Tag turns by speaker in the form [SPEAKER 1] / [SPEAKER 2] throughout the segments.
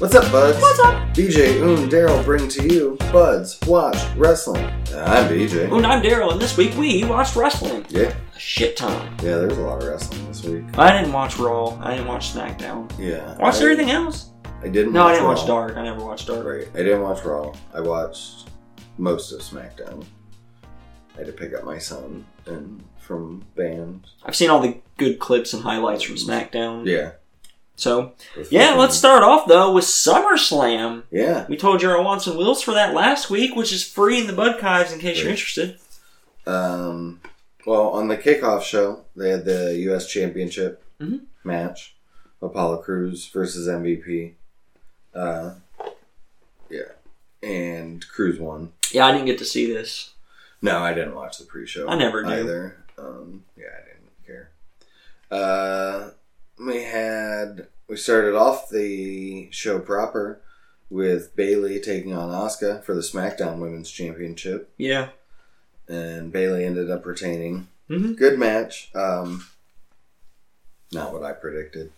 [SPEAKER 1] What's up, buds?
[SPEAKER 2] What's up?
[SPEAKER 1] BJ, Oon, Daryl bring to you Buds Watch Wrestling. I'm BJ.
[SPEAKER 2] Well, I'm Daryl, and this week we watched wrestling.
[SPEAKER 1] Yeah,
[SPEAKER 2] A shit ton.
[SPEAKER 1] yeah, there's a lot of wrestling this week.
[SPEAKER 2] I didn't watch Raw. I didn't watch SmackDown.
[SPEAKER 1] Yeah.
[SPEAKER 2] Watched
[SPEAKER 1] I,
[SPEAKER 2] everything else?
[SPEAKER 1] I didn't
[SPEAKER 2] No, I
[SPEAKER 1] watch
[SPEAKER 2] didn't
[SPEAKER 1] Raw.
[SPEAKER 2] watch Dark. I never watched Dark.
[SPEAKER 1] Right. I didn't watch Raw. I watched most of SmackDown. I had to pick up my son and from band.
[SPEAKER 2] I've seen all the good clips and highlights from SmackDown.
[SPEAKER 1] Yeah.
[SPEAKER 2] So, yeah, let's start off, though, with SummerSlam.
[SPEAKER 1] Yeah.
[SPEAKER 2] We told you our wants and wills for that last week, which is free in the Bud Kives in case you're
[SPEAKER 1] Right.
[SPEAKER 2] interested.
[SPEAKER 1] Um, well, on the kickoff show, they had the U.S. Championship
[SPEAKER 2] Mhm.
[SPEAKER 1] match, Apollo Cruz versus MVP. Uh, yeah, and Cruz won.
[SPEAKER 2] Yeah, I didn't get to see this.
[SPEAKER 1] No, I didn't watch the pre-show.
[SPEAKER 2] I never do.
[SPEAKER 1] either. Um, yeah, I didn't care. Uh, we had we started off the show proper with Bailey taking on Asuka for the SmackDown Women's Championship
[SPEAKER 2] Yeah.
[SPEAKER 1] and Bailey ended up retaining.
[SPEAKER 2] Mhm.
[SPEAKER 1] Good match. Um, not what I predicted.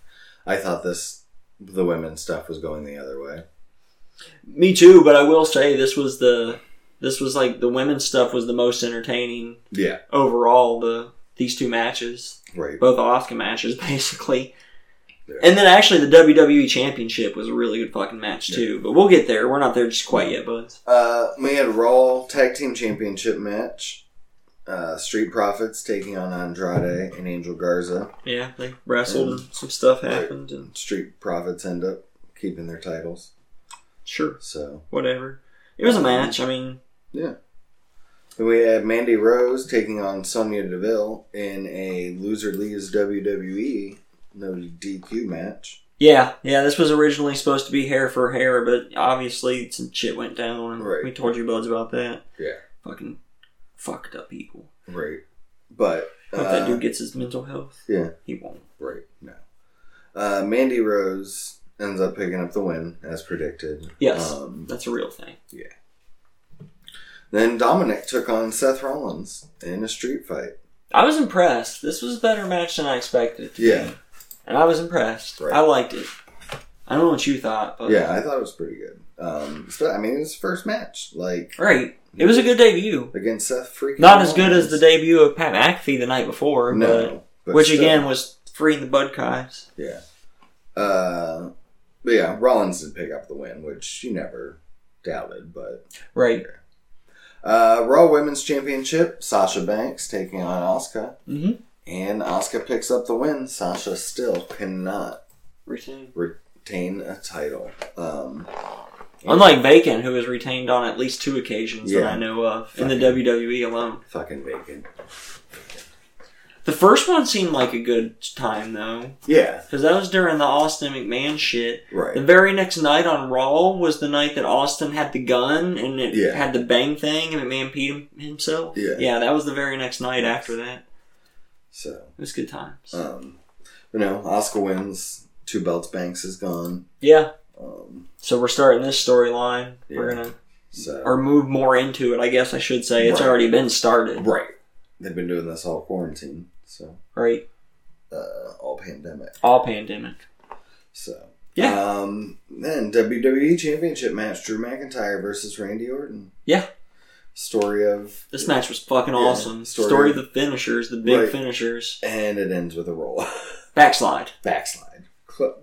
[SPEAKER 1] I thought this the women's stuff was going the other way.
[SPEAKER 2] Me too, but I will say this was the. This was like the women's stuff was the most entertaining
[SPEAKER 1] Yeah,
[SPEAKER 2] overall. The these two matches,
[SPEAKER 1] right.
[SPEAKER 2] both Oscar matches basically.
[SPEAKER 1] Yeah.
[SPEAKER 2] And then actually the WWE Championship was a really good fucking match
[SPEAKER 1] Yeah.
[SPEAKER 2] too. But we'll get there. We're not there just quite yet, buds.
[SPEAKER 1] Uh, we had Raw Tag Team Championship match. Uh, Street Profits taking on Andrade and Angel Garza.
[SPEAKER 2] Yeah, they wrestled and some stuff
[SPEAKER 1] Right.
[SPEAKER 2] happened and
[SPEAKER 1] Street Profits end up keeping their titles.
[SPEAKER 2] sure,
[SPEAKER 1] So
[SPEAKER 2] whatever. It was a match. I mean,
[SPEAKER 1] then we had Mandy Rose taking on Sonya Deville in a loser leaves WWE no DQ match.
[SPEAKER 2] yeah, yeah, this was originally supposed to be hair for hair, but obviously some shit went down and
[SPEAKER 1] Right.
[SPEAKER 2] we told you buds about that.
[SPEAKER 1] Yeah.
[SPEAKER 2] Fucking fucked up people.
[SPEAKER 1] Right. But
[SPEAKER 2] Hope that
[SPEAKER 1] uh,
[SPEAKER 2] dude gets his mental health.
[SPEAKER 1] yeah.
[SPEAKER 2] He won't.
[SPEAKER 1] right no. Uh, Mandy Rose ends up picking up the win as predicted.
[SPEAKER 2] Yes.
[SPEAKER 1] Um,
[SPEAKER 2] That's a real thing.
[SPEAKER 1] then Dominic took on Seth Rollins in a street fight.
[SPEAKER 2] I was impressed. This was a better match than I expected.
[SPEAKER 1] Yeah.
[SPEAKER 2] And I was impressed.
[SPEAKER 1] Right.
[SPEAKER 2] I liked it. I don't know what you thought, but
[SPEAKER 1] Yeah, I thought it was pretty good. Um, so, I mean, it was his first match like
[SPEAKER 2] Right. It was a good debut.
[SPEAKER 1] against Seth freaking.
[SPEAKER 2] Not as good as the
[SPEAKER 1] Rollins.
[SPEAKER 2] debut of Pat McAfee the night before,
[SPEAKER 1] No,
[SPEAKER 2] but,
[SPEAKER 1] but
[SPEAKER 2] which
[SPEAKER 1] still.
[SPEAKER 2] again was free in the Bud Kives.
[SPEAKER 1] yeah. Uh, but yeah, Rollins did pick up the win, which you never doubted, but
[SPEAKER 2] Right.
[SPEAKER 1] Uh, Raw Women's Championship, Sasha Banks taking on Asuka.
[SPEAKER 2] hmm
[SPEAKER 1] And Asuka picks up the win. Sasha still cannot retain a title. Um,
[SPEAKER 2] Unlike Bacon, who was retained on at least two occasions that
[SPEAKER 1] Yeah.
[SPEAKER 2] I know of in the
[SPEAKER 1] Fucking-
[SPEAKER 2] WWE alone.
[SPEAKER 1] fucking bacon.
[SPEAKER 2] The first one seemed like a good time though,
[SPEAKER 1] Yeah,
[SPEAKER 2] because that was during the Austin McMahon shit. The
[SPEAKER 1] right.
[SPEAKER 2] very next night on Raw was the night that Austin had the gun and it
[SPEAKER 1] Yeah.
[SPEAKER 2] had the bang thing and McMahon peed him, himself.
[SPEAKER 1] Yeah.
[SPEAKER 2] yeah, that was the very next night after that.
[SPEAKER 1] So,
[SPEAKER 2] It was good times.
[SPEAKER 1] um, you know, Asuka wins. Two belts. Banks is gone.
[SPEAKER 2] yeah,
[SPEAKER 1] Um,
[SPEAKER 2] so we're starting this storyline. We're
[SPEAKER 1] Yeah.
[SPEAKER 2] gonna
[SPEAKER 1] so
[SPEAKER 2] or move more into it. I guess I should say it's
[SPEAKER 1] Right.
[SPEAKER 2] already been started.
[SPEAKER 1] right, they've been doing this all quarantine. So
[SPEAKER 2] Right,
[SPEAKER 1] uh, all pandemic.
[SPEAKER 2] all pandemic.
[SPEAKER 1] So
[SPEAKER 2] Yeah.
[SPEAKER 1] Um, then WWE Championship match: Drew McIntyre versus Randy Orton.
[SPEAKER 2] Yeah.
[SPEAKER 1] Story of
[SPEAKER 2] This match was fucking
[SPEAKER 1] Yeah,
[SPEAKER 2] awesome. Story,
[SPEAKER 1] story-
[SPEAKER 2] of the finishers, the big
[SPEAKER 1] Right.
[SPEAKER 2] finishers.
[SPEAKER 1] and it ends with a roll
[SPEAKER 2] Backslide.
[SPEAKER 1] backslide, Cl-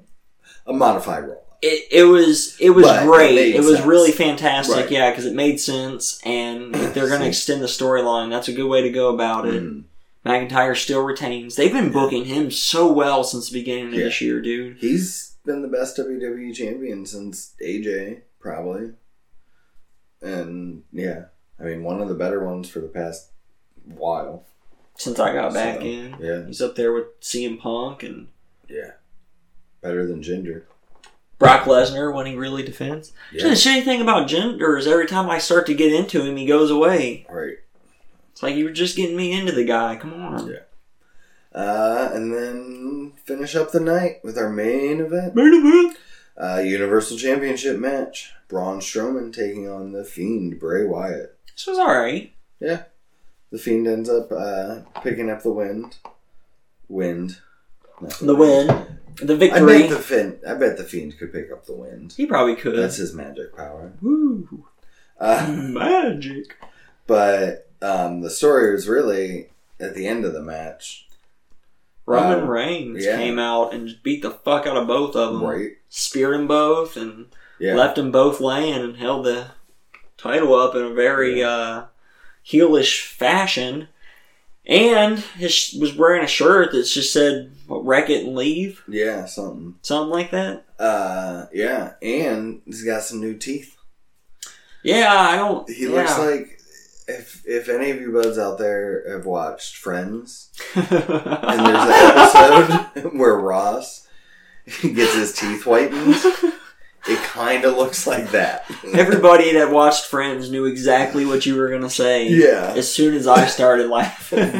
[SPEAKER 1] a modified roll.
[SPEAKER 2] It, it was it was
[SPEAKER 1] But it
[SPEAKER 2] great.
[SPEAKER 1] made
[SPEAKER 2] It, was
[SPEAKER 1] sense.
[SPEAKER 2] really fantastic,
[SPEAKER 1] Right.
[SPEAKER 2] yeah, because it made sense. And if they're going to
[SPEAKER 1] See.
[SPEAKER 2] extend the storyline, that's a good way to go about it.
[SPEAKER 1] Mm.
[SPEAKER 2] McIntyre still retains. They've been booking him so well since the beginning of
[SPEAKER 1] Yeah.
[SPEAKER 2] this year, dude.
[SPEAKER 1] He's been the best WWE champion since AJ, probably. And yeah, I mean, one of the better ones for the past while.
[SPEAKER 2] Since I got back
[SPEAKER 1] So,
[SPEAKER 2] in,
[SPEAKER 1] Yeah,
[SPEAKER 2] he's up there with CM Punk and
[SPEAKER 1] yeah, better than Ginger.
[SPEAKER 2] Brock Lesnar when he really defends.
[SPEAKER 1] Yeah,
[SPEAKER 2] Doesn't say anything about genders. Every time I start to get into him, he goes away.
[SPEAKER 1] right.
[SPEAKER 2] It's like you were just getting me into the guy. Come on.
[SPEAKER 1] Yeah. Uh, and then finish up the night with our main event.
[SPEAKER 2] Main event.
[SPEAKER 1] Uh, Universal Championship match. Braun Strowman taking on The Fiend, Bray Wyatt.
[SPEAKER 2] This was all right.
[SPEAKER 1] The Fiend ends up uh, picking up the wind. Wind. Not
[SPEAKER 2] The win. The
[SPEAKER 1] I
[SPEAKER 2] victory.
[SPEAKER 1] bet the fin- I bet the fiend could pick up the wind.
[SPEAKER 2] he probably could.
[SPEAKER 1] That's his magic power.
[SPEAKER 2] Woo.
[SPEAKER 1] Uh,
[SPEAKER 2] Magic.
[SPEAKER 1] but um, the story was really at the end of the match,
[SPEAKER 2] Roman
[SPEAKER 1] Wow.
[SPEAKER 2] Reigns
[SPEAKER 1] Yeah.
[SPEAKER 2] came out and just beat the fuck out of both of them.
[SPEAKER 1] right?
[SPEAKER 2] Speared them both and
[SPEAKER 1] Yeah,
[SPEAKER 2] left them both laying and held the title up in a very uh, heelish fashion. And his, was wearing a shirt that just said what, "Wreck it and leave,"
[SPEAKER 1] yeah, something.
[SPEAKER 2] something like that.
[SPEAKER 1] Uh, yeah, and he's got some new teeth.
[SPEAKER 2] Yeah, I don't.
[SPEAKER 1] He
[SPEAKER 2] yeah.
[SPEAKER 1] looks like if if any of you buds out there have watched Friends, and there's an episode where Ross gets his teeth whitened. It kind of looks like that.
[SPEAKER 2] Everybody that watched Friends knew exactly what you were gonna say.
[SPEAKER 1] yeah,
[SPEAKER 2] As soon as I started laughing,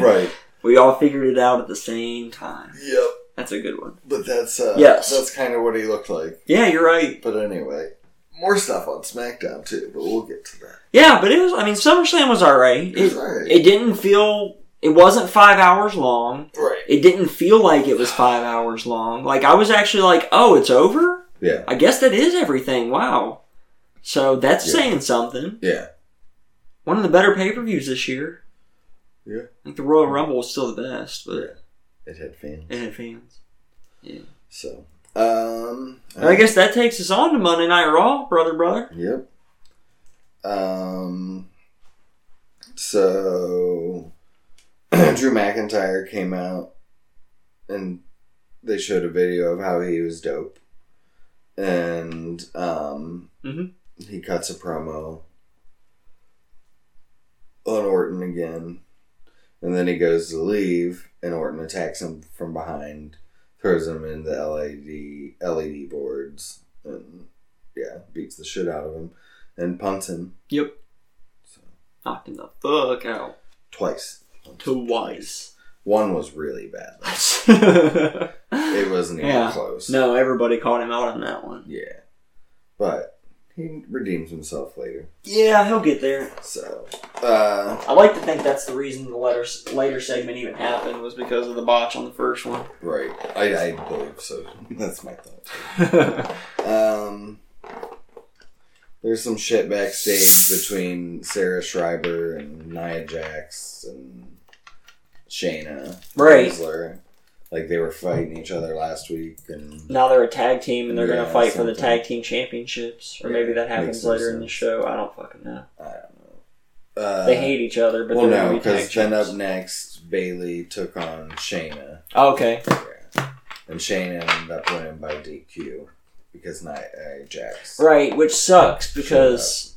[SPEAKER 1] right.
[SPEAKER 2] we all figured it out at the same time.
[SPEAKER 1] Yep.
[SPEAKER 2] That's a good one.
[SPEAKER 1] But that's uh,
[SPEAKER 2] Yes.
[SPEAKER 1] that's kind of what he looked like.
[SPEAKER 2] Yeah, you're right.
[SPEAKER 1] But anyway, more stuff on SmackDown too. But we'll get to that.
[SPEAKER 2] Yeah, but it was. I mean, SummerSlam was all right.
[SPEAKER 1] It was
[SPEAKER 2] It-
[SPEAKER 1] alright.
[SPEAKER 2] It didn't feel. It wasn't five hours long.
[SPEAKER 1] Right.
[SPEAKER 2] It didn't feel like it was five hours long. Like I was actually like, oh, it's over.
[SPEAKER 1] Yeah.
[SPEAKER 2] I guess that is everything. Wow. So that's
[SPEAKER 1] Yeah.
[SPEAKER 2] saying something.
[SPEAKER 1] Yeah.
[SPEAKER 2] One of the better pay per views this year.
[SPEAKER 1] Yeah.
[SPEAKER 2] I think the Royal Rumble was still the best, but
[SPEAKER 1] It had fans.
[SPEAKER 2] it had fans.
[SPEAKER 1] So. Um.
[SPEAKER 2] I guess that takes us on to Monday Night Raw, brother, brother.
[SPEAKER 1] Yep. Um. So. Drew McIntyre came out, and they showed a video of how he was dope, and um,
[SPEAKER 2] Mhm.
[SPEAKER 1] he cuts a promo on Orton again, and then he goes to leave, and Orton attacks him from behind, throws him in the LED LED E boards, and yeah, beats the shit out of him, and punts him
[SPEAKER 2] Yep.
[SPEAKER 1] so,
[SPEAKER 2] Knocked him the fuck out
[SPEAKER 1] twice.
[SPEAKER 2] twice.
[SPEAKER 1] One was really bad. It wasn't even
[SPEAKER 2] Yeah.
[SPEAKER 1] close.
[SPEAKER 2] no, everybody called him out on that one.
[SPEAKER 1] Yeah, but he redeems himself later.
[SPEAKER 2] Yeah, he'll get there.
[SPEAKER 1] So, uh,
[SPEAKER 2] I like to think that's the reason the later, later segment even happened was because of the botch on the first one.
[SPEAKER 1] right, I, I believe so. That's my thought. Um, there's some shit backstage between Sarah Schreiber and Nia Jax and Shayna
[SPEAKER 2] Right.
[SPEAKER 1] Baszler. Like they were fighting each other last week, and
[SPEAKER 2] now they're a tag team and they're going
[SPEAKER 1] Yeah,
[SPEAKER 2] to fight for the
[SPEAKER 1] something.
[SPEAKER 2] tag team championships. Or maybe
[SPEAKER 1] Yeah,
[SPEAKER 2] that happens
[SPEAKER 1] makes no
[SPEAKER 2] later in the
[SPEAKER 1] sense.
[SPEAKER 2] show. I don't fucking know.
[SPEAKER 1] I don't know. Uh,
[SPEAKER 2] They hate each other, but
[SPEAKER 1] well,
[SPEAKER 2] they're
[SPEAKER 1] no,
[SPEAKER 2] going to be tag
[SPEAKER 1] because then
[SPEAKER 2] champs.
[SPEAKER 1] up next Bailey took on Shayna,
[SPEAKER 2] Oh, okay.
[SPEAKER 1] yeah. and Shayna ended up winning by DQ because Nia, Nia Jax.
[SPEAKER 2] Right, which sucks because,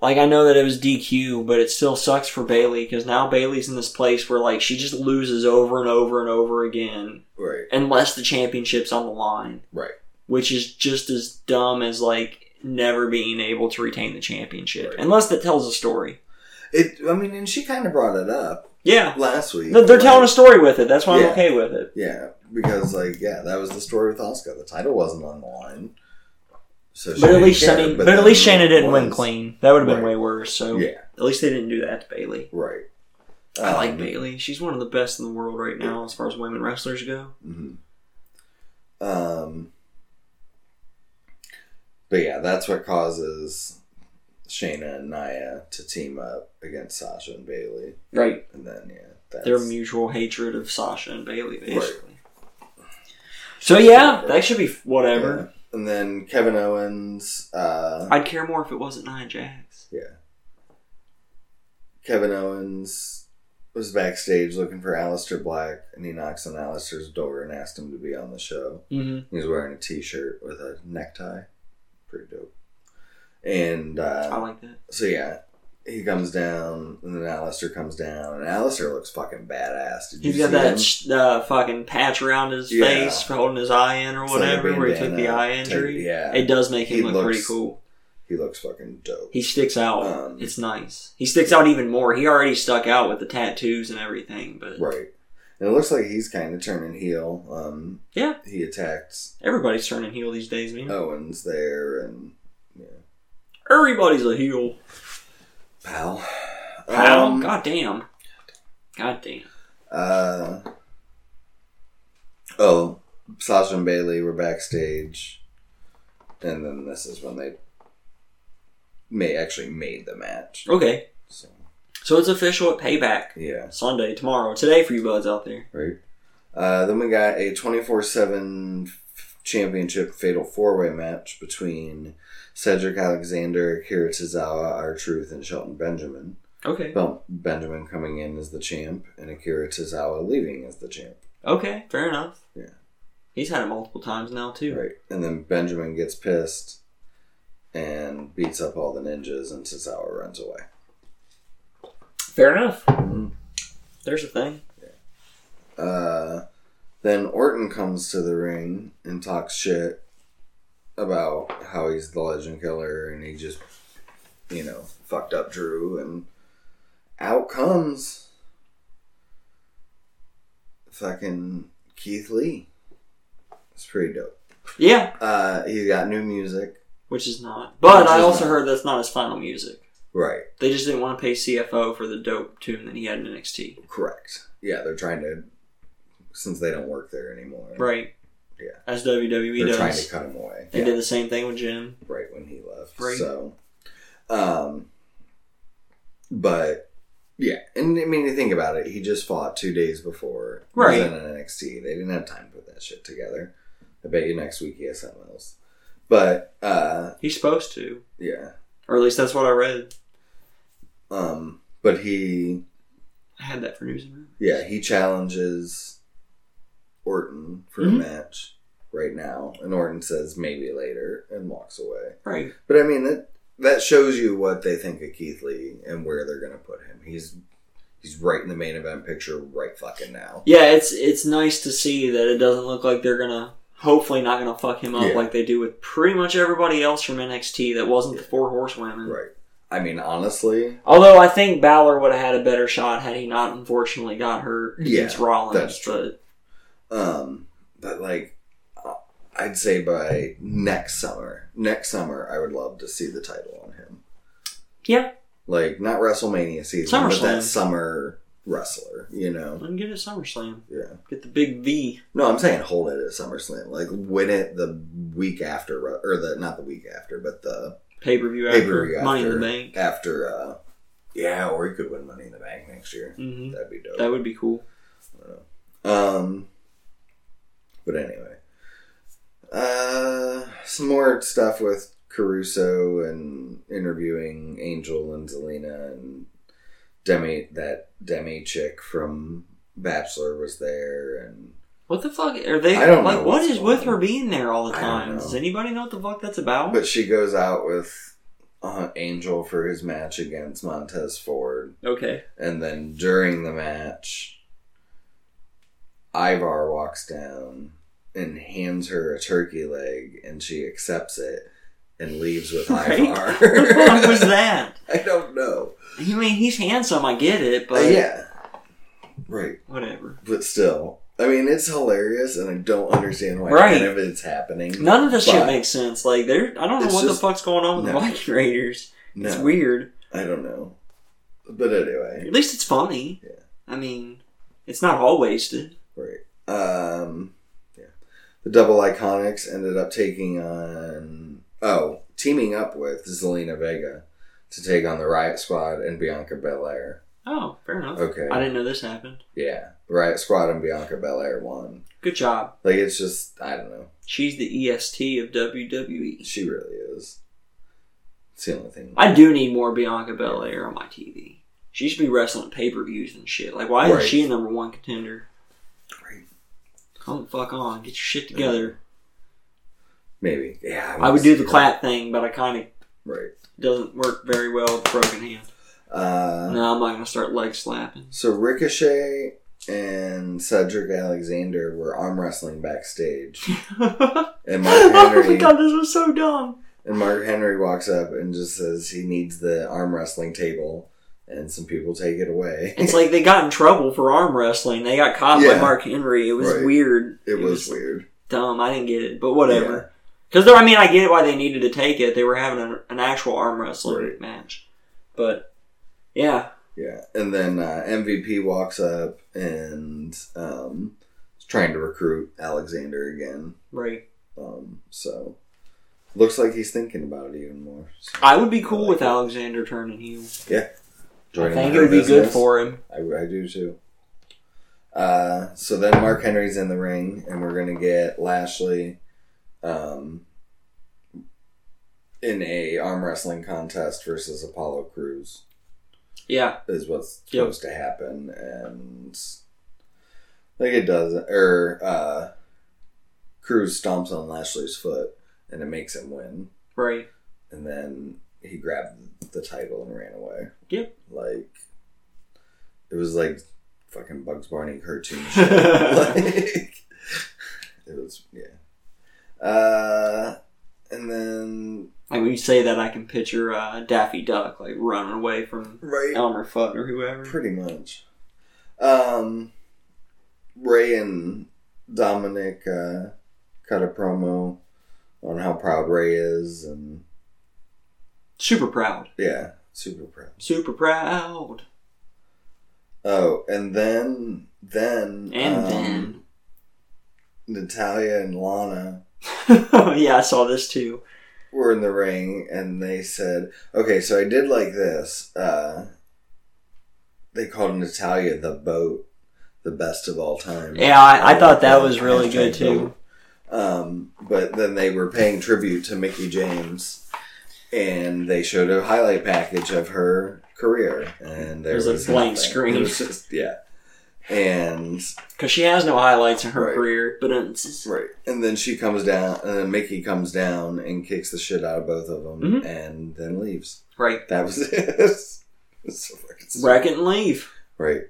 [SPEAKER 2] like, I know that it was DQ, but it still sucks for Bailey because now Bailey's in this place where like she just loses over and over and over again
[SPEAKER 1] Right,
[SPEAKER 2] unless the championship's on the line,
[SPEAKER 1] right,
[SPEAKER 2] which is just as dumb as like never being able to retain the championship
[SPEAKER 1] Right.
[SPEAKER 2] unless that tells a story.
[SPEAKER 1] It. I mean, and she kind of brought it up
[SPEAKER 2] Yeah,
[SPEAKER 1] last week.
[SPEAKER 2] Th- they're
[SPEAKER 1] like-
[SPEAKER 2] telling a story with it. That's why
[SPEAKER 1] Yeah.
[SPEAKER 2] I'm okay with it.
[SPEAKER 1] Yeah, because like yeah, that was the story with Oscar. The title wasn't on the line, so she
[SPEAKER 2] But at
[SPEAKER 1] didn't
[SPEAKER 2] least
[SPEAKER 1] care,
[SPEAKER 2] Shana, but, at least
[SPEAKER 1] then
[SPEAKER 2] Shana didn't win
[SPEAKER 1] was.
[SPEAKER 2] clean. That would have been
[SPEAKER 1] Right.
[SPEAKER 2] way worse. So
[SPEAKER 1] Yeah,
[SPEAKER 2] at least they didn't do that to Bailey.
[SPEAKER 1] right.
[SPEAKER 2] I like
[SPEAKER 1] Um,
[SPEAKER 2] Bailey. She's one of the best in the world right now as far as women wrestlers go.
[SPEAKER 1] mhm. Um, but yeah, that's what causes Shayna and Naya to team up against Sasha and Bailey,
[SPEAKER 2] Right.
[SPEAKER 1] and then yeah, that's
[SPEAKER 2] Their mutual hatred of Sasha and Bailey, basically. So
[SPEAKER 1] So,
[SPEAKER 2] yeah,
[SPEAKER 1] whatever.
[SPEAKER 2] that should be f- whatever.
[SPEAKER 1] Yeah. And then Kevin Owens, uh,
[SPEAKER 2] I'd care more if it wasn't Nia Jax.
[SPEAKER 1] Kevin Owens was backstage looking for Aleister Black, and he knocks on Aleister's door and asks him to be on the show.
[SPEAKER 2] Mm-hmm.
[SPEAKER 1] He was wearing a T-shirt with a necktie, pretty dope. And
[SPEAKER 2] I
[SPEAKER 1] uh,
[SPEAKER 2] like that.
[SPEAKER 1] so yeah, he comes down, and then Aleister comes down, and Aleister looks fucking badass. Did you
[SPEAKER 2] He's got
[SPEAKER 1] see him?
[SPEAKER 2] that sh- uh, fucking patch around his
[SPEAKER 1] Yeah.
[SPEAKER 2] face for holding his eye in or
[SPEAKER 1] It's like a
[SPEAKER 2] whatever, where he took the
[SPEAKER 1] bandana
[SPEAKER 2] eye
[SPEAKER 1] type-
[SPEAKER 2] injury.
[SPEAKER 1] yeah,
[SPEAKER 2] It does make him
[SPEAKER 1] He
[SPEAKER 2] look pretty
[SPEAKER 1] looks-
[SPEAKER 2] cool.
[SPEAKER 1] he looks fucking dope.
[SPEAKER 2] He sticks out.
[SPEAKER 1] Um,
[SPEAKER 2] it's nice. He sticks out even more. He already stuck out with the tattoos and everything, but
[SPEAKER 1] right, and it looks like he's kind of turning heel. Um,
[SPEAKER 2] Yeah.
[SPEAKER 1] he attacks
[SPEAKER 2] everybody's turning heel these days, man.
[SPEAKER 1] Owens there, and yeah,
[SPEAKER 2] Everybody's a heel.
[SPEAKER 1] pal,
[SPEAKER 2] How?
[SPEAKER 1] Um,
[SPEAKER 2] God damn. God damn.
[SPEAKER 1] Uh, oh, Sasha and Bailey were backstage, and then this is when they may actually made the match.
[SPEAKER 2] Okay.
[SPEAKER 1] So
[SPEAKER 2] So it's official at Payback
[SPEAKER 1] yeah,
[SPEAKER 2] Sunday, tomorrow, today for you buds out there.
[SPEAKER 1] right. Uh, then we got a twenty four seven championship fatal four way match between Cedric Alexander, Akira Tozawa, R Truth, and Shelton Benjamin.
[SPEAKER 2] Okay.
[SPEAKER 1] Well, Benjamin coming in as the champ, and Akira Tozawa leaving as the champ.
[SPEAKER 2] Okay. Fair enough.
[SPEAKER 1] Yeah.
[SPEAKER 2] He's had it multiple times now too.
[SPEAKER 1] Right. And then Benjamin gets pissed and beats up all the ninjas, and Tozawa runs away.
[SPEAKER 2] Fair enough.
[SPEAKER 1] Mhm.
[SPEAKER 2] There's a thing.
[SPEAKER 1] Uh, then Orton comes to the ring and talks shit about how he's the legend killer and he just, you know, fucked up Drew, and out comes fucking Keith Lee. It's pretty dope.
[SPEAKER 2] Yeah,
[SPEAKER 1] Uh, he's got new music.
[SPEAKER 2] which is not. But
[SPEAKER 1] Which
[SPEAKER 2] I
[SPEAKER 1] is
[SPEAKER 2] also
[SPEAKER 1] not.
[SPEAKER 2] heard that's not his final music.
[SPEAKER 1] Right.
[SPEAKER 2] They just didn't want to pay CFO for the dope tune that he had in NXT.
[SPEAKER 1] Correct. Yeah, they're trying to, since they don't work there anymore.
[SPEAKER 2] Right.
[SPEAKER 1] Yeah.
[SPEAKER 2] As WWE
[SPEAKER 1] They're
[SPEAKER 2] does.
[SPEAKER 1] trying to cut him away.
[SPEAKER 2] They
[SPEAKER 1] Yeah,
[SPEAKER 2] did the same thing with Jim.
[SPEAKER 1] right when he left.
[SPEAKER 2] Right.
[SPEAKER 1] So, um, but yeah, and I mean, you think about it. He just fought two days before. He was
[SPEAKER 2] Right.
[SPEAKER 1] in NXT, they didn't have time to put that shit together. I bet you next week he has something else. But uh,
[SPEAKER 2] He's supposed to,
[SPEAKER 1] yeah,
[SPEAKER 2] or at least that's what I read.
[SPEAKER 1] um, but he
[SPEAKER 2] I had that for news and rumors.
[SPEAKER 1] Yeah, he challenges Orton for
[SPEAKER 2] Mhm.
[SPEAKER 1] a match right now, and Orton says maybe later and walks away.
[SPEAKER 2] Right.
[SPEAKER 1] But I mean that that shows you what they think of Keith Lee and where they're gonna put him. He's he's right in the main event picture right fucking now.
[SPEAKER 2] Yeah, it's it's nice to see that it doesn't look like they're gonna. Hopefully, not gonna fuck him up
[SPEAKER 1] Yeah.
[SPEAKER 2] like they do with pretty much everybody else from NXT that wasn't the Four Horsewomen.
[SPEAKER 1] Right. I mean honestly,
[SPEAKER 2] Although I think Balor would have had a better shot had he not unfortunately got hurt against
[SPEAKER 1] Yeah,
[SPEAKER 2] Rollins.
[SPEAKER 1] that's true. um but like uh, I'd say by next summer. Next summer I would love to see the title on him.
[SPEAKER 2] Yeah.
[SPEAKER 1] Like not WrestleMania season, but
[SPEAKER 2] SummerSlam.
[SPEAKER 1] that summer wrestler, you know.
[SPEAKER 2] But let him get it at SummerSlam.
[SPEAKER 1] Yeah.
[SPEAKER 2] Get the big V.
[SPEAKER 1] No, I'm saying hold it at SummerSlam. Like win it the week after, or the not the week after, but the
[SPEAKER 2] Pay per view
[SPEAKER 1] pay per
[SPEAKER 2] after
[SPEAKER 1] view after.
[SPEAKER 2] Money in the Bank.
[SPEAKER 1] After, uh, yeah, or he could win Money in the Bank next year.
[SPEAKER 2] hmm
[SPEAKER 1] That'd be dope.
[SPEAKER 2] That would be cool.
[SPEAKER 1] um, but anyway, uh, some more stuff with Caruso and interviewing Angel and Zelina and Demi. That Demi chick from Bachelor was there and.
[SPEAKER 2] What the fuck are they?
[SPEAKER 1] I don't
[SPEAKER 2] like,
[SPEAKER 1] know
[SPEAKER 2] what
[SPEAKER 1] what's
[SPEAKER 2] is with
[SPEAKER 1] going
[SPEAKER 2] her
[SPEAKER 1] on.
[SPEAKER 2] being there all the
[SPEAKER 1] I don't
[SPEAKER 2] time?
[SPEAKER 1] know.
[SPEAKER 2] Does anybody know what the fuck that's about?
[SPEAKER 1] But she goes out with uh, Angel for his match against Montez Ford.
[SPEAKER 2] okay.
[SPEAKER 1] And then during the match, Ivar walks down and hands her a turkey leg, and she accepts it and leaves with
[SPEAKER 2] Right?
[SPEAKER 1] Ivar.
[SPEAKER 2] what the fuck was that?
[SPEAKER 1] I don't know.
[SPEAKER 2] I mean, he's handsome. I get it,
[SPEAKER 1] Uh,
[SPEAKER 2] but
[SPEAKER 1] yeah. Right.
[SPEAKER 2] whatever.
[SPEAKER 1] But still. I mean, it's hilarious, and I don't understand why
[SPEAKER 2] Right.
[SPEAKER 1] none of it's happening.
[SPEAKER 2] None of this shit
[SPEAKER 1] But-
[SPEAKER 2] makes sense. Like, there, I don't know
[SPEAKER 1] It's
[SPEAKER 2] what
[SPEAKER 1] just-
[SPEAKER 2] the fuck's going on with
[SPEAKER 1] no.
[SPEAKER 2] the Viking Raiders.
[SPEAKER 1] No,
[SPEAKER 2] It's weird.
[SPEAKER 1] I don't know. But anyway.
[SPEAKER 2] At least it's funny.
[SPEAKER 1] Yeah.
[SPEAKER 2] I mean, it's not all wasted.
[SPEAKER 1] Right. Um, yeah. The Double Iconics ended up taking on, oh, teaming up with Zelina Vega to take on the Riot Squad and Bianca Belair.
[SPEAKER 2] Oh, fair enough.
[SPEAKER 1] Okay.
[SPEAKER 2] I didn't know this happened.
[SPEAKER 1] Yeah. Riot Squad and Bianca Belair won.
[SPEAKER 2] Good job.
[SPEAKER 1] Like, it's just, I don't know.
[SPEAKER 2] She's the EST of WWE.
[SPEAKER 1] She really is. It's the only thing.
[SPEAKER 2] I do need more Bianca Belair on my TV. She should be wrestling pay per views and shit. Like, why
[SPEAKER 1] Right.
[SPEAKER 2] isn't she a number one contender?
[SPEAKER 1] Right.
[SPEAKER 2] Come the fuck on. Get your shit together.
[SPEAKER 1] Maybe. Yeah.
[SPEAKER 2] I would do the clap thing, but I kind of
[SPEAKER 1] Right.
[SPEAKER 2] doesn't work very well with broken hand.
[SPEAKER 1] Uh,
[SPEAKER 2] No, I'm not gonna start leg slapping.
[SPEAKER 1] So Ricochet and Cedric Alexander were arm wrestling backstage.
[SPEAKER 2] oh
[SPEAKER 1] And Mark Henry.
[SPEAKER 2] my god, this was so dumb.
[SPEAKER 1] And Mark Henry walks up and just says he needs the arm wrestling table, and some people take it away.
[SPEAKER 2] It's like they got in trouble for arm wrestling. They got caught by
[SPEAKER 1] Yeah.
[SPEAKER 2] Mark Henry. It was
[SPEAKER 1] Right.
[SPEAKER 2] weird.
[SPEAKER 1] It was weird.
[SPEAKER 2] dumb. I didn't get it, but whatever. Because I mean, I get it why they needed to take it. They were having an, an actual arm wrestling
[SPEAKER 1] Right.
[SPEAKER 2] match, but yeah,
[SPEAKER 1] Yeah. And then uh, MVP walks up and um, trying to recruit Alexander again.
[SPEAKER 2] Right.
[SPEAKER 1] Um, so looks like he's thinking about it even more. So,
[SPEAKER 2] I would be cool
[SPEAKER 1] like
[SPEAKER 2] with
[SPEAKER 1] it.
[SPEAKER 2] Alexander turning heel. I
[SPEAKER 1] joining
[SPEAKER 2] think it
[SPEAKER 1] her
[SPEAKER 2] would be good
[SPEAKER 1] business.
[SPEAKER 2] for him.
[SPEAKER 1] I, I do too. Uh, so then Mark Henry's in the ring, and we're gonna get Lashley, um, in a arm wrestling contest versus Apollo Cruz
[SPEAKER 2] Yeah.
[SPEAKER 1] is what's
[SPEAKER 2] Yep.
[SPEAKER 1] supposed to happen, and like it does, or uh, Cruz stomps on Lashley's foot, and it makes him win,
[SPEAKER 2] Right.
[SPEAKER 1] and then he grabbed the title and ran away.
[SPEAKER 2] Yep.
[SPEAKER 1] Like it was like fucking Bugs Bunny cartoon shit. like it was yeah. Uh and then
[SPEAKER 2] Like when you say that, I can picture uh, Daffy Duck like running away from
[SPEAKER 1] right
[SPEAKER 2] Elmer Fudd or whoever.
[SPEAKER 1] pretty much. Um Ray and Dominic uh cut a promo on how proud Ray is and
[SPEAKER 2] Super proud.
[SPEAKER 1] yeah, super proud.
[SPEAKER 2] Super proud.
[SPEAKER 1] Oh, and then then
[SPEAKER 2] And
[SPEAKER 1] um, Natalia and Lana
[SPEAKER 2] then. yeah, I saw this too.
[SPEAKER 1] were in the ring and they said, okay, so I did like this. Uh, they called Natalia the boat, the best of all time.
[SPEAKER 2] Yeah, I, I thought that was really good too.
[SPEAKER 1] Um, but then they were paying tribute to Mickey James and they showed a highlight package of her career. And there
[SPEAKER 2] There's
[SPEAKER 1] was,
[SPEAKER 2] a blank
[SPEAKER 1] nothing.
[SPEAKER 2] screen.
[SPEAKER 1] It was just, yeah. And
[SPEAKER 2] Because she has no highlights in her
[SPEAKER 1] Right.
[SPEAKER 2] career, but it's just-
[SPEAKER 1] Right. And then she comes down, and then Mickey comes down and kicks the shit out of both of them
[SPEAKER 2] Mhm.
[SPEAKER 1] and then leaves.
[SPEAKER 2] right.
[SPEAKER 1] That was it. It's so fucking stupid.
[SPEAKER 2] Wreck it and leave.
[SPEAKER 1] Right.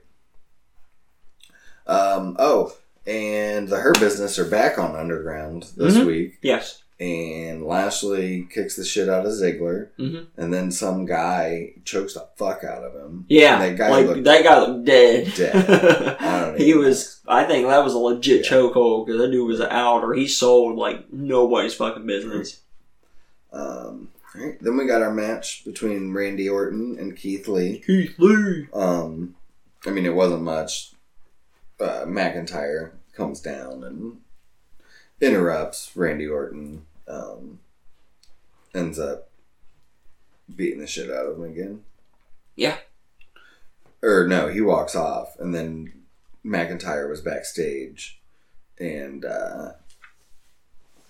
[SPEAKER 1] Um, oh, and the Her Business are back on Underground this
[SPEAKER 2] Mhm.
[SPEAKER 1] week.
[SPEAKER 2] Yes.
[SPEAKER 1] And Lashley kicks the shit out of Ziggler.
[SPEAKER 2] Mhm.
[SPEAKER 1] And then some guy chokes the fuck out of him.
[SPEAKER 2] Yeah.
[SPEAKER 1] And that guy
[SPEAKER 2] like
[SPEAKER 1] looked-
[SPEAKER 2] that guy looked dead.
[SPEAKER 1] I don't
[SPEAKER 2] he
[SPEAKER 1] even
[SPEAKER 2] was. I think that was a legit
[SPEAKER 1] Yeah.
[SPEAKER 2] chokehold because that dude was out or he sold like nobody's fucking business.
[SPEAKER 1] Um, all right. Then we got our match between Randy Orton and Keith Lee.
[SPEAKER 2] Keith Lee.
[SPEAKER 1] Um, I mean, it wasn't much. Uh, McIntyre comes down and interrupts Randy Orton. Um, ends up beating the shit out of him again.
[SPEAKER 2] Yeah.
[SPEAKER 1] Or no, he walks off, and then McIntyre was backstage, and uh,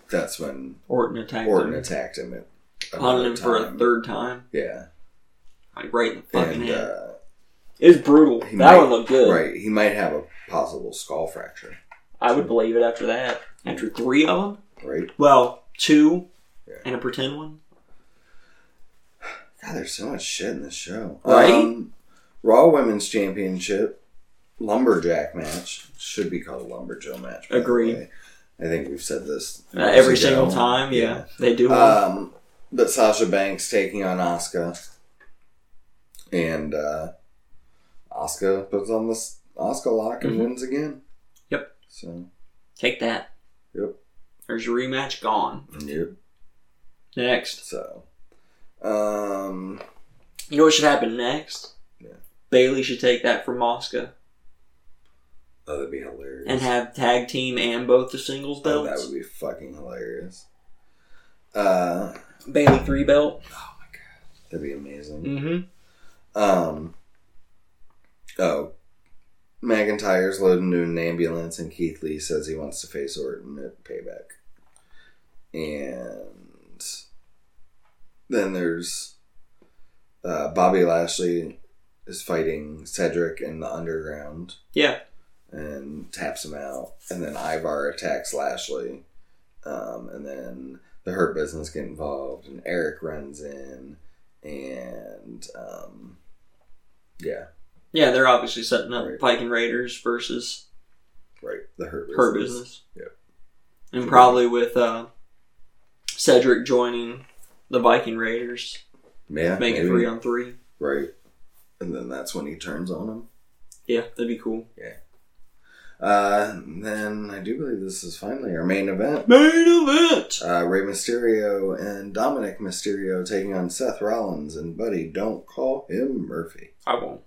[SPEAKER 1] that's when
[SPEAKER 2] Orton attacked
[SPEAKER 1] Orton
[SPEAKER 2] him,
[SPEAKER 1] attacked him at
[SPEAKER 2] punted him for a
[SPEAKER 1] time.
[SPEAKER 2] third time,
[SPEAKER 1] Yeah,
[SPEAKER 2] like right in the fucking
[SPEAKER 1] and
[SPEAKER 2] head.
[SPEAKER 1] uh,
[SPEAKER 2] It was brutal.
[SPEAKER 1] He
[SPEAKER 2] That
[SPEAKER 1] might-
[SPEAKER 2] one looked good.
[SPEAKER 1] right, he might have a possible skull fracture.
[SPEAKER 2] I would believe it after that. After three of them?
[SPEAKER 1] Right.
[SPEAKER 2] Well, two
[SPEAKER 1] Yeah.
[SPEAKER 2] and a pretend one.
[SPEAKER 1] God, there's so much shit in this show.
[SPEAKER 2] Right?
[SPEAKER 1] Um, Raw Women's Championship lumberjack match should be called lumberjill match. by the
[SPEAKER 2] Agreed.
[SPEAKER 1] way. I think we've said this
[SPEAKER 2] Uh, every
[SPEAKER 1] years ago.
[SPEAKER 2] single time, yeah. They do one.
[SPEAKER 1] Um, but Sasha Banks taking on Asuka, and uh, Asuka puts on this Asuka lock and
[SPEAKER 2] Mhm.
[SPEAKER 1] wins again.
[SPEAKER 2] Yep.
[SPEAKER 1] So
[SPEAKER 2] Take that.
[SPEAKER 1] Yep.
[SPEAKER 2] There's your rematch gone.
[SPEAKER 1] yep.
[SPEAKER 2] Next.
[SPEAKER 1] So, um,
[SPEAKER 2] You know what should happen next?
[SPEAKER 1] Yeah.
[SPEAKER 2] Bailey should take that from Mosca
[SPEAKER 1] oh, that'd be hilarious.
[SPEAKER 2] and have tag team and both the singles
[SPEAKER 1] oh, that
[SPEAKER 2] belts.
[SPEAKER 1] would be fucking hilarious. Uh,
[SPEAKER 2] Bailey three belt.
[SPEAKER 1] That'd be amazing.
[SPEAKER 2] Mm-hmm.
[SPEAKER 1] Um. Oh, McIntyre's loaded into an ambulance, and Keith Lee says he wants to face Orton at Payback. And then there's uh, Bobby Lashley is fighting Cedric in the Underground
[SPEAKER 2] Yeah.
[SPEAKER 1] and taps him out, and then Ivar attacks Lashley, um, and then the Hurt Business get involved, and Eric runs in, and um, yeah,
[SPEAKER 2] Yeah, they're obviously setting up
[SPEAKER 1] Right.
[SPEAKER 2] Pike and Raiders versus
[SPEAKER 1] right, the Hurt Business.
[SPEAKER 2] her business.
[SPEAKER 1] Yeah.
[SPEAKER 2] And probably with uh, Cedric joining the Viking Raiders.
[SPEAKER 1] yeah,
[SPEAKER 2] Make it
[SPEAKER 1] maybe.
[SPEAKER 2] three on three.
[SPEAKER 1] right, and then that's when he turns on him.
[SPEAKER 2] Yeah, that'd be cool.
[SPEAKER 1] Uh, and then I do believe this is finally our main event.
[SPEAKER 2] Main event.
[SPEAKER 1] Uh, Rey Mysterio and Dominic Mysterio taking on Seth Rollins and Buddy. Don't call him Murphy.
[SPEAKER 2] I won't.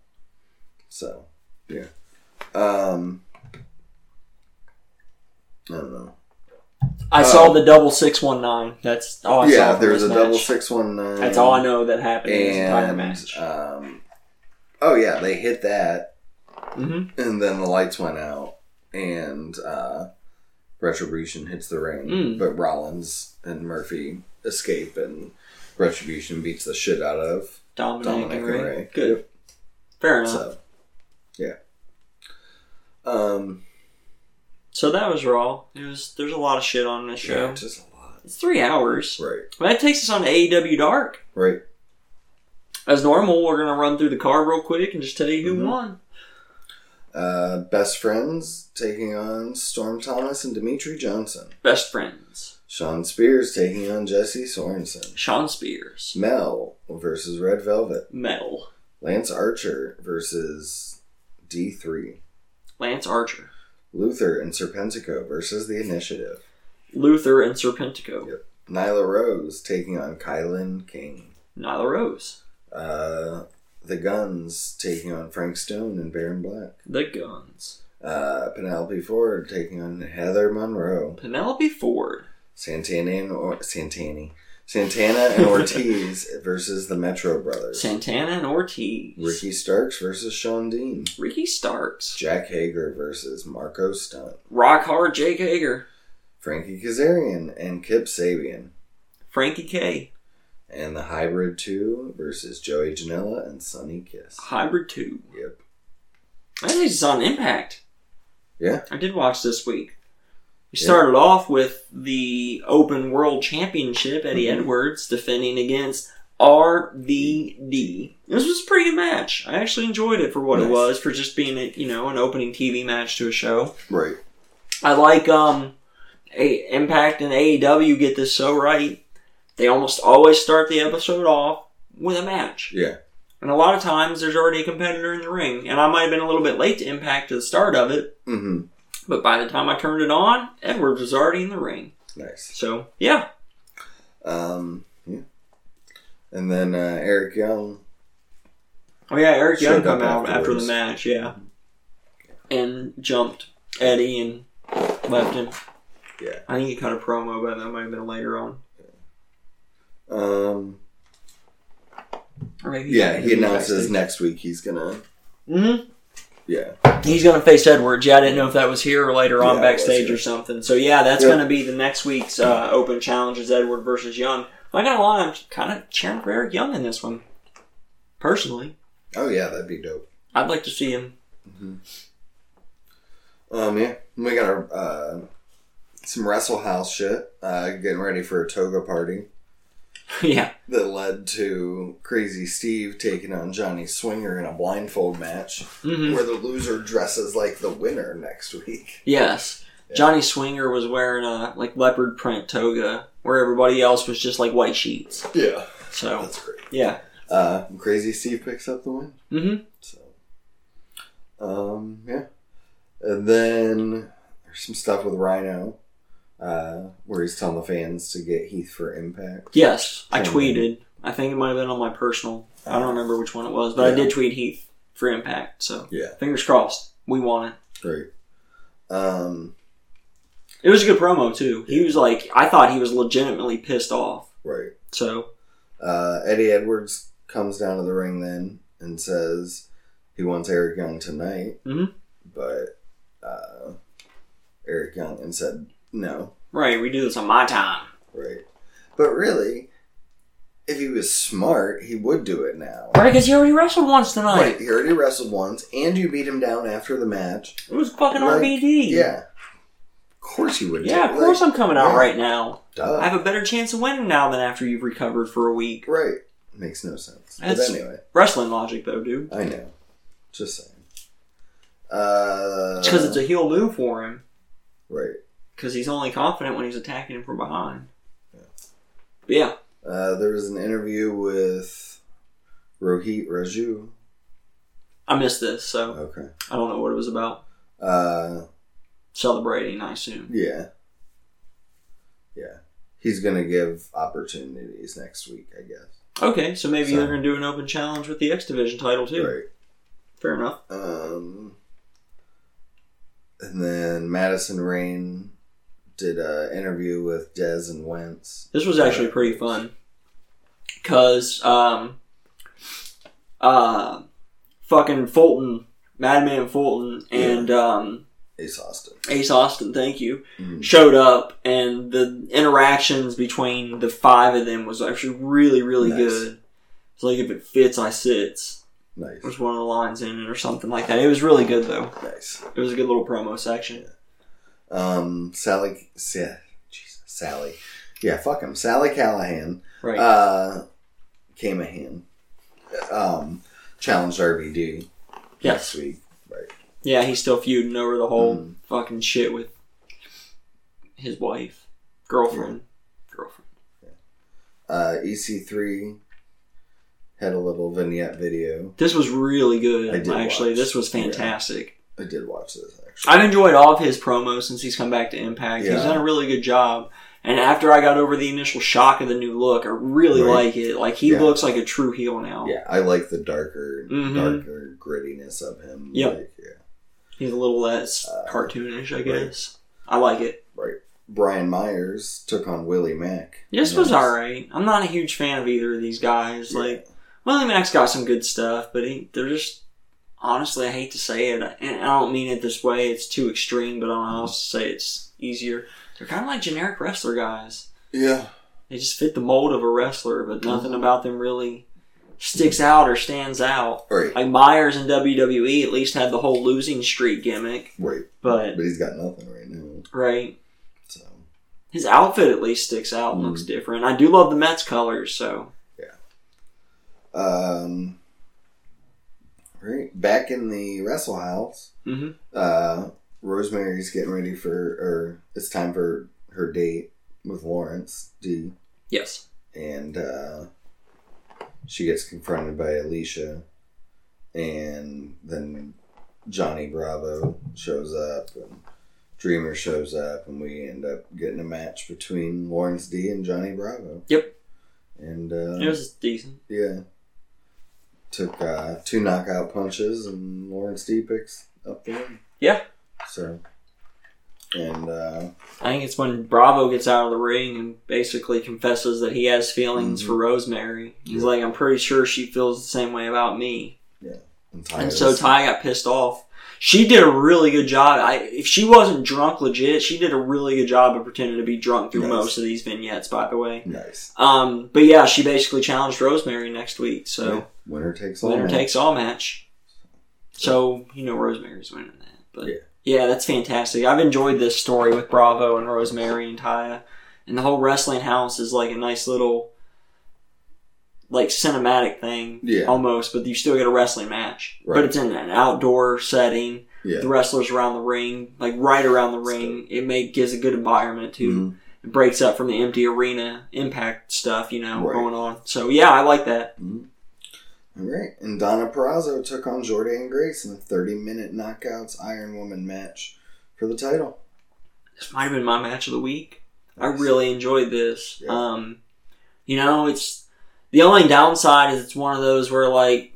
[SPEAKER 1] So yeah. Um I don't know.
[SPEAKER 2] I
[SPEAKER 1] Um,
[SPEAKER 2] saw the double six one nine. That's all I saw.
[SPEAKER 1] yeah,
[SPEAKER 2] from
[SPEAKER 1] there was a
[SPEAKER 2] this
[SPEAKER 1] double
[SPEAKER 2] match.
[SPEAKER 1] six one nine.
[SPEAKER 2] That's all I know that happened in this entire
[SPEAKER 1] And
[SPEAKER 2] match.
[SPEAKER 1] um, oh yeah, they hit that,
[SPEAKER 2] hmm
[SPEAKER 1] and then the lights went out, and uh, Retribution hits the ring,
[SPEAKER 2] Mm.
[SPEAKER 1] but Rollins and Murphy escape, and Retribution beats the shit out of
[SPEAKER 2] Dominic,
[SPEAKER 1] Dominic
[SPEAKER 2] and
[SPEAKER 1] and
[SPEAKER 2] Ray.
[SPEAKER 1] Ray.
[SPEAKER 2] Good. Fair enough. So.
[SPEAKER 1] So, yeah. Um,
[SPEAKER 2] that was Raw. It was. There's a lot of shit on this show.
[SPEAKER 1] yeah, just a lot.
[SPEAKER 2] It's three hours.
[SPEAKER 1] Right,
[SPEAKER 2] Well, that takes us on to AEW Dark.
[SPEAKER 1] right.
[SPEAKER 2] As normal, we're gonna run through the card real quick and just tell you who
[SPEAKER 1] Mhm.
[SPEAKER 2] won.
[SPEAKER 1] Uh, best friends taking on Storm Thomas and Dimitri Johnson.
[SPEAKER 2] Best friends:
[SPEAKER 1] Sean Spears taking on Jesse Sorensen.
[SPEAKER 2] Sean Spears,
[SPEAKER 1] Mel versus Red Velvet.
[SPEAKER 2] Metal,
[SPEAKER 1] Lance Archer versus D3.
[SPEAKER 2] Lance Archer,
[SPEAKER 1] Luther and Serpentico versus The Initiative.
[SPEAKER 2] Luther, and Serpentico,
[SPEAKER 1] Yep. Nyla Rose taking on Kylan King.
[SPEAKER 2] Nyla Rose,
[SPEAKER 1] Uh, the Guns taking on Frank Stone and Baron Black.
[SPEAKER 2] The Guns,
[SPEAKER 1] Uh, Penelope Ford taking on Heather Monroe.
[SPEAKER 2] Penelope Ford,
[SPEAKER 1] Santana and or- Santani. Santana and Ortiz versus the Metro Brothers.
[SPEAKER 2] Santana, and Ortiz,
[SPEAKER 1] Ricky Starks versus Sean Dean.
[SPEAKER 2] Ricky Starks,
[SPEAKER 1] Jack Hager versus Marco Stunt.
[SPEAKER 2] Rock Hard Jake Hager,
[SPEAKER 1] Frankie Kazarian and Kip Sabian.
[SPEAKER 2] Frankie K,
[SPEAKER 1] And the Hybrid 2 versus Joey Janela and Sonny Kiss.
[SPEAKER 2] Hybrid Two.
[SPEAKER 1] Yep.
[SPEAKER 2] I think it's on Impact.
[SPEAKER 1] Yeah.
[SPEAKER 2] I did watch this week. We
[SPEAKER 1] Yeah.
[SPEAKER 2] started off with the Open World Championship. Eddie
[SPEAKER 1] Mhm.
[SPEAKER 2] Edwards defending against RVD. This was a pretty good match. I actually enjoyed it for what it
[SPEAKER 1] Nice.
[SPEAKER 2] was, for just being a, you know an opening TV match to a show.
[SPEAKER 1] Right.
[SPEAKER 2] I like um, a- Impact and AEW get this so right. They almost always start the episode off with a match.
[SPEAKER 1] Yeah.
[SPEAKER 2] And a lot of times there's already a competitor in the ring. And I might have been a little bit late to impact to the start of it,
[SPEAKER 1] Mm
[SPEAKER 2] but by the time I turned it on, Edwards was already in the ring.
[SPEAKER 1] hmm. Nice.
[SPEAKER 2] So, yeah.
[SPEAKER 1] Um, yeah. And then uh, Eric Young
[SPEAKER 2] Oh, yeah, Eric Young
[SPEAKER 1] Showed
[SPEAKER 2] come
[SPEAKER 1] up
[SPEAKER 2] out after the
[SPEAKER 1] afterwards.
[SPEAKER 2] match, yeah. And jumped Eddie and left him.
[SPEAKER 1] Yeah.
[SPEAKER 2] I think he cut a promo, but that might have been later on.
[SPEAKER 1] um,
[SPEAKER 2] Or maybe
[SPEAKER 1] Yeah, he announces next week he's gonna.
[SPEAKER 2] hmm
[SPEAKER 1] Yeah,
[SPEAKER 2] He's going to face Edwards. Yeah, I didn't know if that was here or later on
[SPEAKER 1] Yeah, it was
[SPEAKER 2] backstage
[SPEAKER 1] here.
[SPEAKER 2] or something. So, yeah, that's
[SPEAKER 1] Yeah.
[SPEAKER 2] going to be the next week's uh, open challenge is Edward versus Young. I'm not going to lie, I'm kind of cheering for Eric Young in this one. Personally,
[SPEAKER 1] Oh yeah, that'd be dope. Mm-hmm.
[SPEAKER 2] I'd like to see him.
[SPEAKER 1] Um, yeah, we got our, uh, some Wrestle House shit. Uh, getting ready for a toga party
[SPEAKER 2] yeah.
[SPEAKER 1] that led to Crazy Steve taking on Johnny Swinger in a blindfold match,
[SPEAKER 2] hmm
[SPEAKER 1] where the loser dresses like the winner next week.
[SPEAKER 2] Yes.
[SPEAKER 1] Yeah.
[SPEAKER 2] Johnny Swinger was wearing a like leopard print toga, where everybody else was just like white sheets.
[SPEAKER 1] Yeah,
[SPEAKER 2] So
[SPEAKER 1] that's great.
[SPEAKER 2] yeah.
[SPEAKER 1] Uh, Crazy Steve picks up the win.
[SPEAKER 2] Mm-hmm.
[SPEAKER 1] So, um, yeah. And then there's some stuff with Rhino, uh, where he's telling the fans to get Heath for Impact.
[SPEAKER 2] Yes, I
[SPEAKER 1] Same
[SPEAKER 2] tweeted. I think it might have been on my personal. I don't remember which one it was, but I
[SPEAKER 1] Yeah.
[SPEAKER 2] did tweet Heath for Impact. So
[SPEAKER 1] Yeah.
[SPEAKER 2] fingers crossed, we want it.
[SPEAKER 1] Right. Um,
[SPEAKER 2] It was a good promo too. He was like, I thought he was legitimately pissed off.
[SPEAKER 1] right.
[SPEAKER 2] So
[SPEAKER 1] Uh, Eddie Edwards comes down to the ring then and says he wants Eric Young tonight,
[SPEAKER 2] Mhm.
[SPEAKER 1] but uh, Eric Young and said no.
[SPEAKER 2] right, we do this on my time.
[SPEAKER 1] Right. But really, if he was smart, he would do it now.
[SPEAKER 2] Right, because you already wrestled once tonight.
[SPEAKER 1] Right, he already wrestled once, and you beat him down after the match.
[SPEAKER 2] It was fucking
[SPEAKER 1] Like,
[SPEAKER 2] RBD.
[SPEAKER 1] Yeah, of course he would.
[SPEAKER 2] Yeah,
[SPEAKER 1] do
[SPEAKER 2] of
[SPEAKER 1] it.
[SPEAKER 2] course
[SPEAKER 1] Like,
[SPEAKER 2] I'm coming out
[SPEAKER 1] yeah. Uh,
[SPEAKER 2] right now.
[SPEAKER 1] duh.
[SPEAKER 2] I have a better chance of winning now than after you've recovered for a week.
[SPEAKER 1] right, makes no sense.
[SPEAKER 2] That's-
[SPEAKER 1] but anyway,
[SPEAKER 2] Wrestling logic, though, dude.
[SPEAKER 1] I know. Just saying. Uh,
[SPEAKER 2] It's because it's a heel move for him.
[SPEAKER 1] right.
[SPEAKER 2] Because he's only confident when he's attacking him from behind. But yeah.
[SPEAKER 1] Uh, there was an interview with Rohit Raju.
[SPEAKER 2] I missed this, so
[SPEAKER 1] Okay.
[SPEAKER 2] I don't know what it was about.
[SPEAKER 1] Uh,
[SPEAKER 2] Celebrating, I assume.
[SPEAKER 1] yeah, yeah. He's gonna give opportunities next week, I guess.
[SPEAKER 2] Okay, so maybe
[SPEAKER 1] So-
[SPEAKER 2] they're going to do an open challenge with the X Division title, too.
[SPEAKER 1] Right.
[SPEAKER 2] Fair enough.
[SPEAKER 1] Um, and then Madison Rain did an interview with Dez and Wentz.
[SPEAKER 2] This was actually pretty fun because um, uh, fucking Fulton, Madman Fulton, and um,
[SPEAKER 1] Ace Austin.
[SPEAKER 2] Ace Austin, thank you,
[SPEAKER 1] Mm.
[SPEAKER 2] showed up, and the interactions between the five of them was actually really, really
[SPEAKER 1] Nice.
[SPEAKER 2] good. It's like if it fits, I sits.
[SPEAKER 1] Nice.
[SPEAKER 2] There's one of the lines in it or something like that. It was really good though.
[SPEAKER 1] Nice.
[SPEAKER 2] It was a good little promo section.
[SPEAKER 1] Um, Sally. Yeah, Jesus, Sally. Yeah, fuck him. Sally Callahan
[SPEAKER 2] Right.
[SPEAKER 1] uh, came a hand. Um, challenged RVD
[SPEAKER 2] yes. Oh.
[SPEAKER 1] this week.
[SPEAKER 2] Yeah, he's still feuding over the whole
[SPEAKER 1] Mm.
[SPEAKER 2] fucking shit with his wife, girlfriend, girlfriend.
[SPEAKER 1] Uh, EC3 had a little vignette video.
[SPEAKER 2] This was really
[SPEAKER 1] I
[SPEAKER 2] good.
[SPEAKER 1] did
[SPEAKER 2] Actually,
[SPEAKER 1] watch.
[SPEAKER 2] this was
[SPEAKER 1] Yeah.
[SPEAKER 2] fantastic.
[SPEAKER 1] I did watch this actually.
[SPEAKER 2] I've enjoyed all of his promos since he's come back to Impact. He's
[SPEAKER 1] Yeah.
[SPEAKER 2] done a really good job. And after I got over the initial shock of the new look, I really
[SPEAKER 1] Right.
[SPEAKER 2] like it. Like he
[SPEAKER 1] Yeah.
[SPEAKER 2] looks like a true heel now.
[SPEAKER 1] yeah, I like the darker,
[SPEAKER 2] Mhm.
[SPEAKER 1] darker grittiness of him.
[SPEAKER 2] Yep.
[SPEAKER 1] Like, yeah.
[SPEAKER 2] He's a little less
[SPEAKER 1] Uh,
[SPEAKER 2] cartoonish, I
[SPEAKER 1] right.
[SPEAKER 2] guess. I like it.
[SPEAKER 1] Brian Myers took on Willie Mack.
[SPEAKER 2] This was
[SPEAKER 1] Nice.
[SPEAKER 2] all right. I'm not a huge fan of either of these guys.
[SPEAKER 1] Yeah.
[SPEAKER 2] Like Willie Mack's got some good stuff, but he, they're just honestly, I hate to say it, and I don't mean it this way. It's too extreme, but I don't know how else to say it. it's easier. They're kind of like generic wrestler guys.
[SPEAKER 1] yeah,
[SPEAKER 2] They just fit the mold of a wrestler, but nothing about them really sticks out or stands out.
[SPEAKER 1] right,
[SPEAKER 2] Like Myers in WWE at least had the whole losing streak gimmick,
[SPEAKER 1] right.
[SPEAKER 2] but
[SPEAKER 1] But he's got nothing right now.
[SPEAKER 2] right,
[SPEAKER 1] So
[SPEAKER 2] his outfit at least sticks out and
[SPEAKER 1] Mhm.
[SPEAKER 2] looks different. I do love the Mets colors, so
[SPEAKER 1] Um, right back in the wrestle house,
[SPEAKER 2] hmm
[SPEAKER 1] uh, Rosemary's getting ready for, or it's time for her date with Lawrence D,
[SPEAKER 2] yes,
[SPEAKER 1] and uh, she gets confronted by Alicia, and then Johnny Bravo shows up, and Dreamer shows up, and we end up getting a match between Lawrence D and Johnny Bravo.
[SPEAKER 2] Yep.
[SPEAKER 1] And uh,
[SPEAKER 2] it was decent.
[SPEAKER 1] yeah. Took uh, two knockout punches and Lawrence D picks up the win.
[SPEAKER 2] Yeah.
[SPEAKER 1] So, and uh,
[SPEAKER 2] I think it's when Bravo gets out of the ring and basically confesses that he has feelings
[SPEAKER 1] Mhm.
[SPEAKER 2] for Rosemary. He's
[SPEAKER 1] Yeah.
[SPEAKER 2] like, I'm pretty sure she feels the same way about me.
[SPEAKER 1] and,
[SPEAKER 2] And
[SPEAKER 1] Tyler's-
[SPEAKER 2] so Ty got pissed off. She did a really good job. I, if she wasn't drunk legit, she did a really good job of pretending to be drunk through
[SPEAKER 1] Nice.
[SPEAKER 2] most of these vignettes, by the way.
[SPEAKER 1] nice.
[SPEAKER 2] Um, but yeah, she basically challenged Rosemary next week.
[SPEAKER 1] Yeah.
[SPEAKER 2] So
[SPEAKER 1] winner takes all.
[SPEAKER 2] winner
[SPEAKER 1] man.
[SPEAKER 2] takes all match. So, you know, Rosemary's winning that. But
[SPEAKER 1] Yeah.
[SPEAKER 2] yeah. that's fantastic. I've enjoyed this story with Bravo and Rosemary and Taya. And the whole wrestling house is like a nice little, like, cinematic thing
[SPEAKER 1] Yeah.
[SPEAKER 2] almost, but you still get a wrestling match.
[SPEAKER 1] Right.
[SPEAKER 2] But it's in an outdoor setting.
[SPEAKER 1] Yeah.
[SPEAKER 2] The wrestlers around the ring, like right around the
[SPEAKER 1] Still.
[SPEAKER 2] ring. It make, gives a good environment too
[SPEAKER 1] Mhm.
[SPEAKER 2] it breaks up from the empty arena impact stuff, you know,
[SPEAKER 1] Right.
[SPEAKER 2] going on. So yeah, I like that.
[SPEAKER 1] All right. And Donna Perrazzo took on Jordan Grace in a 30 minute knockouts Iron Woman match for the title.
[SPEAKER 2] This might have been my match of the week. I
[SPEAKER 1] Nice.
[SPEAKER 2] really enjoyed this.
[SPEAKER 1] Yeah.
[SPEAKER 2] Um, you know, it's the only downside is it's one of those where like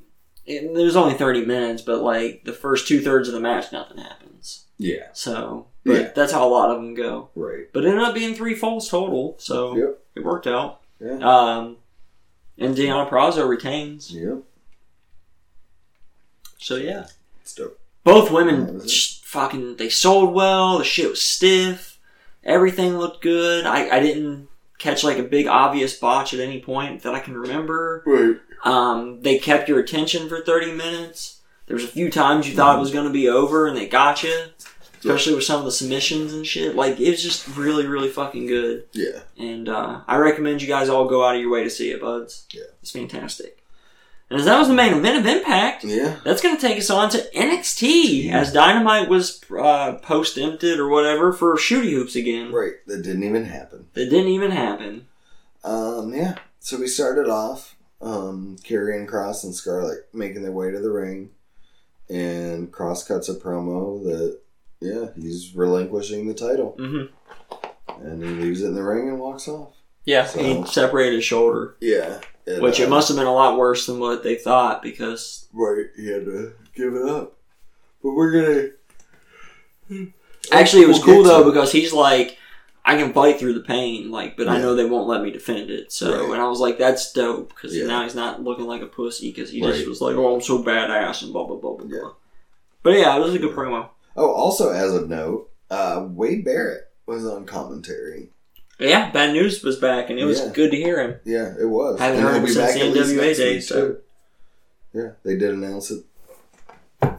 [SPEAKER 2] it, there's only 30 minutes, but like the first two thirds of the match, nothing happens.
[SPEAKER 1] Yeah.
[SPEAKER 2] So, but
[SPEAKER 1] Yeah.
[SPEAKER 2] that's how a lot of them go.
[SPEAKER 1] Right.
[SPEAKER 2] But it ended up being three falls total, so
[SPEAKER 1] Yep.
[SPEAKER 2] it worked out.
[SPEAKER 1] Yeah.
[SPEAKER 2] Um, and Deanna Prazo retains.
[SPEAKER 1] yep.
[SPEAKER 2] So yeah.
[SPEAKER 1] It's dope.
[SPEAKER 2] both
[SPEAKER 1] Yeah,
[SPEAKER 2] women
[SPEAKER 1] was it?
[SPEAKER 2] just fucking they sold well the shit was stiff everything looked good I, I didn't catch like a big obvious botch at any point that i can remember
[SPEAKER 1] Right.
[SPEAKER 2] um, they kept your attention for 30 minutes there was a few times you
[SPEAKER 1] Mm-hmm.
[SPEAKER 2] thought it was going to be over and they got you especially with some of the submissions and shit like it was just really really fucking good
[SPEAKER 1] Yeah.
[SPEAKER 2] and uh, i recommend you guys all go out of your way to see it buds
[SPEAKER 1] Yeah.
[SPEAKER 2] it's fantastic and as that was the main event of impact
[SPEAKER 1] Yeah.
[SPEAKER 2] that's going to take us on to NXT as Dynamite was uh, post empted or whatever for Shooty Hoops again.
[SPEAKER 1] Right. That didn't even happen.
[SPEAKER 2] That didn't even happen.
[SPEAKER 1] Um, yeah. So we started off um, Karrion Cross and Scarlet making their way to the ring, and Cross cuts a promo that yeah he's relinquishing the title,
[SPEAKER 2] Mm-hmm.
[SPEAKER 1] and he leaves it in the ring and walks off.
[SPEAKER 2] Yeah,
[SPEAKER 1] So-
[SPEAKER 2] he separated his shoulder,
[SPEAKER 1] Yeah, and,
[SPEAKER 2] which it
[SPEAKER 1] uh,
[SPEAKER 2] must have been a lot worse than what they thought because
[SPEAKER 1] right. He had to give it up, but we're gonna
[SPEAKER 2] actually it was
[SPEAKER 1] We'll
[SPEAKER 2] cool
[SPEAKER 1] get to
[SPEAKER 2] though
[SPEAKER 1] it.
[SPEAKER 2] because he's like. I can fight through the pain, like, but I
[SPEAKER 1] Yeah.
[SPEAKER 2] know they won't let me defend it. So,
[SPEAKER 1] Right.
[SPEAKER 2] and I was like, that's dope because
[SPEAKER 1] Yeah.
[SPEAKER 2] now he's not looking like a pussy because he
[SPEAKER 1] Right.
[SPEAKER 2] just was like, oh, I'm so badass and blah blah blah blah
[SPEAKER 1] Yeah.
[SPEAKER 2] blah. But yeah, it was a good promo.
[SPEAKER 1] Oh, also as a note, uh, Wade Barrett was on commentary.
[SPEAKER 2] Yeah, Bad News was back, and it was
[SPEAKER 1] Yeah.
[SPEAKER 2] good to hear him.
[SPEAKER 1] Yeah, it was.
[SPEAKER 2] Haven't heard
[SPEAKER 1] he'll
[SPEAKER 2] him
[SPEAKER 1] be
[SPEAKER 2] since
[SPEAKER 1] back
[SPEAKER 2] the
[SPEAKER 1] at least
[SPEAKER 2] NWA
[SPEAKER 1] next
[SPEAKER 2] days,
[SPEAKER 1] week,
[SPEAKER 2] so-
[SPEAKER 1] too. Yeah, they did announce it.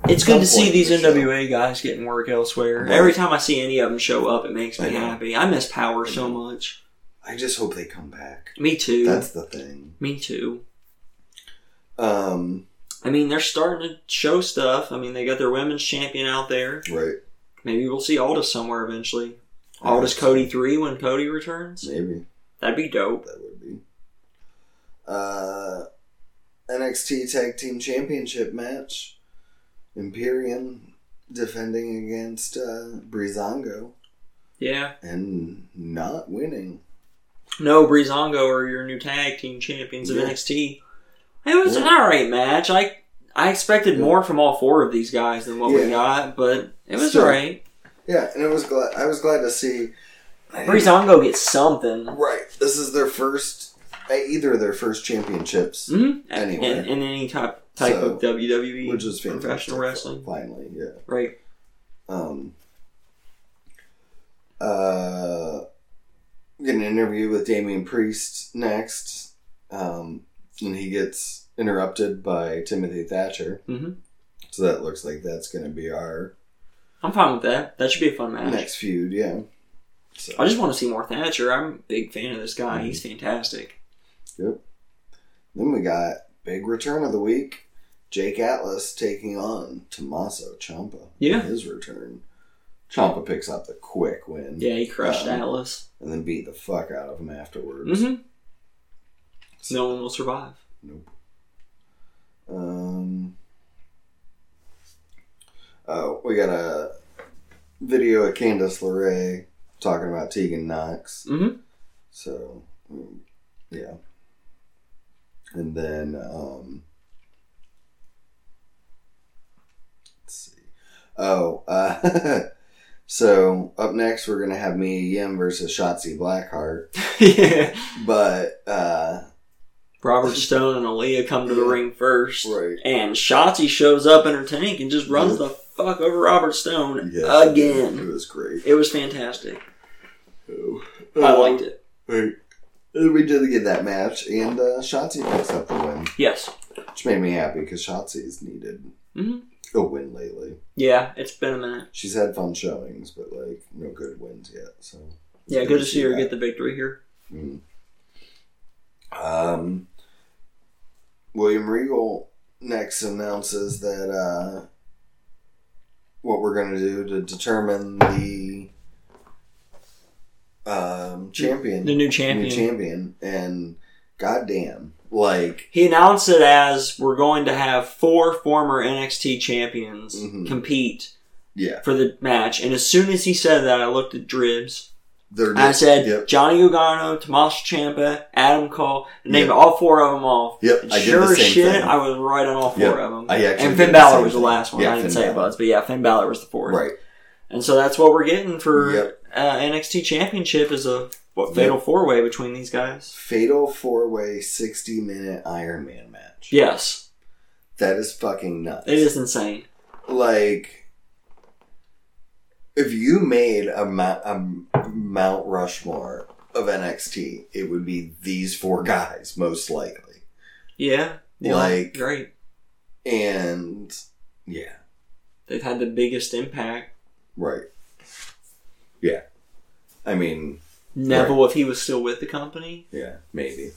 [SPEAKER 2] It's
[SPEAKER 1] Some
[SPEAKER 2] good to see
[SPEAKER 1] point
[SPEAKER 2] these
[SPEAKER 1] in the show.
[SPEAKER 2] NWA guys getting work elsewhere.
[SPEAKER 1] Right.
[SPEAKER 2] Every time I see any of them show up, it makes me
[SPEAKER 1] I know.
[SPEAKER 2] happy. I miss Power
[SPEAKER 1] I
[SPEAKER 2] so
[SPEAKER 1] know.
[SPEAKER 2] much.
[SPEAKER 1] I just hope they come back.
[SPEAKER 2] Me too.
[SPEAKER 1] That's the thing.
[SPEAKER 2] me too.
[SPEAKER 1] Um,
[SPEAKER 2] I mean, they're starting to show stuff. I mean, they got their women's champion out there.
[SPEAKER 1] right.
[SPEAKER 2] Maybe we'll see Aldous somewhere eventually.
[SPEAKER 1] I hope
[SPEAKER 2] Aldous
[SPEAKER 1] so.
[SPEAKER 2] Cody 3 when Cody returns.
[SPEAKER 1] Maybe
[SPEAKER 2] That'd be dope.
[SPEAKER 1] that would be. Uh, NXT Tag Team Championship match. Imperium defending against uh, Brizongo
[SPEAKER 2] Yeah.
[SPEAKER 1] and not winning.
[SPEAKER 2] No, Breezango are your new tag team champions of
[SPEAKER 1] Yeah.
[SPEAKER 2] NXT. It was an
[SPEAKER 1] Yeah.
[SPEAKER 2] alright match. I I expected
[SPEAKER 1] Yeah.
[SPEAKER 2] more from all four of these guys than what
[SPEAKER 1] Yeah.
[SPEAKER 2] we got, but it was
[SPEAKER 1] Still.
[SPEAKER 2] alright.
[SPEAKER 1] Yeah, and it was glad. I was glad to see.
[SPEAKER 2] Breezango gets something.
[SPEAKER 1] Right. This is their first, eh, either of their first championships,
[SPEAKER 2] mm
[SPEAKER 1] Anywhere.
[SPEAKER 2] In, in any type, type
[SPEAKER 1] So,
[SPEAKER 2] of WWE
[SPEAKER 1] which is fantastic.
[SPEAKER 2] professional wrestling.
[SPEAKER 1] Finally, yeah.
[SPEAKER 2] Right.
[SPEAKER 1] um, uh, get an interview with Damian Priest next, um, and he gets interrupted by Timothy Thatcher.
[SPEAKER 2] hmm
[SPEAKER 1] So that looks like that's going to be our
[SPEAKER 2] I'm fine with that. That should be a fun match.
[SPEAKER 1] next feud, yeah. So,
[SPEAKER 2] I just want to see more Thatcher. I'm a big fan of this guy.
[SPEAKER 1] Mhm.
[SPEAKER 2] He's fantastic.
[SPEAKER 1] then we got big return of the week. Jake Atlas taking on Tommaso Ciampa. in
[SPEAKER 2] Yeah.
[SPEAKER 1] his return. Ciampa picks up the quick win,
[SPEAKER 2] Yeah, he crushed
[SPEAKER 1] Um,
[SPEAKER 2] Atlas.
[SPEAKER 1] and then beat the fuck out of him afterwards.
[SPEAKER 2] hmm No one will survive.
[SPEAKER 1] Nope. Um. Oh, we got a video of Candace LeRae talking about Tegan Knox.
[SPEAKER 2] hmm
[SPEAKER 1] So, mm, yeah. And then, um, let's see. Oh, uh, so up next we're gonna have Mia Yim versus Shotzi Blackheart,
[SPEAKER 2] yeah.
[SPEAKER 1] but uh,
[SPEAKER 2] Robert Stone and Aaliyah come to the
[SPEAKER 1] Yeah.
[SPEAKER 2] ring first,
[SPEAKER 1] right,
[SPEAKER 2] and Shotzi shows up in her tank and just runs
[SPEAKER 1] Mhm.
[SPEAKER 2] the fuck over Robert Stone
[SPEAKER 1] Yes, it
[SPEAKER 2] again.
[SPEAKER 1] was great.
[SPEAKER 2] It was fantastic. I
[SPEAKER 1] Um,
[SPEAKER 2] liked it.
[SPEAKER 1] Right. And we did get that match, and uh, Shotzi picks up the win,
[SPEAKER 2] Yes.
[SPEAKER 1] which made me happy because Shotzi's needed
[SPEAKER 2] hmm
[SPEAKER 1] a win lately.
[SPEAKER 2] Yeah, it's been a minute.
[SPEAKER 1] She's had fun showings, but like no good wins yet. So it's
[SPEAKER 2] Yeah, good to see her
[SPEAKER 1] that.
[SPEAKER 2] get the victory here.
[SPEAKER 1] Mm. Um, William Regal next announces that uh, what we're going to do to determine the um, champion,
[SPEAKER 2] The new champion.
[SPEAKER 1] new champion, and goddamn, like
[SPEAKER 2] He announced it as we're going to have four former NXT champions
[SPEAKER 1] Mhm.
[SPEAKER 2] compete
[SPEAKER 1] Yeah,
[SPEAKER 2] for the match. And as soon as he said that, I looked at Dribs.
[SPEAKER 1] they're.
[SPEAKER 2] I said
[SPEAKER 1] "Yep,
[SPEAKER 2] Johnny Lugano, Tommaso Ciampa, Adam Cole, and named
[SPEAKER 1] Yep.
[SPEAKER 2] all four of them off.
[SPEAKER 1] yep."
[SPEAKER 2] And
[SPEAKER 1] I
[SPEAKER 2] sure
[SPEAKER 1] did the
[SPEAKER 2] as
[SPEAKER 1] same
[SPEAKER 2] shit,
[SPEAKER 1] thing.
[SPEAKER 2] I was right on all four
[SPEAKER 1] Yep.
[SPEAKER 2] of them.
[SPEAKER 1] I actually
[SPEAKER 2] and Finn
[SPEAKER 1] did the
[SPEAKER 2] Balor
[SPEAKER 1] same
[SPEAKER 2] was the
[SPEAKER 1] thing.
[SPEAKER 2] last one.
[SPEAKER 1] Yeah,
[SPEAKER 2] I didn't
[SPEAKER 1] Finn
[SPEAKER 2] say it
[SPEAKER 1] Balor.
[SPEAKER 2] was, but yeah, Finn Balor was the fourth.
[SPEAKER 1] right,
[SPEAKER 2] And so that's what we're getting for
[SPEAKER 1] Yep.
[SPEAKER 2] uh, NXT Championship is a what,
[SPEAKER 1] Yep.
[SPEAKER 2] fatal four way between these guys.
[SPEAKER 1] fatal four way sixty minute Iron Man match.
[SPEAKER 2] Yes,
[SPEAKER 1] that is fucking nuts.
[SPEAKER 2] it is insane.
[SPEAKER 1] like if you made a, ma- a Mount Rushmore of NXT, it would be these four guys most likely.
[SPEAKER 2] Yeah, yeah,
[SPEAKER 1] Like-
[SPEAKER 2] great.
[SPEAKER 1] And yeah,
[SPEAKER 2] they've had the biggest impact.
[SPEAKER 1] right. Yeah. I mean,
[SPEAKER 2] Neville, if he was still with the company,
[SPEAKER 1] yeah, maybe.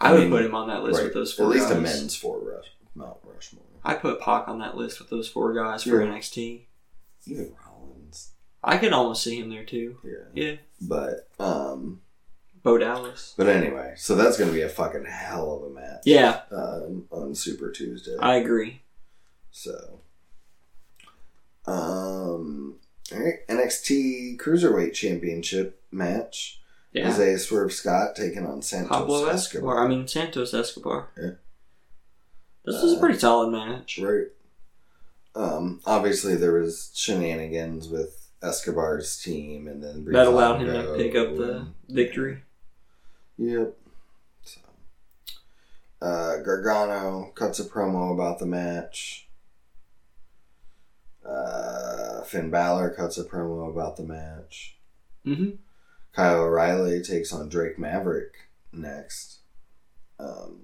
[SPEAKER 2] I,
[SPEAKER 1] I
[SPEAKER 2] would
[SPEAKER 1] mean,
[SPEAKER 2] put him on that list
[SPEAKER 1] Right.
[SPEAKER 2] with those
[SPEAKER 1] At
[SPEAKER 2] four.
[SPEAKER 1] least a
[SPEAKER 2] guys.
[SPEAKER 1] men's four rush Mount Rushmore.
[SPEAKER 2] I put Pac on that list with those four guys for
[SPEAKER 1] Yeah.
[SPEAKER 2] NXT.
[SPEAKER 1] Even Rollins.
[SPEAKER 2] I could almost see him there too.
[SPEAKER 1] Yeah.
[SPEAKER 2] Yeah,
[SPEAKER 1] But um
[SPEAKER 2] Bo Dallas.
[SPEAKER 1] but anyway, so that's gonna be a fucking hell of a match.
[SPEAKER 2] Yeah,
[SPEAKER 1] Um, on Super Tuesday.
[SPEAKER 2] I agree.
[SPEAKER 1] So, um, all right, NXT Cruiserweight Championship match.
[SPEAKER 2] Yeah,
[SPEAKER 1] Isaiah Swerve Scott taking on Santos
[SPEAKER 2] Pablo
[SPEAKER 1] Escobar.
[SPEAKER 2] Escobar. I mean Santos Escobar.
[SPEAKER 1] Yeah.
[SPEAKER 2] This was a
[SPEAKER 1] Uh,
[SPEAKER 2] pretty solid match.
[SPEAKER 1] right. Um, obviously there was shenanigans with Escobar's team, and then
[SPEAKER 2] That allowed him to
[SPEAKER 1] Breezango
[SPEAKER 2] pick up the
[SPEAKER 1] and-
[SPEAKER 2] victory.
[SPEAKER 1] Yep. So, uh, Gargano cuts a promo about the match. Uh, Finn Balor cuts a promo about the match.
[SPEAKER 2] Mm-hmm.
[SPEAKER 1] Kyle O'Reilly takes on Drake Maverick next. Um,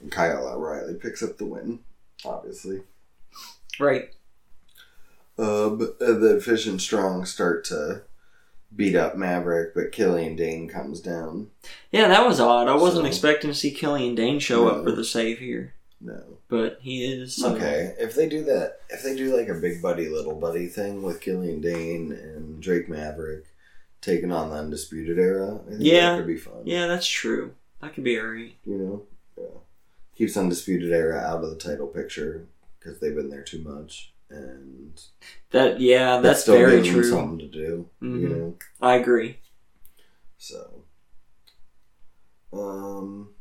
[SPEAKER 1] and Kyle O'Reilly picks up the win, obviously.
[SPEAKER 2] Right.
[SPEAKER 1] Um, and then Fish and Strong start to beat up Maverick, but Killian Dane comes down.
[SPEAKER 2] Yeah, that was odd. I wasn't
[SPEAKER 1] So-
[SPEAKER 2] expecting to see Killian Dane show up
[SPEAKER 1] No.
[SPEAKER 2] for the save here,
[SPEAKER 1] No.
[SPEAKER 2] but he is. so-
[SPEAKER 1] Okay, if they do that, if they do like a big buddy, little buddy thing with Killian Dane and Drake Maverick taking on the Undisputed Era, I think
[SPEAKER 2] Yeah.
[SPEAKER 1] that could be fun.
[SPEAKER 2] Yeah, that's true. That could be alright.
[SPEAKER 1] You know? Yeah. Keeps Undisputed Era out of the title picture because they've been there too much. And
[SPEAKER 2] That yeah, that's
[SPEAKER 1] still
[SPEAKER 2] very
[SPEAKER 1] giving them
[SPEAKER 2] true.
[SPEAKER 1] something to do, you
[SPEAKER 2] Mhm.
[SPEAKER 1] know?
[SPEAKER 2] I agree.
[SPEAKER 1] So. Um.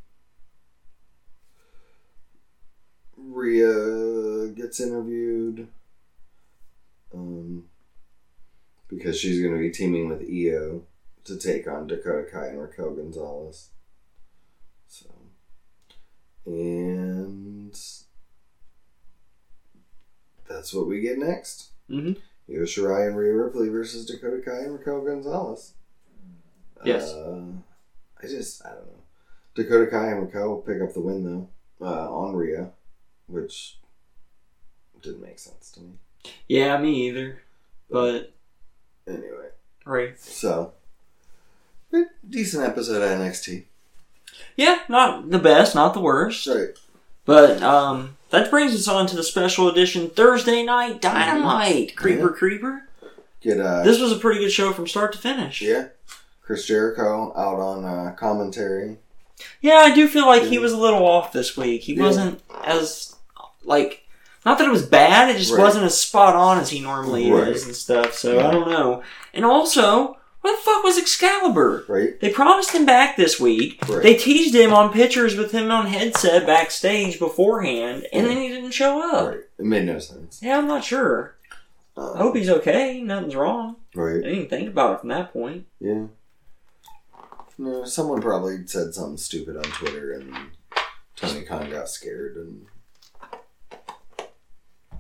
[SPEAKER 1] Rhea gets interviewed. Um. Because she's going to be teaming with EO to take on Dakota Kai and Raquel Gonzalez. So. And. That's what we get next.
[SPEAKER 2] hmm
[SPEAKER 1] Io Shirai and Rhea Ripley versus Dakota Kai and Raquel Gonzalez.
[SPEAKER 2] Yes.
[SPEAKER 1] Uh, I just, I don't know. Dakota Kai and Raquel pick up the win, though, uh, on Rhea, which didn't make sense to me.
[SPEAKER 2] Yeah, me either. But
[SPEAKER 1] Anyway,
[SPEAKER 2] right.
[SPEAKER 1] so. eh, Decent episode of NXT.
[SPEAKER 2] Yeah, not the best, not the worst.
[SPEAKER 1] Sorry.
[SPEAKER 2] But um that brings us on to the special edition Thursday
[SPEAKER 1] Mm-hmm.
[SPEAKER 2] night Dynamite. Creeper Creeper.
[SPEAKER 1] Get, uh,
[SPEAKER 2] This was a pretty good show from start to finish.
[SPEAKER 1] yeah. Chris Jericho out on uh, commentary.
[SPEAKER 2] Yeah, I do feel like he was a little off this week. He
[SPEAKER 1] Yeah.
[SPEAKER 2] wasn't as like not that it was bad, it just
[SPEAKER 1] Right.
[SPEAKER 2] wasn't as spot on as he normally
[SPEAKER 1] Right.
[SPEAKER 2] is and stuff. So
[SPEAKER 1] Yeah.
[SPEAKER 2] I don't know. And also, what the fuck was Excalibur?
[SPEAKER 1] Right?
[SPEAKER 2] They promised him back this week.
[SPEAKER 1] Right.
[SPEAKER 2] They teased him on pictures with him on headset backstage beforehand, and then he didn't show up.
[SPEAKER 1] Right. It made no sense.
[SPEAKER 2] Yeah, I'm not sure.
[SPEAKER 1] Uh,
[SPEAKER 2] I hope he's okay. Nothing's wrong. I
[SPEAKER 1] Right.
[SPEAKER 2] didn't think about it from that point.
[SPEAKER 1] Yeah. No, someone probably said something stupid on Twitter, and Tony Khan got scared. And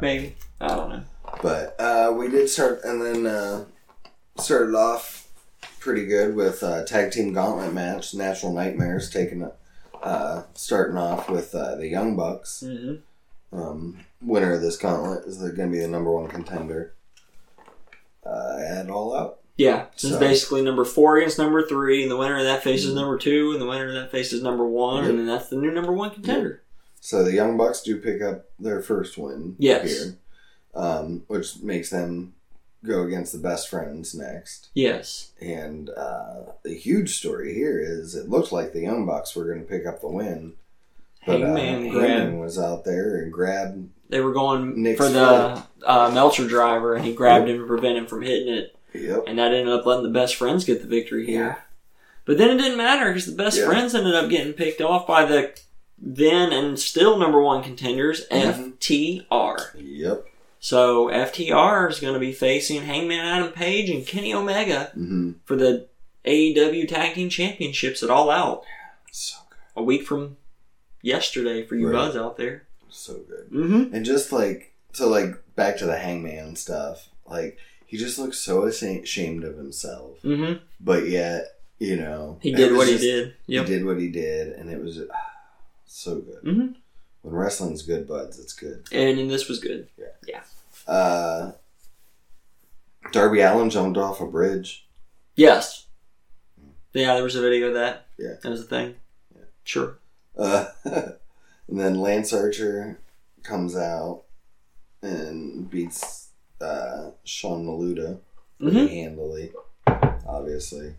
[SPEAKER 2] Maybe. I don't know.
[SPEAKER 1] but uh, we did start, and then uh, started off pretty good with uh, tag team gauntlet match. Natural Nightmares taking uh, starting off with uh, the Young Bucks.
[SPEAKER 2] hmm
[SPEAKER 1] Um, winner of this gauntlet is going to be the number one contender. Uh, and all out.
[SPEAKER 2] Yeah, this is
[SPEAKER 1] So-
[SPEAKER 2] basically number four against number three, and the winner of that faces
[SPEAKER 1] Mhm.
[SPEAKER 2] number two, and the winner of that faces number one,
[SPEAKER 1] Yep.
[SPEAKER 2] and then that's the new number one contender.
[SPEAKER 1] So the Young Bucks do pick up their first win
[SPEAKER 2] Yes.
[SPEAKER 1] here, um, which makes them go against the best friends next.
[SPEAKER 2] Yes.
[SPEAKER 1] And uh, the huge story here is it looked like the Young Bucks were going to pick up the win, but uh,
[SPEAKER 2] Hangman
[SPEAKER 1] Heyman
[SPEAKER 2] grabbed.
[SPEAKER 1] was out there and grabbed
[SPEAKER 2] They were going
[SPEAKER 1] Nick's
[SPEAKER 2] for the uh, Melcher driver, and he grabbed him to prevent him from hitting it.
[SPEAKER 1] yep
[SPEAKER 2] and that ended up letting the best friends get the victory here.
[SPEAKER 1] Yeah.
[SPEAKER 2] But then it didn't matter because the best
[SPEAKER 1] Yeah.
[SPEAKER 2] friends ended up getting picked off by the then and still number one contenders
[SPEAKER 1] Mhm.
[SPEAKER 2] FTR.
[SPEAKER 1] yep
[SPEAKER 2] So FTR is going to be facing Hangman Adam Page and Kenny Omega
[SPEAKER 1] hmm
[SPEAKER 2] for the AEW Tag Team Championships at All Out
[SPEAKER 1] so good
[SPEAKER 2] a week from yesterday for you
[SPEAKER 1] Right.
[SPEAKER 2] buzz out there.
[SPEAKER 1] so good
[SPEAKER 2] Mm-hmm.
[SPEAKER 1] and just like so like back to the Hangman stuff like he just looks so asha- ashamed of himself
[SPEAKER 2] Mm-hmm.
[SPEAKER 1] but yet you know
[SPEAKER 2] He
[SPEAKER 1] it
[SPEAKER 2] did
[SPEAKER 1] was
[SPEAKER 2] what he
[SPEAKER 1] just-
[SPEAKER 2] did. Yep.
[SPEAKER 1] He did what he did, and it was ah, so good.
[SPEAKER 2] Mm-hmm.
[SPEAKER 1] When wrestling's good, buds, it's good.
[SPEAKER 2] And, and this was good.
[SPEAKER 1] Uh, Darby Allen jumped off a bridge.
[SPEAKER 2] Yes. Yeah, there was a video of that.
[SPEAKER 1] Yeah.
[SPEAKER 2] That was a thing. Sure.
[SPEAKER 1] Uh, and then Lance Archer comes out and beats uh, Sean Maluda pretty
[SPEAKER 2] Mhm.
[SPEAKER 1] handily, obviously.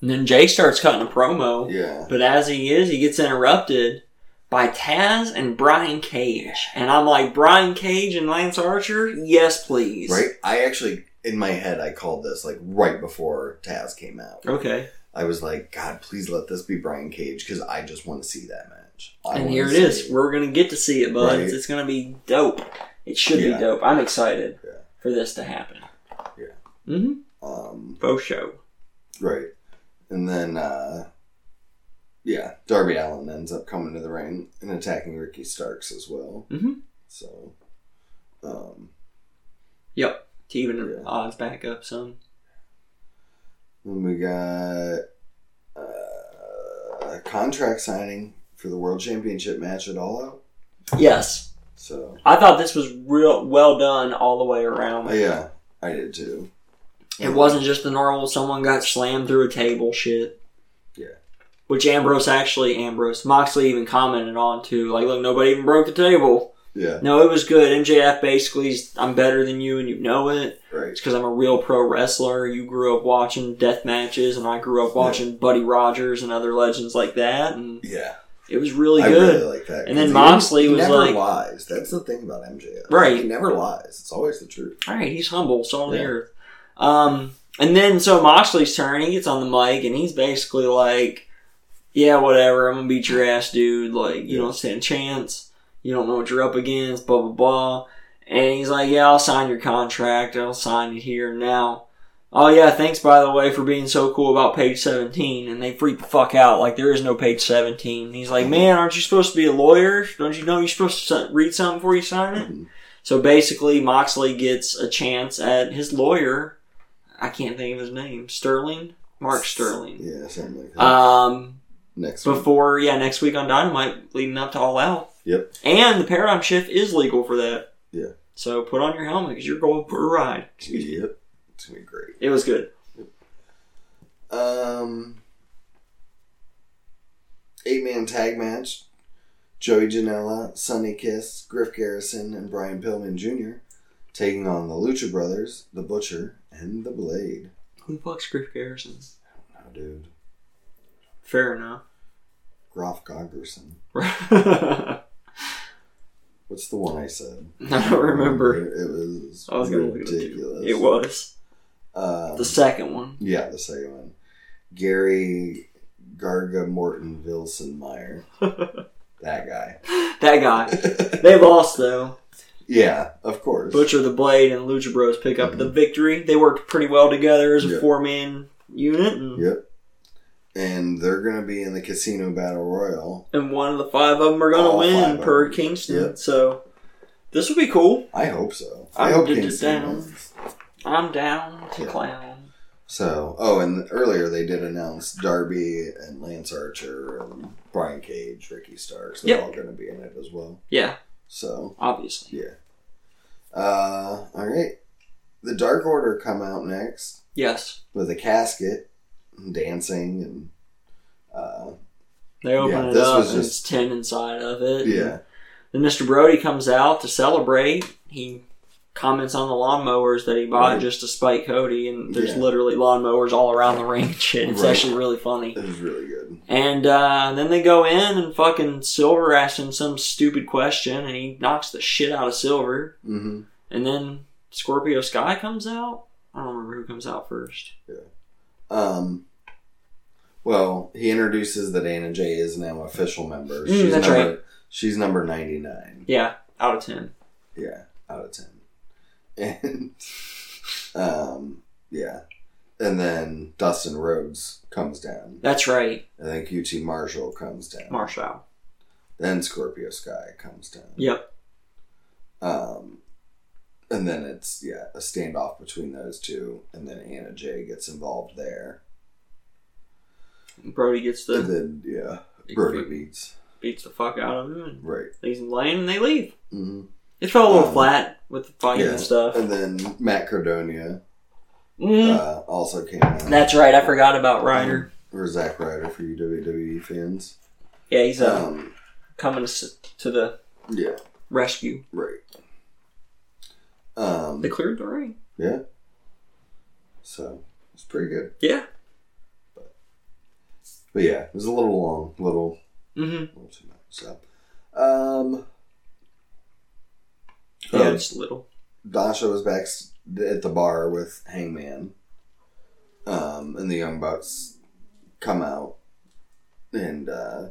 [SPEAKER 2] And then Jay starts cutting a promo,
[SPEAKER 1] Yeah.
[SPEAKER 2] but as he is, he gets interrupted by Taz and Brian Cage. And I'm like, Brian Cage and Lance Archer? Yes, please.
[SPEAKER 1] Right? I actually, in my head, I called this like right before Taz came out.
[SPEAKER 2] Okay.
[SPEAKER 1] I was like, God, please let this be Brian Cage because I just want to see that match. I
[SPEAKER 2] and
[SPEAKER 1] wanna
[SPEAKER 2] here it
[SPEAKER 1] see
[SPEAKER 2] is. We're going to get to see it, buds.
[SPEAKER 1] Right.
[SPEAKER 2] It's going to be dope. It should
[SPEAKER 1] Yeah.
[SPEAKER 2] be dope. I'm excited
[SPEAKER 1] Yeah.
[SPEAKER 2] for for this to happen.
[SPEAKER 1] Yeah.
[SPEAKER 2] Mm-hmm.
[SPEAKER 1] Um,
[SPEAKER 2] Faux show.
[SPEAKER 1] right. And then, uh, yeah, Darby Allen ends up coming to the ring and attacking Ricky Starks as well.
[SPEAKER 2] Mhm.
[SPEAKER 1] So, um,
[SPEAKER 2] To even the
[SPEAKER 1] Yeah.
[SPEAKER 2] odds back up some.
[SPEAKER 1] then we got uh, a contract signing for the World Championship match at All Out.
[SPEAKER 2] Yes.
[SPEAKER 1] So,
[SPEAKER 2] I thought this was real well done all the way around.
[SPEAKER 1] Oh, yeah, I did too.
[SPEAKER 2] It wasn't just the normal someone got slammed through a table shit.
[SPEAKER 1] Yeah.
[SPEAKER 2] Which Ambrose actually Ambrose Moxley even commented on too. Like, look, nobody even broke the table.
[SPEAKER 1] Yeah,
[SPEAKER 2] No, it was good. MJF basically, is, I'm better than you, and you know it.
[SPEAKER 1] right.
[SPEAKER 2] It's because I'm a real pro wrestler. You grew up watching death matches, and I grew up watching Buddy Rogers and other legends like that. And
[SPEAKER 1] Yeah.
[SPEAKER 2] it was really
[SPEAKER 1] I
[SPEAKER 2] good.
[SPEAKER 1] really like that.
[SPEAKER 2] And then
[SPEAKER 1] 'cause he-
[SPEAKER 2] Moxley
[SPEAKER 1] he
[SPEAKER 2] was
[SPEAKER 1] never
[SPEAKER 2] like-
[SPEAKER 1] lies. That's the thing about MJF. He
[SPEAKER 2] Right.
[SPEAKER 1] never lies. It's always the truth.
[SPEAKER 2] All right, he's humble, salt of
[SPEAKER 1] Yeah.
[SPEAKER 2] the earth. Um, and then so Moxley's turn, he gets on the mic, and he's basically like, "Yeah, whatever, I'm gonna beat your ass, dude. Like, you don't stand a chance. You don't know what you're up against. Blah blah blah." And he's like, "Yeah, I'll sign your contract. I'll sign it here and now." Oh yeah, thanks by the way for being so cool about page seventeen. And they freak the fuck out like there is no page seventeen. And he's like, "Man, aren't you supposed to be a lawyer? Don't you know you're supposed to read something before you sign it?"
[SPEAKER 1] Mm-hmm.
[SPEAKER 2] So basically, Moxley gets a chance at his lawyer. I can't think of his name. Sterling? Mark Sterling.
[SPEAKER 1] Yeah, something like that.
[SPEAKER 2] Um,
[SPEAKER 1] Next one.
[SPEAKER 2] before, yeah, next week on Dynamite, leading up to All Out.
[SPEAKER 1] Yep.
[SPEAKER 2] And the paradigm shift is legal for that.
[SPEAKER 1] Yeah.
[SPEAKER 2] So put on your helmet because you're going for a ride.
[SPEAKER 1] Yep. It's gonna be great.
[SPEAKER 2] It was good.
[SPEAKER 1] Um, eight man tag match. Joey Janela, Sonny Kiss, Griff Garrison, and Brian Pillman Jr. taking on the Lucha Brothers, the Butcher, and the Blade.
[SPEAKER 2] Who the fuck's Griff Garrison?
[SPEAKER 1] Oh, dude.
[SPEAKER 2] Fair enough.
[SPEAKER 1] Groff Gogerson.
[SPEAKER 2] I
[SPEAKER 1] What's the one I said?
[SPEAKER 2] don't remember.
[SPEAKER 1] It was,
[SPEAKER 2] I was going to look at it. too.
[SPEAKER 1] ridiculous.
[SPEAKER 2] It was.
[SPEAKER 1] Um,
[SPEAKER 2] The second one.
[SPEAKER 1] yeah, the second one. Gary Garga Morton Wilson Meyer. that guy.
[SPEAKER 2] That guy. They lost, though.
[SPEAKER 1] Yeah, of course.
[SPEAKER 2] Butcher the Blade and Lucha Bros pick up
[SPEAKER 1] Mhm.
[SPEAKER 2] the victory. They worked pretty well together as a
[SPEAKER 1] Yep.
[SPEAKER 2] four man unit, and,
[SPEAKER 1] Yep. And they're going to be in the Casino Battle Royal.
[SPEAKER 2] and one of the five of them are going to
[SPEAKER 1] All five
[SPEAKER 2] win
[SPEAKER 1] of
[SPEAKER 2] per
[SPEAKER 1] them.
[SPEAKER 2] Kingston.
[SPEAKER 1] Yep.
[SPEAKER 2] So this will be cool.
[SPEAKER 1] I hope so.
[SPEAKER 2] I
[SPEAKER 1] hope
[SPEAKER 2] did it
[SPEAKER 1] Kingston
[SPEAKER 2] down.
[SPEAKER 1] wins.
[SPEAKER 2] I'm down to
[SPEAKER 1] Yeah.
[SPEAKER 2] clown.
[SPEAKER 1] So, oh, and earlier they did announce Darby and Lance Archer and Brian Cage, Ricky Starks. They're
[SPEAKER 2] Yep.
[SPEAKER 1] all going to be in it as well.
[SPEAKER 2] Yeah,
[SPEAKER 1] So,
[SPEAKER 2] obviously.
[SPEAKER 1] Yeah. Uh, all right. The Dark Order come out next
[SPEAKER 2] Yes,
[SPEAKER 1] with a casket, and dancing, and uh,
[SPEAKER 2] they open
[SPEAKER 1] Yeah,
[SPEAKER 2] it
[SPEAKER 1] this
[SPEAKER 2] up
[SPEAKER 1] was
[SPEAKER 2] and
[SPEAKER 1] just-
[SPEAKER 2] it's ten inside of it.
[SPEAKER 1] yeah,
[SPEAKER 2] Then Mr. Brody comes out to celebrate. He comments on the lawnmowers that he bought
[SPEAKER 1] Right.
[SPEAKER 2] just to spite Cody, and there's
[SPEAKER 1] Yeah.
[SPEAKER 2] literally lawnmowers all around the ring. and Shit, it's
[SPEAKER 1] Right.
[SPEAKER 2] actually really funny.
[SPEAKER 1] it was really good.
[SPEAKER 2] And uh, then they go in and fucking Silver asks him some stupid question and he knocks the shit out of Silver.
[SPEAKER 1] hmm
[SPEAKER 2] And then Scorpio Sky comes out. I don't remember who comes out first.
[SPEAKER 1] Um, well, he introduces that Anna Jay is now official member.
[SPEAKER 2] Mm, that's
[SPEAKER 1] number, She's number ninety nine.
[SPEAKER 2] Yeah, out of 10.
[SPEAKER 1] Yeah, out of ten. And um, yeah, and then Dustin Rhodes comes down,
[SPEAKER 2] That's right,
[SPEAKER 1] and then QT Marshall comes down.
[SPEAKER 2] Marshall.
[SPEAKER 1] Then Scorpio Sky comes down.
[SPEAKER 2] Yep.
[SPEAKER 1] Um, and then it's yeah a standoff between those two, and then Anna Jay gets involved there.
[SPEAKER 2] Brody gets
[SPEAKER 1] And
[SPEAKER 2] the
[SPEAKER 1] then yeah, Brody beats
[SPEAKER 2] beats the fuck out of him and
[SPEAKER 1] right.
[SPEAKER 2] leaves him laying and they leave.
[SPEAKER 1] hmm
[SPEAKER 2] It fell a little
[SPEAKER 1] Um,
[SPEAKER 2] flat with the fighting
[SPEAKER 1] yeah. Uh,
[SPEAKER 2] and stuff.
[SPEAKER 1] And then Matt Cardonia
[SPEAKER 2] Mm,
[SPEAKER 1] uh, also came out. Um,
[SPEAKER 2] that's right, I forgot about Ryder.
[SPEAKER 1] or Zack Ryder for you WWE fans.
[SPEAKER 2] Yeah, he's uh,
[SPEAKER 1] Um,
[SPEAKER 2] coming to s- to the
[SPEAKER 1] yeah,
[SPEAKER 2] rescue.
[SPEAKER 1] right. Um,
[SPEAKER 2] They cleared the ring.
[SPEAKER 1] yeah. So it's pretty good,
[SPEAKER 2] Yeah.
[SPEAKER 1] but yeah, it was a little long, little
[SPEAKER 2] Mm-hmm.
[SPEAKER 1] Well, too much. So, um,
[SPEAKER 2] Yeah,
[SPEAKER 1] oh,
[SPEAKER 2] it's little.
[SPEAKER 1] Dasha was back s- at the bar with Hangman, um, and the Young Bucks come out, and uh,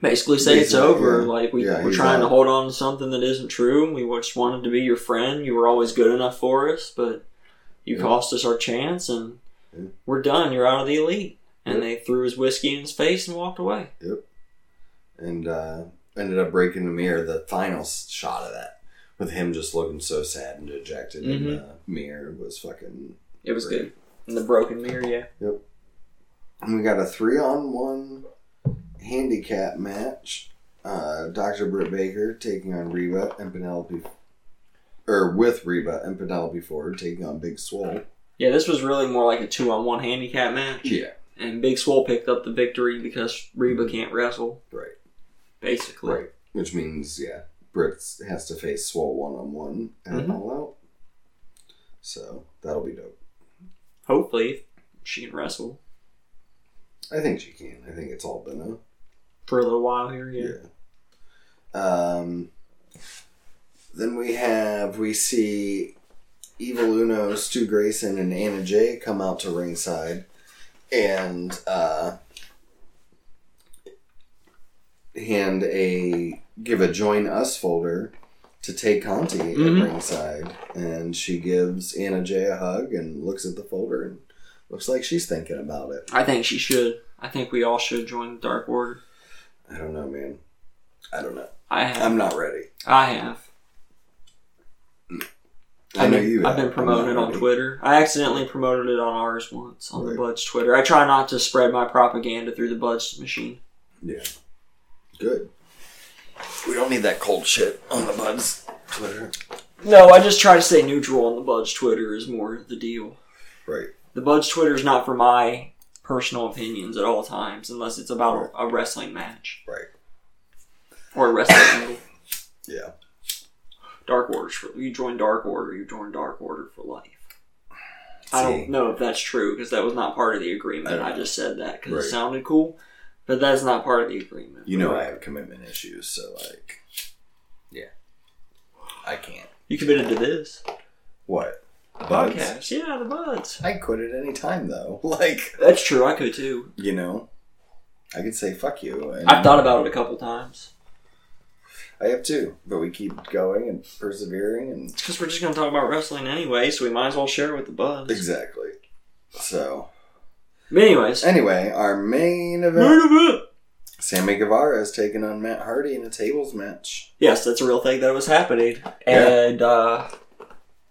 [SPEAKER 2] basically say it's
[SPEAKER 1] Basically,
[SPEAKER 2] over.
[SPEAKER 1] yeah.
[SPEAKER 2] Like we,
[SPEAKER 1] Yeah,
[SPEAKER 2] we're
[SPEAKER 1] he's
[SPEAKER 2] trying to
[SPEAKER 1] out.
[SPEAKER 2] hold on to something that isn't true. We just wanted to be your friend. You were always good enough for us, but you
[SPEAKER 1] Yeah.
[SPEAKER 2] cost us our chance, and
[SPEAKER 1] Yeah.
[SPEAKER 2] we're done. You're out of the elite.
[SPEAKER 1] Yep.
[SPEAKER 2] And they threw his whiskey in his face and walked away.
[SPEAKER 1] and uh, ended up breaking the mirror. The final s- shot of that with him just looking so sad and dejected in the mirror was fucking.
[SPEAKER 2] It was
[SPEAKER 1] great.
[SPEAKER 2] good. And the broken mirror, yeah.
[SPEAKER 1] And we got a three on one handicap match. Uh, Dr. Britt Baker taking on Reba and Penelope, or with Reba and Penelope Ford taking on Big Swole.
[SPEAKER 2] Yeah, this was really more like a two on one handicap match.
[SPEAKER 1] Yeah,
[SPEAKER 2] And Big Swole picked up the victory because Reba can't wrestle,
[SPEAKER 1] right,
[SPEAKER 2] basically.
[SPEAKER 1] right. Which means yeah, Britt has to face Swole one on one and
[SPEAKER 2] Mhm.
[SPEAKER 1] all out. So that'll be dope.
[SPEAKER 2] Hopefully, if she can wrestle
[SPEAKER 1] I think she can. I think it's all been a
[SPEAKER 2] for a little while here, yeah.
[SPEAKER 1] Um, then we have we see Evil Uno, Stu Grayson, and Anna Jay come out to ringside, and uh, hand a give a join us folder to Tay Conti
[SPEAKER 2] Mhm.
[SPEAKER 1] at ringside, and she gives Anna Jay a hug and looks at the folder and looks like she's thinking about it.
[SPEAKER 2] I think she should. I think we all should join the Dark Order.
[SPEAKER 1] I don't know, man. I don't know.
[SPEAKER 2] I have.
[SPEAKER 1] I'm not ready.
[SPEAKER 2] I have.
[SPEAKER 1] I
[SPEAKER 2] I've
[SPEAKER 1] know
[SPEAKER 2] been-
[SPEAKER 1] you. have.
[SPEAKER 2] I've been promoting
[SPEAKER 1] I'm
[SPEAKER 2] it
[SPEAKER 1] not
[SPEAKER 2] on
[SPEAKER 1] ready.
[SPEAKER 2] Twitter. I accidentally promoted it on ours once on the
[SPEAKER 1] Right.
[SPEAKER 2] Buds Twitter. I try not to spread my propaganda through the Buds machine.
[SPEAKER 1] Yeah. Good. We don't need that cold shit on the buds. Twitter.
[SPEAKER 2] No, I just try to stay neutral on the Buds Twitter is more the deal.
[SPEAKER 1] Right.
[SPEAKER 2] The Buds Twitter is not for my personal opinions at all times, unless it's about a, a wrestling match
[SPEAKER 1] Right.
[SPEAKER 2] or a wrestling angle.
[SPEAKER 1] Yeah.
[SPEAKER 2] Dark Order's for you join Dark Order, you join Dark Order for life. I
[SPEAKER 1] See.
[SPEAKER 2] don't know if that's true because that was not part of the
[SPEAKER 1] I
[SPEAKER 2] agreement.
[SPEAKER 1] don't
[SPEAKER 2] I,
[SPEAKER 1] know.
[SPEAKER 2] just said that because
[SPEAKER 1] Right.
[SPEAKER 2] it sounded cool, but that's not part of the agreement.
[SPEAKER 1] You know I have commitment issues, so like. Yeah. I can't.
[SPEAKER 2] You committed to this
[SPEAKER 1] What?
[SPEAKER 2] podcast. Yeah, the buds.
[SPEAKER 1] I quit at any time though. Like
[SPEAKER 2] That's true. I could too.
[SPEAKER 1] you know, I could say fuck you. And
[SPEAKER 2] I've thought about it a couple times.
[SPEAKER 1] I have too, but we keep going and persevering and
[SPEAKER 2] It's because we're just going to talk about wrestling anyway, so we might as well share it with the buds.
[SPEAKER 1] exactly. So
[SPEAKER 2] But anyways,
[SPEAKER 1] anyway, our main event:
[SPEAKER 2] Main event.
[SPEAKER 1] Sammy Guevara is taking on Matt Hardy in a tables match.
[SPEAKER 2] yes, that's a real thing that was happening,
[SPEAKER 1] Yeah.
[SPEAKER 2] and uh,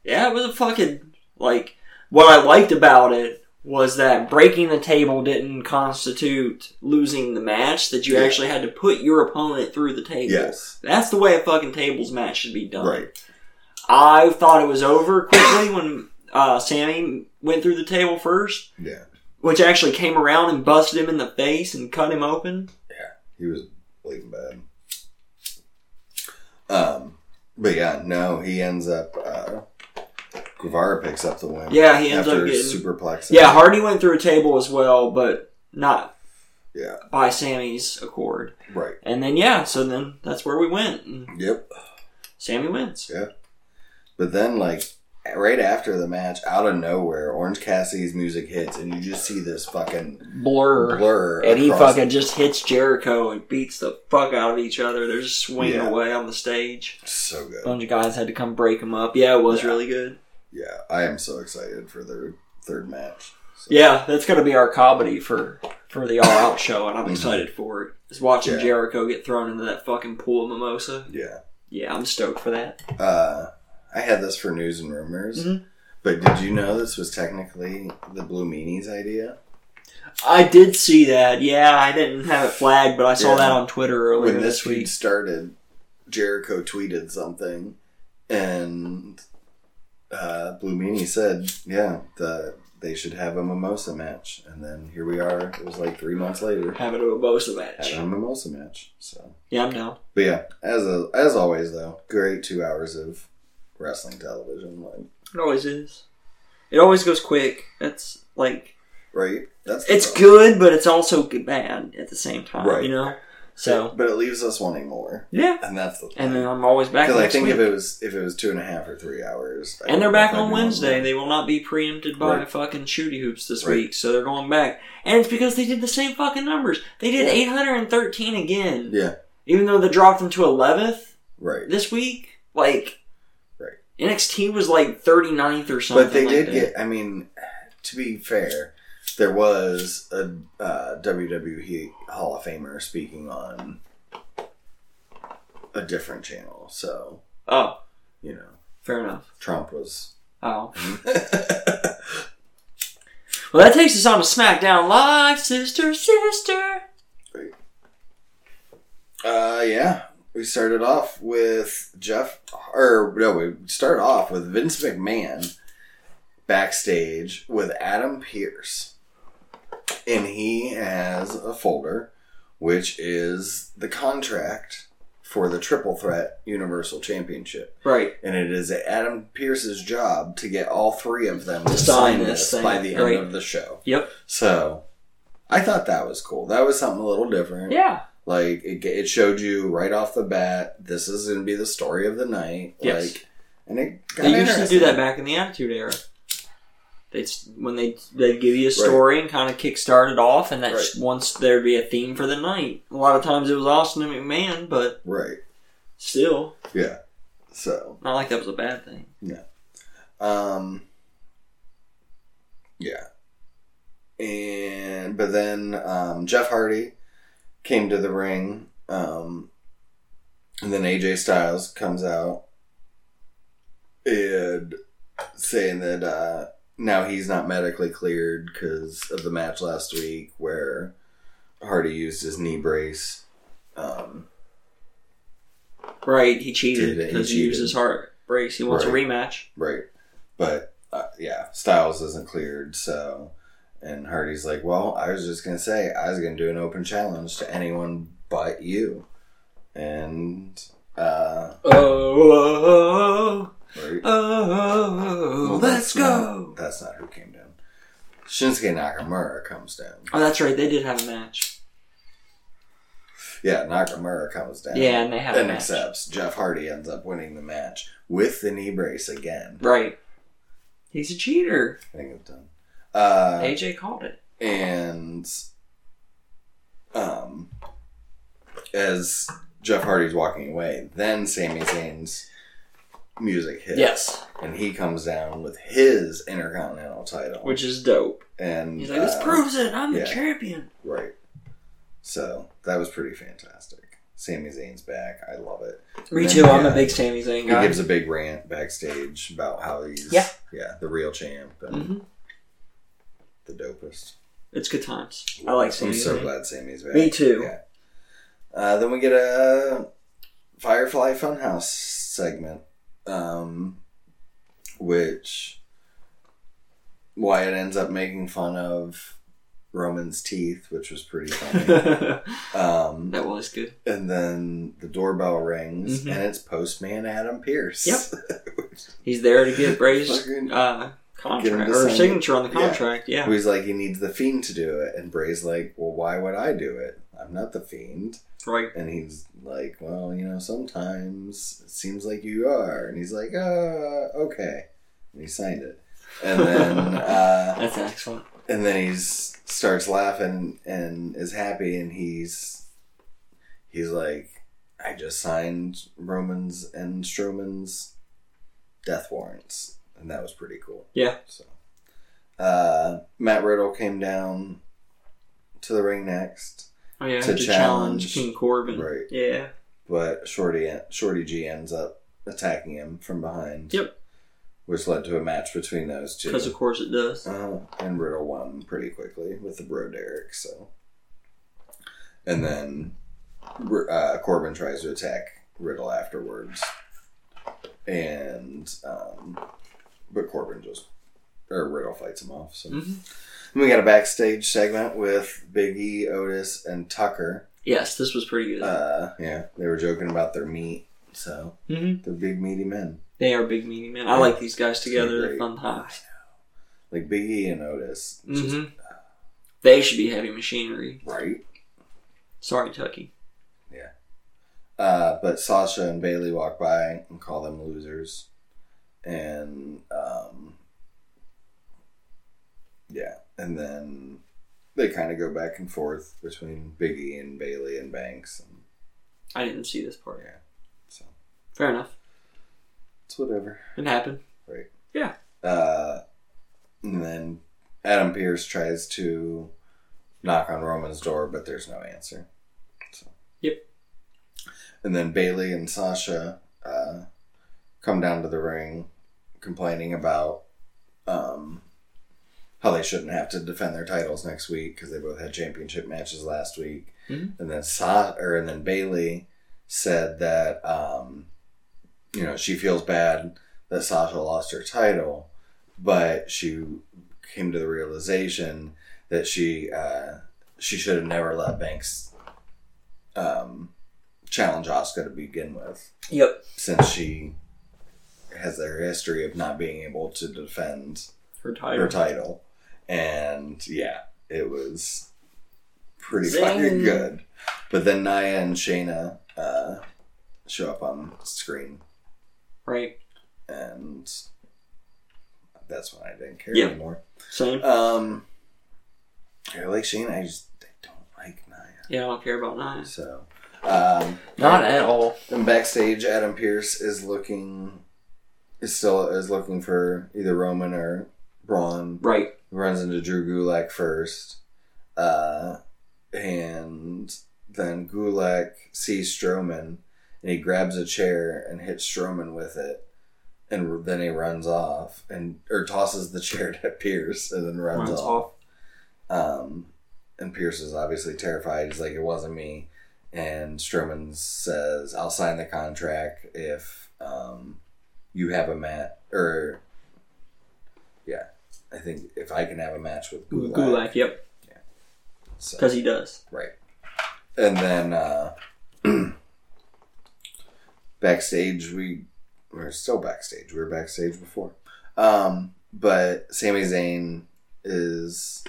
[SPEAKER 2] yeah, it was a fucking like what I liked about it was that breaking the table didn't constitute losing the match; that you
[SPEAKER 1] Yeah.
[SPEAKER 2] actually had to put your opponent through the table.
[SPEAKER 1] Yes.
[SPEAKER 2] That's the way a fucking tables match should be done.
[SPEAKER 1] Right.
[SPEAKER 2] I thought it was over quickly when uh, Sammy went through the table first,
[SPEAKER 1] Yeah.
[SPEAKER 2] which actually came around and busted him in the face and cut him open.
[SPEAKER 1] He was bleeding bad. Um, but yeah, no, he ends up. Uh, Guevara picks up the win.
[SPEAKER 2] Yeah, he ends
[SPEAKER 1] after
[SPEAKER 2] up getting
[SPEAKER 1] superplexing.
[SPEAKER 2] Yeah, Hardy went through a table as well, but not
[SPEAKER 1] Yeah.
[SPEAKER 2] by Sammy's accord.
[SPEAKER 1] Right.
[SPEAKER 2] And then yeah, so then that's where we went. And
[SPEAKER 1] Yep.
[SPEAKER 2] Sammy wins.
[SPEAKER 1] But then, like right after the match, out of nowhere, Orange Cassidy's music hits, and you just see this fucking
[SPEAKER 2] Blur.
[SPEAKER 1] blur.
[SPEAKER 2] And he
[SPEAKER 1] across-
[SPEAKER 2] fucking just hits Jericho and beats the fuck out of each other. They're just swinging
[SPEAKER 1] Yeah.
[SPEAKER 2] away on the stage.
[SPEAKER 1] so
[SPEAKER 2] A
[SPEAKER 1] good.
[SPEAKER 2] bunch of guys had to come break him up. Yeah, it was
[SPEAKER 1] Yeah.
[SPEAKER 2] really good.
[SPEAKER 1] Yeah, I am so excited for their third match. So,
[SPEAKER 2] Yeah, that's gonna be our comedy for for the All Out show, and I'm excited for it. Is watching
[SPEAKER 1] Mhm. Yeah.
[SPEAKER 2] Jericho get thrown into that fucking pool of mimosa.
[SPEAKER 1] Yeah.
[SPEAKER 2] Yeah, I'm stoked for that.
[SPEAKER 1] Uh, I had this for news and rumors,
[SPEAKER 2] Mhm.
[SPEAKER 1] but did you know this was technically the Blue Meanies' idea?
[SPEAKER 2] I did see that. Yeah, I didn't have it flagged, but I saw
[SPEAKER 1] Yeah.
[SPEAKER 2] that on Twitter earlier
[SPEAKER 1] when
[SPEAKER 2] this
[SPEAKER 1] this
[SPEAKER 2] week.
[SPEAKER 1] week started, Jericho tweeted something, and uh, Blue Meanie said, "Yeah, the, they should have a mimosa match." And then here we are. It was like three months later,
[SPEAKER 2] Having a mimosa match.
[SPEAKER 1] having a mimosa match. So,
[SPEAKER 2] Yeah, I'm down.
[SPEAKER 1] but yeah, as a, as always though, great two hours of wrestling television. Like,
[SPEAKER 2] It always is. It always goes quick. It's like
[SPEAKER 1] right? That's the
[SPEAKER 2] it's
[SPEAKER 1] problem.
[SPEAKER 2] good, but it's also g- bad at the same time.
[SPEAKER 1] Right.
[SPEAKER 2] You know, So
[SPEAKER 1] but it leaves us wanting more,
[SPEAKER 2] yeah,
[SPEAKER 1] and that's the.
[SPEAKER 2] and then I'm always back.
[SPEAKER 1] Because I
[SPEAKER 2] Next
[SPEAKER 1] think
[SPEAKER 2] week.
[SPEAKER 1] if it was if it was two and a half or three hours, I
[SPEAKER 2] and they're
[SPEAKER 1] would
[SPEAKER 2] back
[SPEAKER 1] definitely
[SPEAKER 2] on
[SPEAKER 1] be
[SPEAKER 2] Wednesday.
[SPEAKER 1] board.
[SPEAKER 2] They will not be preempted by
[SPEAKER 1] Right.
[SPEAKER 2] fucking shooty hoops this
[SPEAKER 1] Right.
[SPEAKER 2] week, so they're going back. And it's because they did the same fucking numbers. They did
[SPEAKER 1] Yeah.
[SPEAKER 2] 813 again,
[SPEAKER 1] Yeah,
[SPEAKER 2] even though they dropped them to 11th
[SPEAKER 1] right.
[SPEAKER 2] this week. Like,
[SPEAKER 1] Right.
[SPEAKER 2] NXT was like 39th or something.
[SPEAKER 1] But they
[SPEAKER 2] like
[SPEAKER 1] did
[SPEAKER 2] that.
[SPEAKER 1] get. I mean, to be fair, there was a uh, WWE Hall of Famer speaking on a different channel, so
[SPEAKER 2] Oh,
[SPEAKER 1] you know
[SPEAKER 2] fair enough.
[SPEAKER 1] Trump was.
[SPEAKER 2] Oh. Well, that takes us on to SmackDown Live, sister, sister.
[SPEAKER 1] Uh, yeah. We started off with Jeff, or no, we started off with Vince McMahon backstage with Adam Pierce. And he has a folder, which is the contract for the Triple Threat Universal Championship.
[SPEAKER 2] Right.
[SPEAKER 1] And it is Adam Pierce's job to get all three of them to
[SPEAKER 2] To
[SPEAKER 1] sign
[SPEAKER 2] sign
[SPEAKER 1] this
[SPEAKER 2] this thing,
[SPEAKER 1] by the
[SPEAKER 2] right.
[SPEAKER 1] end of the show.
[SPEAKER 2] Yep.
[SPEAKER 1] So I thought that was cool. That was something a little different.
[SPEAKER 2] Yeah.
[SPEAKER 1] Like it, ga- it showed you right off the bat, this is going to be the story of the night.
[SPEAKER 2] Yes.
[SPEAKER 1] Like, and it got
[SPEAKER 2] They used to do
[SPEAKER 1] interesting.
[SPEAKER 2] that back in the Attitude Era. They would when they they'd give you a story and kind of kickstart it off, and that's once there'd be a theme for the night. A lot of times it was Austin and McMahon, but
[SPEAKER 1] right?
[SPEAKER 2] still,
[SPEAKER 1] Yeah. So,
[SPEAKER 2] not like that was a bad thing.
[SPEAKER 1] um, yeah. And but then um, Jeff Hardy came to the ring, um, and then AJ Styles comes out and saying that uh, now he's not medically cleared because of the match last week where Hardy used his knee brace. Um,
[SPEAKER 2] Right? He
[SPEAKER 1] Did
[SPEAKER 2] cheated
[SPEAKER 1] it, he
[SPEAKER 2] because he, used
[SPEAKER 1] cheated.
[SPEAKER 2] his heart brace. He wants
[SPEAKER 1] Right.
[SPEAKER 2] a rematch.
[SPEAKER 1] right, but uh, yeah, Styles isn't cleared, so and Hardy's like, well, I was just gonna say I was gonna do an open challenge to anyone but you, and uh,
[SPEAKER 2] Oh, oh,
[SPEAKER 1] right.
[SPEAKER 2] oh, oh,
[SPEAKER 1] Well,
[SPEAKER 2] let's
[SPEAKER 1] that's not-
[SPEAKER 2] go!
[SPEAKER 1] that's not who came down. Shinsuke Nakamura comes down.
[SPEAKER 2] Oh, that's right. They did have a match.
[SPEAKER 1] Yeah, Nakamura comes down.
[SPEAKER 2] Yeah, and they had a
[SPEAKER 1] Then
[SPEAKER 2] match.
[SPEAKER 1] accepts. Jeff Hardy ends up winning the match with the knee brace again.
[SPEAKER 2] Right. He's a cheater.
[SPEAKER 1] I think it's done. Uh,
[SPEAKER 2] AJ called it.
[SPEAKER 1] and um, as Jeff Hardy's walking away, then Sami Zayn's music hits.
[SPEAKER 2] Yes,
[SPEAKER 1] and he comes down with his Intercontinental title.
[SPEAKER 2] which is dope.
[SPEAKER 1] and
[SPEAKER 2] He's like, this
[SPEAKER 1] uh,
[SPEAKER 2] proves it. I'm
[SPEAKER 1] yeah.
[SPEAKER 2] the champion.
[SPEAKER 1] Right. So that was pretty fantastic. Sami Zayn's back. I love it.
[SPEAKER 2] Me
[SPEAKER 1] And
[SPEAKER 2] too.
[SPEAKER 1] then,
[SPEAKER 2] I'm
[SPEAKER 1] yeah,
[SPEAKER 2] a big Sami Zayn
[SPEAKER 1] He
[SPEAKER 2] guy.
[SPEAKER 1] gives a big rant backstage about how he's
[SPEAKER 2] Yeah.
[SPEAKER 1] yeah the real champ and
[SPEAKER 2] hmm
[SPEAKER 1] the dopest.
[SPEAKER 2] It's good times. I like Sami
[SPEAKER 1] I'm so
[SPEAKER 2] Zayn.
[SPEAKER 1] glad Sami's back.
[SPEAKER 2] Me too.
[SPEAKER 1] Yeah. Uh, then we get a Firefly Funhouse segment, um, which Wyatt ends up making fun of Roman's teeth, which was pretty funny. um,
[SPEAKER 2] that was good.
[SPEAKER 1] and then the doorbell rings,
[SPEAKER 2] Mhm.
[SPEAKER 1] and it's Postman Adam Pierce.
[SPEAKER 2] Yep. He's there to get Bray's
[SPEAKER 1] Fucking-
[SPEAKER 2] uh,
[SPEAKER 1] Get him
[SPEAKER 2] contract
[SPEAKER 1] to
[SPEAKER 2] or
[SPEAKER 1] sign
[SPEAKER 2] signature on the
[SPEAKER 1] Yeah.
[SPEAKER 2] contract. Yeah.
[SPEAKER 1] Who's like, he needs the fiend to do it, and Bray's like, well, why would I do it? I'm not the fiend.
[SPEAKER 2] Right.
[SPEAKER 1] And he's like, well, you know, sometimes it seems like you are. And he's like, uh, okay. And he signed it. And then, uh,
[SPEAKER 2] That's excellent.
[SPEAKER 1] and then he's starts laughing and is happy, and he's he's like, I just signed Roman's and Strowman's death warrants, and that was pretty cool.
[SPEAKER 2] Yeah.
[SPEAKER 1] So, uh, Matt Riddle came down to the ring next,
[SPEAKER 2] Oh yeah.
[SPEAKER 1] To
[SPEAKER 2] To, challenge
[SPEAKER 1] challenge-
[SPEAKER 2] King Corbin.
[SPEAKER 1] right?
[SPEAKER 2] Yeah.
[SPEAKER 1] but Shorty Shorty G ends up attacking him from behind.
[SPEAKER 2] Yep.
[SPEAKER 1] Which led to a match between those two.
[SPEAKER 2] Because of course it does.
[SPEAKER 1] Uh, and Riddle won pretty quickly with the Bro Derrick. So, and then uh, Corbin tries to attack Riddle afterwards, and um, but Corbin just or Riddle fights him off. So
[SPEAKER 2] hmm
[SPEAKER 1] And we got a backstage segment with Big E, Otis, and Tucker.
[SPEAKER 2] Yes, this was pretty good.
[SPEAKER 1] Uh, yeah, they were joking about their meat. So
[SPEAKER 2] hmm
[SPEAKER 1] they're big meaty men.
[SPEAKER 2] They are big meaty men.
[SPEAKER 1] Yeah.
[SPEAKER 2] I like these guys together.
[SPEAKER 1] great.
[SPEAKER 2] They're fun times.
[SPEAKER 1] Like Big E and Otis. Just
[SPEAKER 2] Mm-hmm.
[SPEAKER 1] uh,
[SPEAKER 2] hmm They should be heavy machinery.
[SPEAKER 1] right.
[SPEAKER 2] Sorry, Tucky.
[SPEAKER 1] Uh, but Sasha and Bailey walk by and call them losers. And um, yeah, and then they kind of go back and forth between Biggie and Bailey and Banks. And,
[SPEAKER 2] I didn't see this part.
[SPEAKER 1] yeah, so
[SPEAKER 2] Fair enough.
[SPEAKER 1] it's whatever.
[SPEAKER 2] It happened.
[SPEAKER 1] Uh, and then Adam Pierce tries to knock on Roman's door, but there's no answer. So.
[SPEAKER 2] Yep.
[SPEAKER 1] And then Bailey and Sasha uh, come down to the ring, complaining about um, how they shouldn't have to defend their titles next week because they both had championship matches last week.
[SPEAKER 2] Mhm.
[SPEAKER 1] And then Sa- or and then Bailey said that um, you know she feels bad that Sasha lost her title but she came to the realization that she uh, she should have never let Banks um, challenge Oscar to begin with,
[SPEAKER 2] Yep.
[SPEAKER 1] since she has their history of not being able to defend
[SPEAKER 2] Her title.
[SPEAKER 1] her title. And yeah, it was pretty
[SPEAKER 2] Zing.
[SPEAKER 1] fucking good. But then Naya and Shayna uh, show up on screen,
[SPEAKER 2] Right.
[SPEAKER 1] and that's when I didn't care
[SPEAKER 2] Yeah.
[SPEAKER 1] anymore.
[SPEAKER 2] Same.
[SPEAKER 1] Um, I like Shane. I just I don't like Naya.
[SPEAKER 2] Yeah, I don't care about knives.
[SPEAKER 1] So, um,
[SPEAKER 2] at all.
[SPEAKER 1] And backstage, Adam Pierce is looking is still is looking for either Roman or Braun.
[SPEAKER 2] Right.
[SPEAKER 1] Runs into Drew Gulak first, uh, and then Gulak sees Strowman and he grabs a chair and hits Strowman with it. And then he runs off and or tosses the chair to Pierce and then runs,
[SPEAKER 2] Runs
[SPEAKER 1] off.
[SPEAKER 2] off.
[SPEAKER 1] Um, and Pierce is obviously terrified. He's like, it wasn't me. And Strowman says, I'll sign the contract if um, you have a match. Or, yeah, I think if I can have a match with Gulak.
[SPEAKER 2] Gulak. Yep.
[SPEAKER 1] So-
[SPEAKER 2] Because he does.
[SPEAKER 1] Right. And then uh, backstage, we we're still backstage. We were backstage before, um, but Sami Zayn is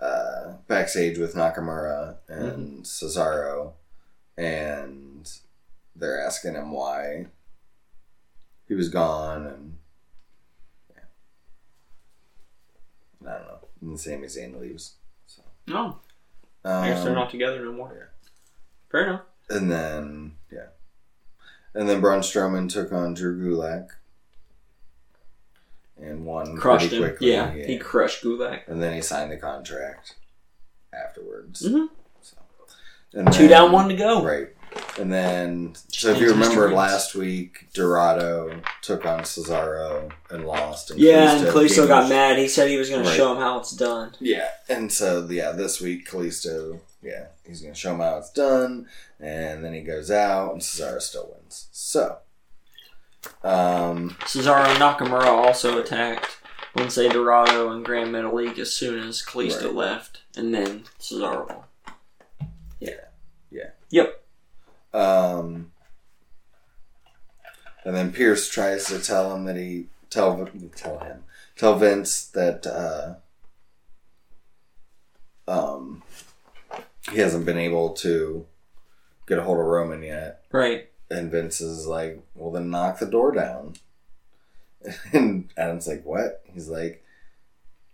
[SPEAKER 1] uh, backstage with Nakamura
[SPEAKER 2] Mm-hmm.
[SPEAKER 1] and Cesaro, and they're asking him why he was gone and. yeah. I don't know. And Sami Zayn leaves. So.
[SPEAKER 2] No.
[SPEAKER 1] Um,
[SPEAKER 2] Oh, I guess they're not together no more. Fair enough.
[SPEAKER 1] And then, yeah. And then Braun Strowman took on Drew Gulak and won
[SPEAKER 2] Crushed
[SPEAKER 1] pretty
[SPEAKER 2] him.
[SPEAKER 1] quickly.
[SPEAKER 2] yeah, He crushed Gulak.
[SPEAKER 1] and then he signed the contract afterwards.
[SPEAKER 2] Mhm.
[SPEAKER 1] So, and
[SPEAKER 2] Two
[SPEAKER 1] then-
[SPEAKER 2] down, one to go.
[SPEAKER 1] Right. And then, so if
[SPEAKER 2] Change
[SPEAKER 1] you
[SPEAKER 2] history
[SPEAKER 1] remember
[SPEAKER 2] wins.
[SPEAKER 1] last week, Dorado took on Cesaro and lost. And
[SPEAKER 2] Yeah, and
[SPEAKER 1] Kalisto
[SPEAKER 2] Kalisto got
[SPEAKER 1] came-
[SPEAKER 2] mad. He said he was going
[SPEAKER 1] Right.
[SPEAKER 2] to show him how it's done.
[SPEAKER 1] Yeah, and so yeah, this week Kalisto, yeah, he's gonna show him how it's done, and then he goes out, and Cesaro still wins. So, um,
[SPEAKER 2] Cesaro and Nakamura also attacked Lince Dorado and Grand Metalik as soon as Kalisto
[SPEAKER 1] Right.
[SPEAKER 2] left, and then Cesaro. won.
[SPEAKER 1] um, and then Pierce tries to tell him that he tell tell him tell Vince that uh, um, he hasn't been able to get a hold of Roman yet,
[SPEAKER 2] Right.
[SPEAKER 1] And Vince is like, well, then knock the door down. And Adam's like, what? He's like,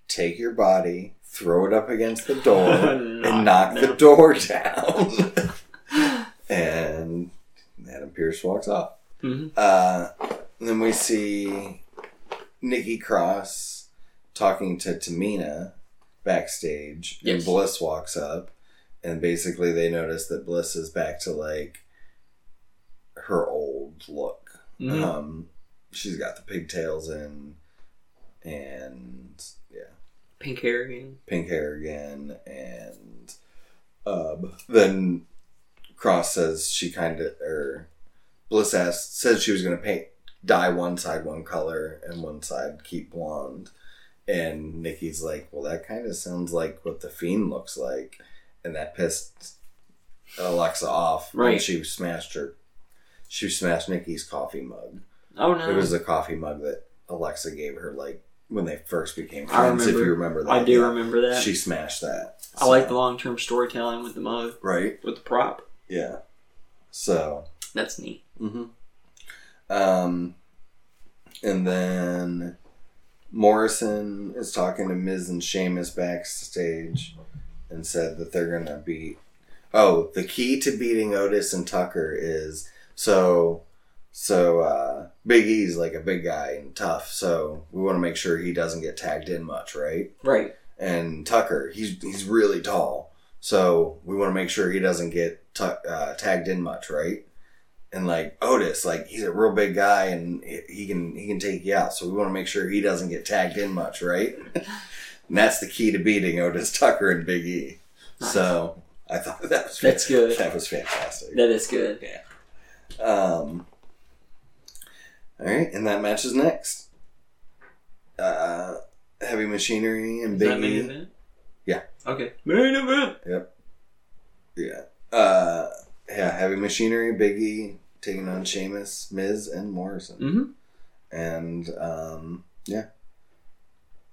[SPEAKER 1] take your body, throw it up against the door, and knock
[SPEAKER 2] Knock
[SPEAKER 1] the
[SPEAKER 2] down.
[SPEAKER 1] door down. and Adam Pierce walks off.
[SPEAKER 2] Mhm.
[SPEAKER 1] Uh, then we see Nikki Cross talking to Tamina backstage, and
[SPEAKER 2] Yes.
[SPEAKER 1] Bliss walks up, and basically they notice that Bliss is back to like her old look.
[SPEAKER 2] Mhm.
[SPEAKER 1] Um, she's got the pigtails in, and yeah
[SPEAKER 2] Pink hair again.
[SPEAKER 1] pink hair again, and um, then Cross says she kind of or Bliss asks says she was going to paint dye one side one color and one side keep blonde, and Nikki's like, well, that kind of sounds like what the Fiend looks like, and that pissed Alexa off when
[SPEAKER 2] Right.
[SPEAKER 1] she smashed her. She smashed Nikki's coffee mug.
[SPEAKER 2] Oh no.
[SPEAKER 1] It was the coffee mug that Alexa gave her, like when they first became
[SPEAKER 2] I
[SPEAKER 1] friends. If
[SPEAKER 2] remember.
[SPEAKER 1] you remember that,
[SPEAKER 2] I do
[SPEAKER 1] yeah.
[SPEAKER 2] remember that.
[SPEAKER 1] She smashed that.
[SPEAKER 2] I like the long term storytelling with the mug,
[SPEAKER 1] right.
[SPEAKER 2] with the prop.
[SPEAKER 1] Yeah. So.
[SPEAKER 2] That's neat.
[SPEAKER 1] Mm-hmm. Um, and then Morrison is talking to Miz and Sheamus backstage, and said that they're gonna beat. Oh, the key to beating Otis and Tucker is so. So uh, Big E's like a big guy and tough, so we want to make sure he doesn't get tagged in much, right?
[SPEAKER 2] Right.
[SPEAKER 1] And Tucker, he's he's really tall, so we want to make sure he doesn't get tu- uh, tagged in much, right? and like Otis, like he's a real big guy and he can he can take you out. So we want to make sure he doesn't get tagged in much, right? and that's the key to beating Otis Tucker and Big E.
[SPEAKER 2] Nice.
[SPEAKER 1] So I thought that was
[SPEAKER 2] That's
[SPEAKER 1] fan-
[SPEAKER 2] good.
[SPEAKER 1] That was fantastic.
[SPEAKER 2] That is good.
[SPEAKER 1] Um, all right, and that match is next. Uh, heavy machinery and
[SPEAKER 3] Is
[SPEAKER 1] Big
[SPEAKER 3] that main
[SPEAKER 1] E.
[SPEAKER 3] event?
[SPEAKER 1] Yeah.
[SPEAKER 3] Okay.
[SPEAKER 2] Main event.
[SPEAKER 1] Yeah. Uh, yeah, Heavy Machinery, Biggie taking on Sheamus, Miz, and Morrison.
[SPEAKER 2] Mhm.
[SPEAKER 1] And um, yeah,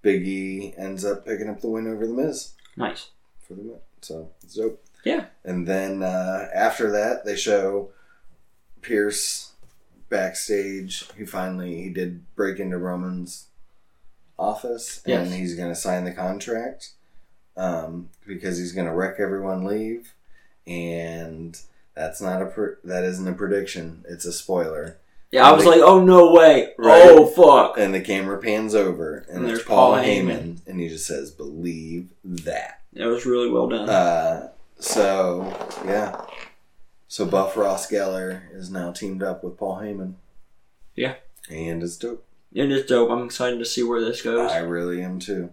[SPEAKER 1] Biggie ends up picking up the win over the Miz
[SPEAKER 2] Nice.
[SPEAKER 1] for the win. So it's dope.
[SPEAKER 2] Yeah.
[SPEAKER 1] And then uh, after that, they show Pierce backstage. He finally he did break into Roman's office, and
[SPEAKER 2] Yes.
[SPEAKER 1] he's going to sign the contract um, because he's going to wreck everyone leave, and that's not a pr that isn't a prediction. It's a spoiler.
[SPEAKER 2] Yeah, I was like, oh no way.
[SPEAKER 1] Right.
[SPEAKER 2] Oh fuck.
[SPEAKER 1] And the camera pans over, and,
[SPEAKER 2] And
[SPEAKER 1] there's
[SPEAKER 2] there's
[SPEAKER 1] Paul
[SPEAKER 2] Paul
[SPEAKER 1] Heyman, and he just says, "Believe that."
[SPEAKER 2] That was really well done.
[SPEAKER 1] Uh, so yeah, so Buff Ross Geller is now teamed up with Paul Heyman.
[SPEAKER 2] Yeah.
[SPEAKER 1] and it's dope.
[SPEAKER 2] it is dope. I'm excited to see where this goes.
[SPEAKER 1] I really am too.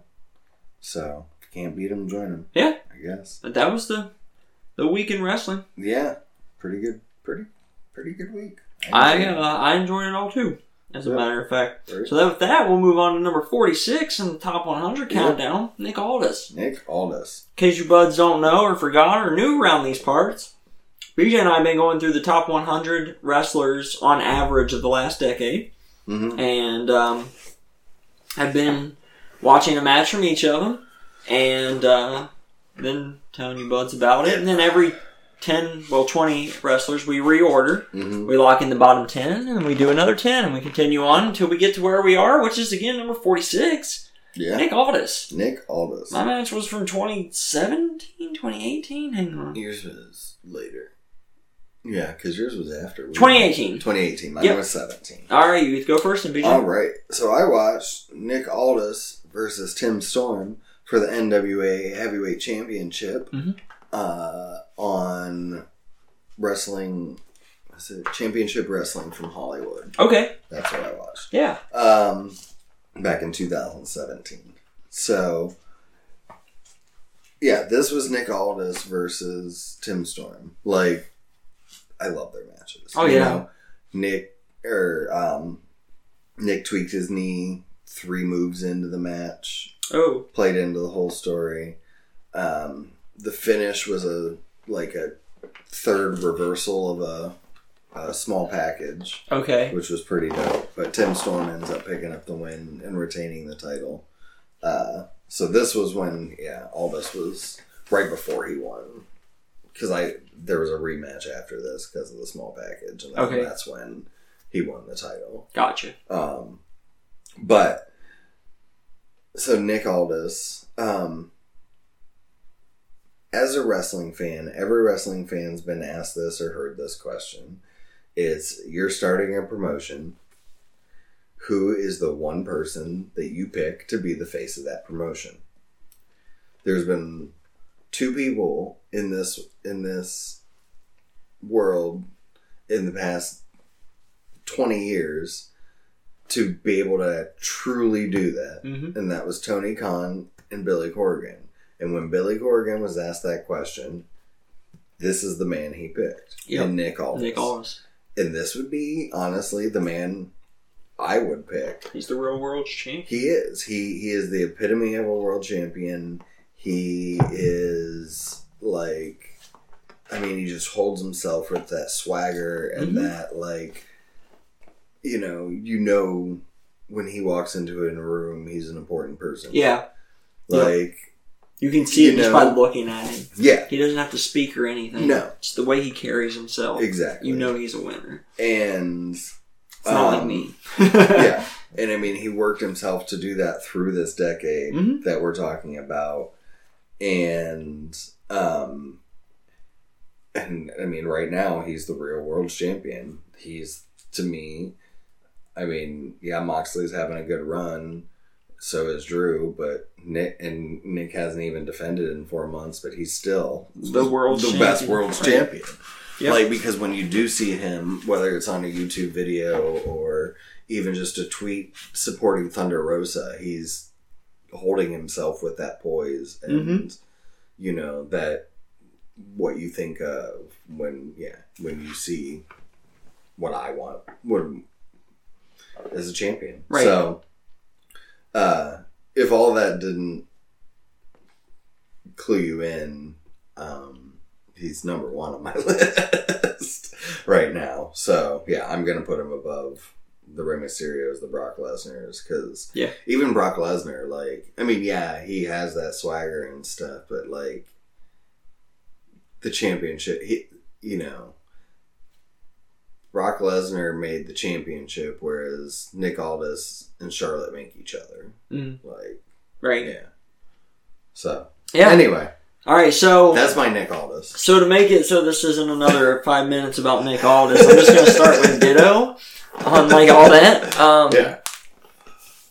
[SPEAKER 1] So if you can't beat him, join him.
[SPEAKER 2] Yeah.
[SPEAKER 1] I guess.
[SPEAKER 2] but that was the the week in wrestling.
[SPEAKER 1] Yeah, pretty good. Pretty, pretty good week.
[SPEAKER 2] I
[SPEAKER 1] enjoyed
[SPEAKER 2] uh, I enjoyed it all too. As a
[SPEAKER 1] Yeah.
[SPEAKER 2] matter of fact.
[SPEAKER 1] it.
[SPEAKER 2] So that, with that, we'll move on to number 46 in the top 100
[SPEAKER 1] Yeah.
[SPEAKER 2] countdown. Nick Aldis.
[SPEAKER 1] Nick Aldis.
[SPEAKER 2] In case you buds don't know or forgot or knew around these parts, BJ and I have been going through the top 100 wrestlers on average of the last decade,
[SPEAKER 1] Mm-hmm.
[SPEAKER 2] and um, I've been watching a match from each of them, and uh, been telling you buds about it. And then every 10, well, 20 wrestlers we reorder,
[SPEAKER 1] Mm-hmm.
[SPEAKER 2] we lock in the bottom 10, and we do another 10, and we continue on until we get to where we are, which is again number 46,
[SPEAKER 1] Yeah. Nick,
[SPEAKER 2] Nick Aldis.
[SPEAKER 1] Aldis.
[SPEAKER 2] My match was from 2017, 2018? Hang on.
[SPEAKER 1] Yours was later. Yeah, because yours was after.
[SPEAKER 2] 2018.
[SPEAKER 1] 2018. Mine
[SPEAKER 2] Yep.
[SPEAKER 1] was 17.
[SPEAKER 2] All right, you go first and
[SPEAKER 1] All
[SPEAKER 2] BJ.
[SPEAKER 1] right. So I watched Nick Aldis versus Tim Storm for the NWA Heavyweight Championship
[SPEAKER 2] Mhm.
[SPEAKER 1] uh, on wrestling. What's it? Championship Wrestling from Hollywood.
[SPEAKER 2] Okay,
[SPEAKER 1] That's what I watched
[SPEAKER 2] yeah.
[SPEAKER 1] um, back in 2017. So, yeah, this was Nick Aldis versus Tim Storm. Like, I love their matches.
[SPEAKER 2] Oh, yeah.
[SPEAKER 1] Nick or um, Nick tweaked his knee three moves into the match
[SPEAKER 2] Oh,
[SPEAKER 1] played into the whole story. Um, the finish was a like a third reversal of a, a small package,
[SPEAKER 2] okay.
[SPEAKER 1] which was pretty dope. But Tim Storm ends up picking up the win and retaining the title. Uh, so this was when yeah, Aldis was right before he won because I there was a rematch after this because of the small package, and
[SPEAKER 2] Okay.
[SPEAKER 1] that's when he won the title.
[SPEAKER 2] Gotcha.
[SPEAKER 1] Um, but so Nick Aldis, um, as a wrestling fan, every wrestling fan's been asked this or heard this question. It's you're starting a promotion. Who is the one person that you pick to be the face of that promotion? There's been two people in this in this world in the past 20 years to be able to truly do that.
[SPEAKER 2] Mm-hmm.
[SPEAKER 1] And that was Tony Khan and Billy Corrigan. And when Billy Corrigan was asked that question, this is the man he picked.
[SPEAKER 2] Yep.
[SPEAKER 1] And Nick Aldis.
[SPEAKER 2] Nick Aldis.
[SPEAKER 1] And this would be honestly the man I would pick.
[SPEAKER 2] He's the real world's champ.
[SPEAKER 1] He is. He he is the epitome of a world champion. He is like I mean, he just holds himself with that swagger and
[SPEAKER 2] Mhm.
[SPEAKER 1] that like you know, you know when he walks into a room he's an important person.
[SPEAKER 2] Yeah,
[SPEAKER 1] Like
[SPEAKER 2] You can see
[SPEAKER 1] You
[SPEAKER 2] it just
[SPEAKER 1] know.
[SPEAKER 2] by looking at him.
[SPEAKER 1] Yeah,
[SPEAKER 2] He doesn't have to speak or anything.
[SPEAKER 1] No.
[SPEAKER 2] It's the way he carries himself.
[SPEAKER 1] exactly.
[SPEAKER 2] You know he's a winner.
[SPEAKER 1] and
[SPEAKER 2] It's not like
[SPEAKER 1] um,
[SPEAKER 2] me.
[SPEAKER 1] yeah, and I mean, he worked himself to do that through this decade
[SPEAKER 2] Mhm.
[SPEAKER 1] that we're talking about, and um, and I mean, right now he's the real world champion. He's to me, I mean, yeah, Moxley's having a good run, so is Drew, but Nick and Nick hasn't even defended in four months, but he's still
[SPEAKER 2] The world
[SPEAKER 1] the
[SPEAKER 2] champion.
[SPEAKER 1] best world's
[SPEAKER 2] Right.
[SPEAKER 1] champion.
[SPEAKER 2] Yep.
[SPEAKER 1] Like because when you do see him, whether it's on a YouTube video or even just a tweet supporting Thunder Rosa, he's holding himself with that poise
[SPEAKER 2] Mm-hmm.
[SPEAKER 1] and you know that what you think uh, of when yeah when you see what I want what as a champion.
[SPEAKER 2] Right.
[SPEAKER 1] So uh, if all that didn't clue you in, um, he's number one on my list right now. So yeah, I'm gonna put him above the Rey Mysterio's, the Brock Lesnar's, because
[SPEAKER 2] Yeah.
[SPEAKER 1] even Brock Lesnar, like, I mean, yeah, he has that swagger and stuff, but like the championship, he, you know. Brock Lesnar made the championship, whereas Nick Aldis and Charlotte make each other.
[SPEAKER 2] Mm,
[SPEAKER 1] Like,
[SPEAKER 2] right.
[SPEAKER 1] yeah. So,
[SPEAKER 2] Yeah.
[SPEAKER 1] anyway,
[SPEAKER 2] All right. So
[SPEAKER 1] that's my Nick Aldis.
[SPEAKER 2] so to make it so this isn't another five minutes about Nick Aldis, I'm just going to start with Ditto on like all that. Um,
[SPEAKER 1] Yeah.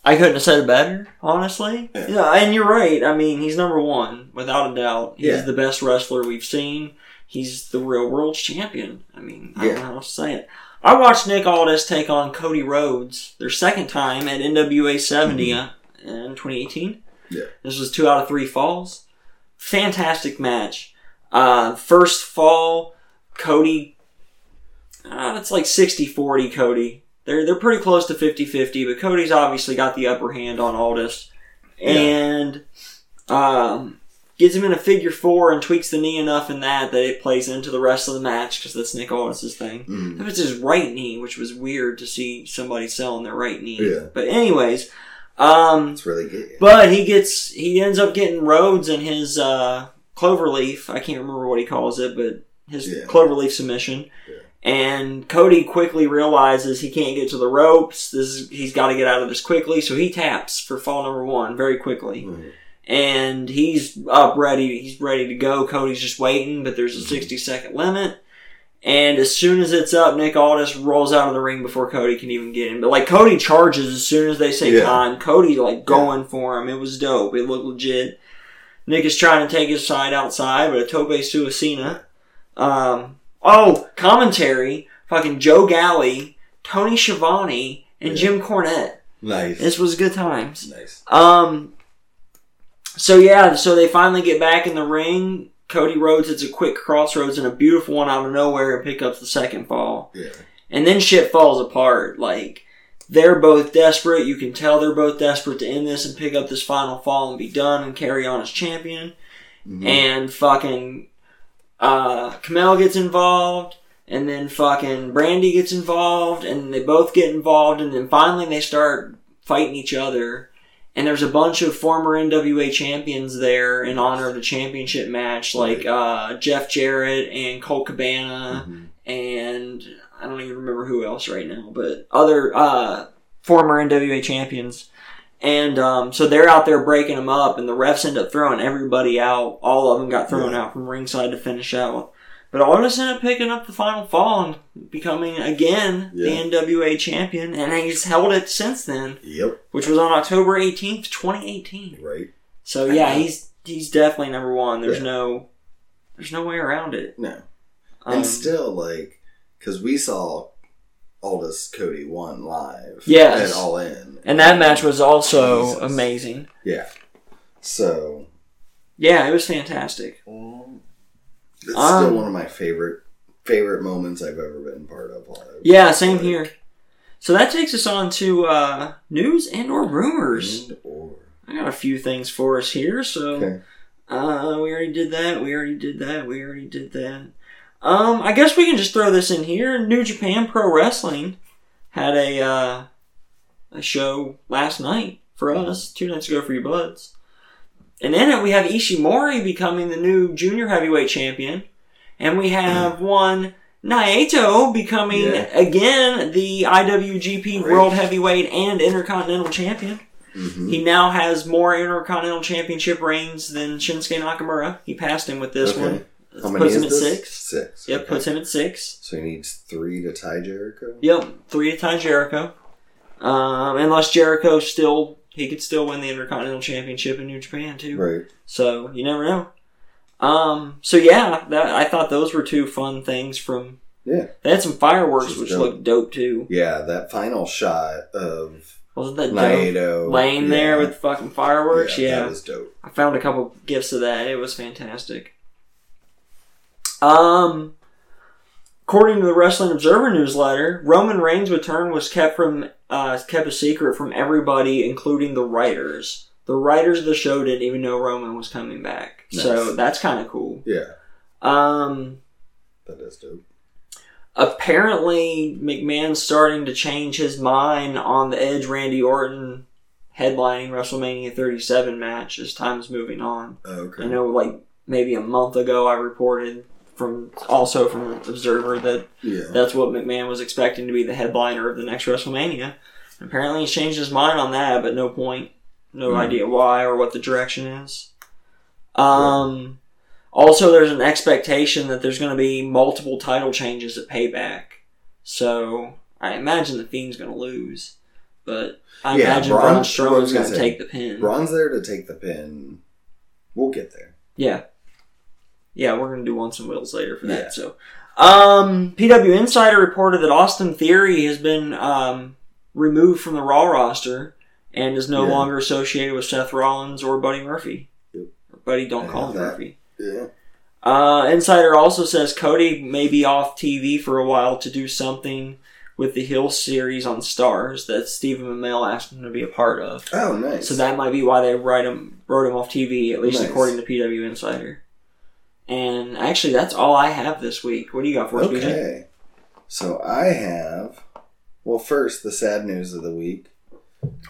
[SPEAKER 2] I couldn't have said it better, honestly.
[SPEAKER 1] Yeah.
[SPEAKER 2] Yeah. and you're right. I mean, he's number one without a doubt. He's
[SPEAKER 1] Yeah.
[SPEAKER 2] the best wrestler we've seen. He's the real world champion. I mean, I
[SPEAKER 1] Yeah.
[SPEAKER 2] don't know how else to say it. I watched Nick Aldis take on Cody Rhodes their second time at NWA 70 uh, in 2018.
[SPEAKER 1] Yeah.
[SPEAKER 2] This was two out of three falls. Fantastic match. Uh, first fall, Cody. Uh, it's like 60 40 Cody. They're they're pretty close to 50-50, but Cody's obviously got the upper hand on Aldis. And um, gets him in a figure four and tweaks the knee enough in that that it plays into the rest of the match because that's Nick Aldis's thing.
[SPEAKER 1] Mm.
[SPEAKER 2] That was his right knee, which was weird to see somebody selling their right knee.
[SPEAKER 1] Yeah.
[SPEAKER 2] But anyways, um,
[SPEAKER 1] It's really good.
[SPEAKER 2] but he gets he ends up getting Rhodes in his uh, cloverleaf. I can't remember what he calls it, but his
[SPEAKER 1] Yeah.
[SPEAKER 2] cloverleaf submission.
[SPEAKER 1] Yeah.
[SPEAKER 2] And Cody quickly realizes he can't get to the ropes. This is, he's got to get out of this quickly, so he taps for fall number one very quickly,
[SPEAKER 1] Mhm.
[SPEAKER 2] and he's up ready. He's ready to go. Cody's just waiting, but
[SPEAKER 1] Mhm.
[SPEAKER 2] there's a sixty second limit. And as soon as it's up, Nick Aldis rolls out of the ring before Cody can even get him. But like Cody charges as soon as they say
[SPEAKER 1] Yeah.
[SPEAKER 2] time. Cody like going for him. It was dope. It looked legit. Nick is trying to take his side outside, but a tope suicina. Um, oh, commentary. Fucking Joe Galley, Tony Schiavone, and
[SPEAKER 1] Yeah.
[SPEAKER 2] Jim Cornette.
[SPEAKER 1] Nice.
[SPEAKER 2] This was good times.
[SPEAKER 1] nice.
[SPEAKER 2] Um. So yeah, so they finally get back in the ring. Cody Rhodes hits a quick crossroads and a beautiful one out of nowhere and pick up the second fall.
[SPEAKER 1] Yeah.
[SPEAKER 2] And then shit falls apart. Like they're both desperate. You can tell they're both desperate to end this and pick up this final fall and be done and carry on as champion
[SPEAKER 1] Mhm.
[SPEAKER 2] and fucking uh, Kamel gets involved, and then fucking Brandy gets involved, and they both get involved, and then finally they start fighting each other. And there's a bunch of former NWA champions there in honor of the championship match, like uh, Jeff Jarrett and Cole Cabana,
[SPEAKER 1] Mhm.
[SPEAKER 2] and I don't even remember who else right now, but other uh, former NWA champions. And um, so they're out there breaking them up, and the refs end up throwing everybody out. All of them got thrown
[SPEAKER 1] Yeah.
[SPEAKER 2] out from ringside to finish out. But Aldis ended up picking up the final fall and becoming again
[SPEAKER 1] Yeah.
[SPEAKER 2] the NWA champion, and he's held it since then,
[SPEAKER 1] Yep.
[SPEAKER 2] which was on October eighteenth, twenty eighteen.
[SPEAKER 1] Right.
[SPEAKER 2] So yeah, he's he's definitely number one. There's
[SPEAKER 1] Yeah.
[SPEAKER 2] no there's no way around it.
[SPEAKER 1] No.
[SPEAKER 2] Um,
[SPEAKER 1] and still, like, because we saw Aldis Cody one live.
[SPEAKER 2] Yes.
[SPEAKER 1] At All In.
[SPEAKER 2] and that match was also
[SPEAKER 1] Jesus.
[SPEAKER 2] amazing.
[SPEAKER 1] Yeah. So.
[SPEAKER 2] Yeah, it was fantastic.
[SPEAKER 1] It's
[SPEAKER 2] Um,
[SPEAKER 1] still one of my favorite favorite moments I've ever been part of. live.
[SPEAKER 2] Yeah, same
[SPEAKER 1] Like,
[SPEAKER 2] here. So that takes us on to uh, news and or rumors.
[SPEAKER 1] and Or
[SPEAKER 2] I got a few things for us here. So
[SPEAKER 1] Okay.
[SPEAKER 2] uh, we already did that. We already did that. We already did that. Um, I guess we can just throw this in here. New Japan Pro Wrestling had a uh, a show last night for us, two nights ago for you buds, And in it, we have Ishimori becoming the new junior heavyweight champion. And we have one Naito becoming,
[SPEAKER 1] Mm. Yeah.
[SPEAKER 2] again, the IWGP
[SPEAKER 1] Great.
[SPEAKER 2] World Heavyweight and Intercontinental Champion.
[SPEAKER 1] hmm
[SPEAKER 2] He now has more Intercontinental Championship reigns than Shinsuke Nakamura. He passed him with this
[SPEAKER 1] Okay.
[SPEAKER 2] one.
[SPEAKER 1] How many
[SPEAKER 2] puts
[SPEAKER 1] is
[SPEAKER 2] him at
[SPEAKER 1] this?
[SPEAKER 2] six.
[SPEAKER 1] Six.
[SPEAKER 2] Yep,
[SPEAKER 1] okay.
[SPEAKER 2] puts him at six.
[SPEAKER 1] So he needs three to tie Jericho.
[SPEAKER 2] Yep, three to tie Jericho. Um, unless Jericho still, he could still win the Intercontinental Championship in New Japan too.
[SPEAKER 1] Right.
[SPEAKER 2] So you never know. Um, so yeah, that, I thought those were two fun things from.
[SPEAKER 1] Yeah.
[SPEAKER 2] They had some fireworks
[SPEAKER 1] This is
[SPEAKER 2] which
[SPEAKER 1] dope.
[SPEAKER 2] looked dope too.
[SPEAKER 1] Yeah, that final shot of
[SPEAKER 2] Wasn't that dope?
[SPEAKER 1] Naito
[SPEAKER 2] Laying
[SPEAKER 1] yeah.
[SPEAKER 2] there with fucking fireworks. Yeah,
[SPEAKER 1] that was dope.
[SPEAKER 2] I found a couple gifts of that. It was fantastic. Um, according to the Wrestling Observer newsletter, Roman Reigns' return was kept from uh, kept a secret from everybody, including the writers. The writers of the show didn't even know Roman was coming back, so
[SPEAKER 1] Nice.
[SPEAKER 2] that's kind of cool.
[SPEAKER 1] Yeah,
[SPEAKER 2] Um,
[SPEAKER 1] that is dope.
[SPEAKER 2] apparently McMahon's starting to change his mind on the Edge Randy Orton headlining WrestleMania 37 match as time's moving on.
[SPEAKER 1] Okay.
[SPEAKER 2] I know, like maybe a month ago, I reported from also from Observer that
[SPEAKER 1] Yeah.
[SPEAKER 2] that's what McMahon was expecting to be the headliner of the next WrestleMania. Apparently, he's changed his mind on that, but no point, no
[SPEAKER 1] Hmm.
[SPEAKER 2] idea why or what the direction is. Um, also, there's an expectation that there's going to be multiple title changes at Payback, so I imagine the Fiend's going to lose, but I
[SPEAKER 1] Yeah,
[SPEAKER 2] imagine
[SPEAKER 1] Braun-
[SPEAKER 2] Braun
[SPEAKER 1] what I
[SPEAKER 2] Strowman's
[SPEAKER 1] was gonna
[SPEAKER 2] going to
[SPEAKER 1] say,
[SPEAKER 2] take the pin.
[SPEAKER 1] Braun's there to take the pin. We'll get there.
[SPEAKER 2] Yeah. Yeah, we're gonna do once and wheels later for that.
[SPEAKER 1] Yeah.
[SPEAKER 2] So um PW Insider reported that Austin Theory has been um removed from the Raw roster and is no
[SPEAKER 1] Yeah.
[SPEAKER 2] longer associated with Seth Rollins or Buddy Murphy.
[SPEAKER 1] Yep.
[SPEAKER 2] Or Buddy don't
[SPEAKER 1] I
[SPEAKER 2] call
[SPEAKER 1] have
[SPEAKER 2] him
[SPEAKER 1] that.
[SPEAKER 2] Murphy.
[SPEAKER 1] Yeah.
[SPEAKER 2] Uh Insider also says Cody may be off TV for a while to do something with the Hill series on stars that Stephen Amell asked him to be a part of.
[SPEAKER 1] Oh, nice.
[SPEAKER 2] So that might be why they write him, wrote him off TV, at least
[SPEAKER 1] Nice.
[SPEAKER 2] according to PW Insider. And actually, that's all I have this week. What do you got for us, BJ?
[SPEAKER 1] Okay. So I have, well, first, the sad news of the week.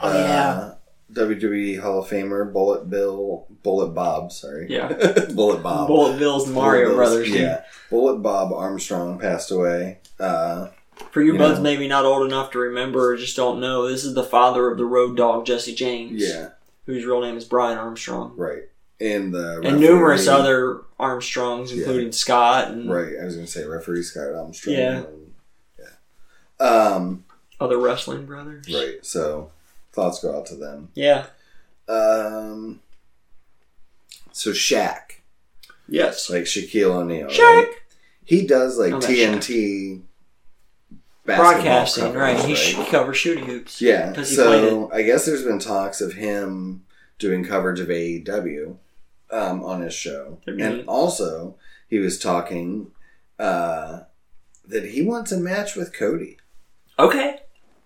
[SPEAKER 2] Oh, yeah.
[SPEAKER 1] Uh, WWE Hall of Famer Bullet Bill, Bullet Bob, sorry.
[SPEAKER 2] Yeah.
[SPEAKER 1] Bullet Bob.
[SPEAKER 2] Bullet Bill's and Mario
[SPEAKER 1] Um, Bullet Bill's-
[SPEAKER 2] Brothers.
[SPEAKER 1] Yeah. Bullet Bob Armstrong passed away. Uh,
[SPEAKER 2] For you
[SPEAKER 1] You
[SPEAKER 2] buds,
[SPEAKER 1] know.
[SPEAKER 2] maybe not old enough to remember or just don't know, this is the father of the road dog Jesse James,
[SPEAKER 1] yeah,
[SPEAKER 2] whose real name is Brian Armstrong,
[SPEAKER 1] right. And the
[SPEAKER 2] and numerous
[SPEAKER 1] referee-
[SPEAKER 2] other Armstrongs,
[SPEAKER 1] Yeah.
[SPEAKER 2] including Scott and
[SPEAKER 1] Right, I was going to say referee Scott Armstrong.
[SPEAKER 2] Yeah.
[SPEAKER 1] yeah. Um,
[SPEAKER 2] other wrestling brothers.
[SPEAKER 1] right. So thoughts go out to them.
[SPEAKER 2] Yeah.
[SPEAKER 1] Um, so Shaq,
[SPEAKER 2] Yes.
[SPEAKER 1] like uh, Shaquille O'Neal.
[SPEAKER 2] Shaq!
[SPEAKER 1] right? He does like
[SPEAKER 2] Oh, that's
[SPEAKER 1] TNT basketball
[SPEAKER 2] Broadcasting,
[SPEAKER 1] covers,
[SPEAKER 2] right? He sh- covers shooting hoops.
[SPEAKER 1] Yeah.
[SPEAKER 2] 'Cause he
[SPEAKER 1] So I guess there's been talks of him doing coverage of AEW um, on his show,
[SPEAKER 2] That'd be neat.
[SPEAKER 1] and also he was talking uh, that he wants a match with Cody
[SPEAKER 2] Okay.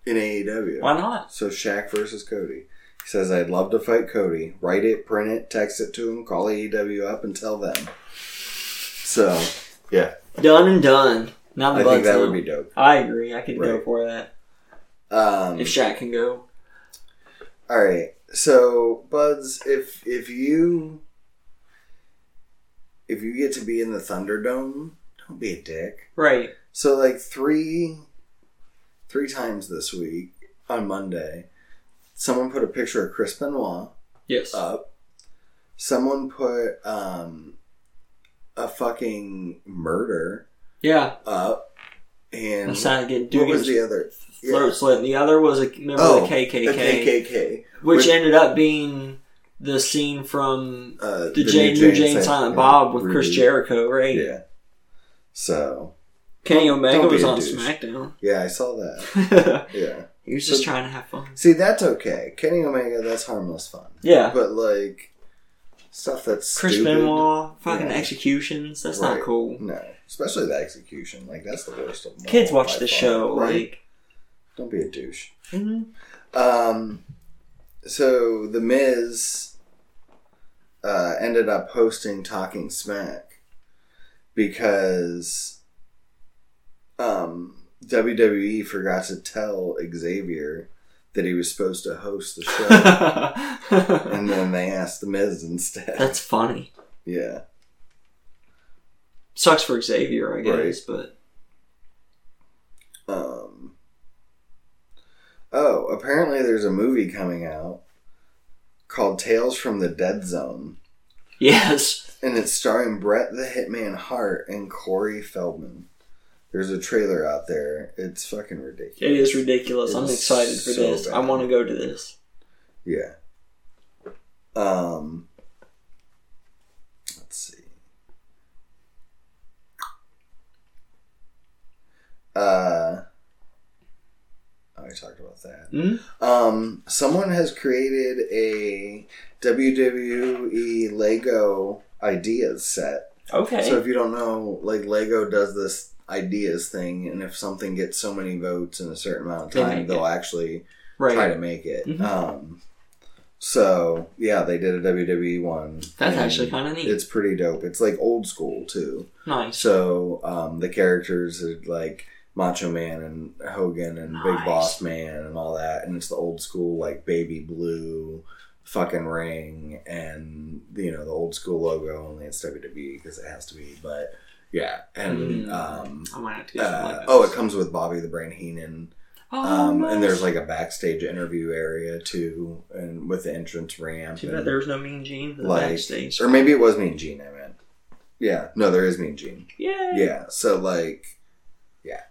[SPEAKER 1] in AEW.
[SPEAKER 2] Why not?
[SPEAKER 1] So Shaq versus Cody. He says, "I'd love to fight Cody. Write it, print it, text it to him, call AEW up, and tell them." So yeah,
[SPEAKER 2] Done and done. Now the
[SPEAKER 1] I
[SPEAKER 2] buds
[SPEAKER 1] think that
[SPEAKER 2] know.
[SPEAKER 1] would be dope.
[SPEAKER 2] I agree. I could go
[SPEAKER 1] Right.
[SPEAKER 2] for that
[SPEAKER 1] Um,
[SPEAKER 2] if Shaq can go.
[SPEAKER 1] All right. So, Buds, if if you if you get to be in the Thunderdome, don't be a dick.
[SPEAKER 2] Right.
[SPEAKER 1] So, like three three times this week on Monday, someone put a picture of Chris Benoit
[SPEAKER 2] Yes.
[SPEAKER 1] up. Someone put um, a fucking murder
[SPEAKER 2] yeah.
[SPEAKER 1] up, and
[SPEAKER 2] I'm trying to get
[SPEAKER 1] what was
[SPEAKER 2] Dugan's
[SPEAKER 1] the other?
[SPEAKER 2] throat slit. The other was a member
[SPEAKER 1] Oh,
[SPEAKER 2] of the KKK,
[SPEAKER 1] the KKK.
[SPEAKER 2] which
[SPEAKER 1] which-
[SPEAKER 2] ended up being the scene from
[SPEAKER 1] Uh,
[SPEAKER 2] the, J- New Jay and Silent Bob with Chris
[SPEAKER 1] reboot.
[SPEAKER 2] Jericho, right?
[SPEAKER 1] Yeah. So
[SPEAKER 2] Kenny Omega
[SPEAKER 1] Don't be
[SPEAKER 2] was
[SPEAKER 1] a
[SPEAKER 2] on
[SPEAKER 1] douche.
[SPEAKER 2] SmackDown.
[SPEAKER 1] yeah, I saw that. Yeah.
[SPEAKER 2] he was just
[SPEAKER 1] So-
[SPEAKER 2] trying to have fun.
[SPEAKER 1] See, that's okay. Kenny Omega, that's harmless fun.
[SPEAKER 2] Yeah.
[SPEAKER 1] But like stuff that's
[SPEAKER 2] Chris
[SPEAKER 1] stupid,
[SPEAKER 2] Benoit, fucking
[SPEAKER 1] Yeah.
[SPEAKER 2] executions. That's not
[SPEAKER 1] Right.
[SPEAKER 2] cool.
[SPEAKER 1] No, especially the execution. Like that's the worst of them.
[SPEAKER 2] Kids
[SPEAKER 1] all
[SPEAKER 2] watch
[SPEAKER 1] by
[SPEAKER 2] the
[SPEAKER 1] far.
[SPEAKER 2] show.
[SPEAKER 1] Right.
[SPEAKER 2] Like,
[SPEAKER 1] Don't be a douche.
[SPEAKER 2] mhm.
[SPEAKER 1] Um. So the Miz uh, ended up hosting Talking Smack because E um, WWE forgot to tell Xavier that he was supposed to host the show,
[SPEAKER 2] That's
[SPEAKER 1] and then they asked the Miz instead.
[SPEAKER 2] funny.
[SPEAKER 1] yeah,
[SPEAKER 2] Sucks for Xavier, I guess, but
[SPEAKER 1] Um, oh, apparently there's a movie coming out called Tales from the Dead Zone,
[SPEAKER 2] yes.
[SPEAKER 1] and it's starring Brett the Hitman Hart and Corey Feldman. There's a trailer out there. It's fucking ridiculous.
[SPEAKER 2] It is ridiculous. I'm
[SPEAKER 1] It's
[SPEAKER 2] excited for
[SPEAKER 1] so
[SPEAKER 2] this. I
[SPEAKER 1] bad.
[SPEAKER 2] want to go to this.
[SPEAKER 1] Yeah. Um. Let's see. Uh. I already talked about that.
[SPEAKER 2] Mhm.
[SPEAKER 1] Um. Someone has created a WWE Lego ideas set.
[SPEAKER 2] Okay.
[SPEAKER 1] So if you don't know, like Lego does this ideas thing, and if something gets so many votes in a certain amount
[SPEAKER 2] They
[SPEAKER 1] of
[SPEAKER 2] make
[SPEAKER 1] time, they'll
[SPEAKER 2] it.
[SPEAKER 1] actually
[SPEAKER 2] right.
[SPEAKER 1] try to make it.
[SPEAKER 2] Mhm.
[SPEAKER 1] Um, so yeah, they did a WWE one.
[SPEAKER 2] That's
[SPEAKER 1] and
[SPEAKER 2] actually kind of neat.
[SPEAKER 1] It's pretty dope. It's like old school too.
[SPEAKER 2] nice.
[SPEAKER 1] So um, the characters are like Macho Man and Hogan and
[SPEAKER 2] Nice.
[SPEAKER 1] Big Boss Man and all that, and it's the old school like baby blue fucking ring and you know the old school logo. Only it's WWE because it has to be. But yeah, and
[SPEAKER 2] Mm.
[SPEAKER 1] um,
[SPEAKER 2] I might have to get something
[SPEAKER 1] uh,
[SPEAKER 2] like
[SPEAKER 1] oh, it
[SPEAKER 2] this.
[SPEAKER 1] comes with Bobby the Brain Heenan.
[SPEAKER 2] Oh,
[SPEAKER 1] Um, and there's like
[SPEAKER 2] nice.
[SPEAKER 1] a backstage interview area too, and with the entrance ramp.
[SPEAKER 2] Too
[SPEAKER 1] and-
[SPEAKER 2] bad there was no Mean Gene in the
[SPEAKER 1] like-
[SPEAKER 2] backstage.
[SPEAKER 1] or maybe it was Mean Gene. I meant. Yeah, no, there is Mean Gene.
[SPEAKER 2] Yay.
[SPEAKER 1] Yeah, so like, yeah.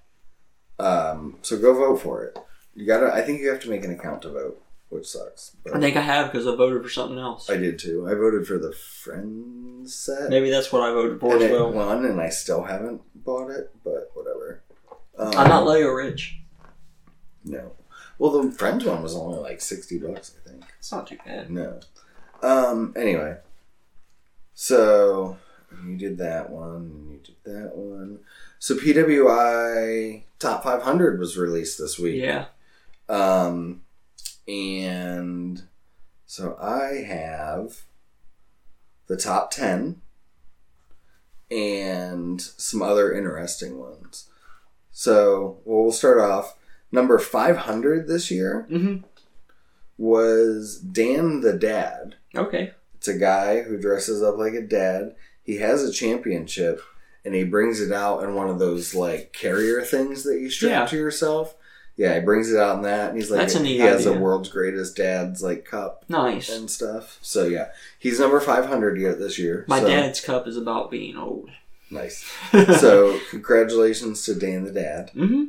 [SPEAKER 1] Um, so go vote for it. You gotta. I think you have to make an account to vote, which sucks. But
[SPEAKER 2] I think I have because I voted for something else.
[SPEAKER 1] I did too. I voted for the Friends set.
[SPEAKER 2] Maybe that's what I voted for
[SPEAKER 1] and
[SPEAKER 2] as
[SPEAKER 1] it
[SPEAKER 2] well.
[SPEAKER 1] won, and I still haven't bought it, but whatever. Um,
[SPEAKER 2] I'm not Leo Rich.
[SPEAKER 1] No. Well, the Friends one was only like sixty bucks, I think.
[SPEAKER 2] It's not too bad.
[SPEAKER 1] No. Um. Anyway. So you did that one, and you did that one. So PWI Top 500 was released this week.
[SPEAKER 2] Yeah.
[SPEAKER 1] Um, and so I have the top 10 and some other interesting ones. So well, we'll start off. Number 500 this year
[SPEAKER 2] hmm
[SPEAKER 1] was Dan the Dad.
[SPEAKER 2] Okay.
[SPEAKER 1] It's a guy who dresses up like a dad. He has a championship and he brings it out in one of those like carrier things that you strap
[SPEAKER 2] Yeah.
[SPEAKER 1] to yourself. Yeah, he brings it out in that and he's like
[SPEAKER 2] That's a neat
[SPEAKER 1] he has the
[SPEAKER 2] idea.
[SPEAKER 1] world's greatest dad's like cup
[SPEAKER 2] Nice.
[SPEAKER 1] and stuff. So yeah. He's number five hundred yet this year.
[SPEAKER 2] My
[SPEAKER 1] so-
[SPEAKER 2] dad's cup is about being old.
[SPEAKER 1] Nice. so congratulations to Dan the Dad.
[SPEAKER 2] hmm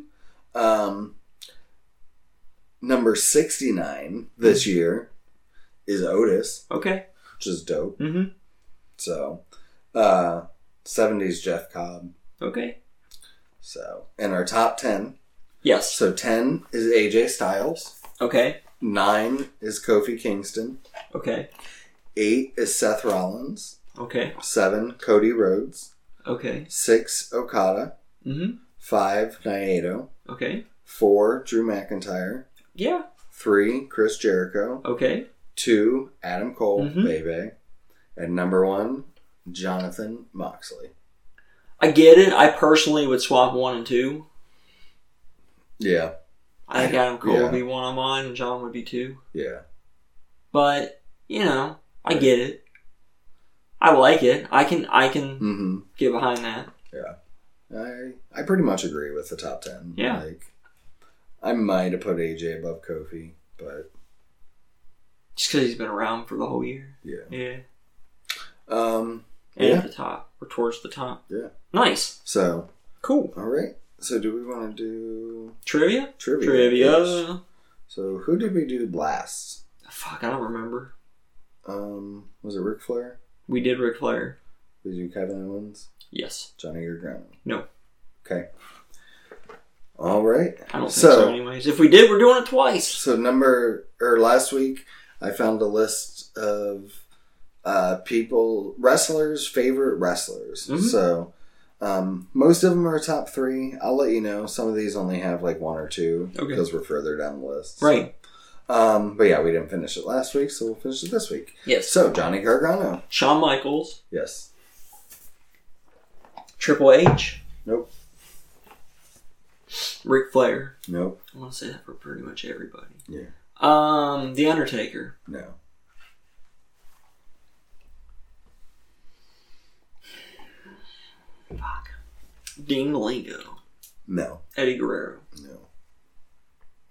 [SPEAKER 1] Um number sixty nine this
[SPEAKER 2] Hmm.
[SPEAKER 1] year is Otis,
[SPEAKER 2] Okay.
[SPEAKER 1] which is dope.
[SPEAKER 2] hmm
[SPEAKER 1] So, uh, 70s Jeff Cobb.
[SPEAKER 2] Okay.
[SPEAKER 1] So, and our top 10.
[SPEAKER 2] Yes.
[SPEAKER 1] So, 10 is AJ Styles.
[SPEAKER 2] Okay.
[SPEAKER 1] 9 is Kofi Kingston.
[SPEAKER 2] Okay.
[SPEAKER 1] 8 is Seth Rollins.
[SPEAKER 2] Okay.
[SPEAKER 1] 7 Cody Rhodes.
[SPEAKER 2] Okay.
[SPEAKER 1] 6 Okada.
[SPEAKER 2] hmm
[SPEAKER 1] 5 Naito.
[SPEAKER 2] Okay.
[SPEAKER 1] 4 Drew McIntyre.
[SPEAKER 2] Yeah.
[SPEAKER 1] 3 Chris Jericho.
[SPEAKER 2] Okay.
[SPEAKER 1] 2 Adam Cole,
[SPEAKER 2] Mhm.
[SPEAKER 1] Bebe. And number 1 Jonathan Moxley.
[SPEAKER 2] I get it. I personally would swap one and two.
[SPEAKER 1] Yeah.
[SPEAKER 2] I think Adam Cole
[SPEAKER 1] Yeah.
[SPEAKER 2] would be one on mine and John would be two.
[SPEAKER 1] Yeah.
[SPEAKER 2] But, you know, I get it. I like it. I can I can
[SPEAKER 1] Mhm.
[SPEAKER 2] get behind that.
[SPEAKER 1] I I pretty much agree with the top ten.
[SPEAKER 2] Yeah.
[SPEAKER 1] Like I might have put AJ above Kofi, but
[SPEAKER 2] Just because he's been around for the whole year.
[SPEAKER 1] yeah.
[SPEAKER 2] Yeah.
[SPEAKER 1] Um
[SPEAKER 2] And
[SPEAKER 1] Yeah.
[SPEAKER 2] at the top. Or towards the top.
[SPEAKER 1] Yeah.
[SPEAKER 2] Nice.
[SPEAKER 1] so
[SPEAKER 2] Cool.
[SPEAKER 1] all right. So do we wanna do
[SPEAKER 2] Trivia?
[SPEAKER 1] trivia?
[SPEAKER 2] Trivia.
[SPEAKER 1] Yes. So who did we do last?
[SPEAKER 2] Fuck, I don't remember.
[SPEAKER 1] Um was it Ric Flair?
[SPEAKER 2] We did Ric Flair.
[SPEAKER 1] Did you Kevin Owens?
[SPEAKER 2] Yes.
[SPEAKER 1] Johnny Gargano?
[SPEAKER 2] No.
[SPEAKER 1] Okay. All right.
[SPEAKER 2] I don't think so,
[SPEAKER 1] So-
[SPEAKER 2] anyways. If we did, we're doing it twice.
[SPEAKER 1] So number or last week, I found a list of uh, people wrestlers favorite wrestlers.
[SPEAKER 2] Mhm.
[SPEAKER 1] So um, most of them are top three. I'll let you know. Some of these only have like one or two
[SPEAKER 2] Okay.
[SPEAKER 1] because we're further down the list.
[SPEAKER 2] Right.
[SPEAKER 1] Um, but yeah, we didn't finish it last week, so we'll finish it this week.
[SPEAKER 2] Yes.
[SPEAKER 1] So Johnny Gargano,
[SPEAKER 2] Shawn Michaels.
[SPEAKER 1] yes,
[SPEAKER 2] Triple H.
[SPEAKER 1] Nope.
[SPEAKER 2] Ric Flair.
[SPEAKER 1] nope,
[SPEAKER 2] I want to say that for pretty much everybody.
[SPEAKER 1] Yeah.
[SPEAKER 2] Um, The Undertaker.
[SPEAKER 1] No.
[SPEAKER 2] Dean Malenko.
[SPEAKER 1] No.
[SPEAKER 2] Eddie Guerrero.
[SPEAKER 1] No.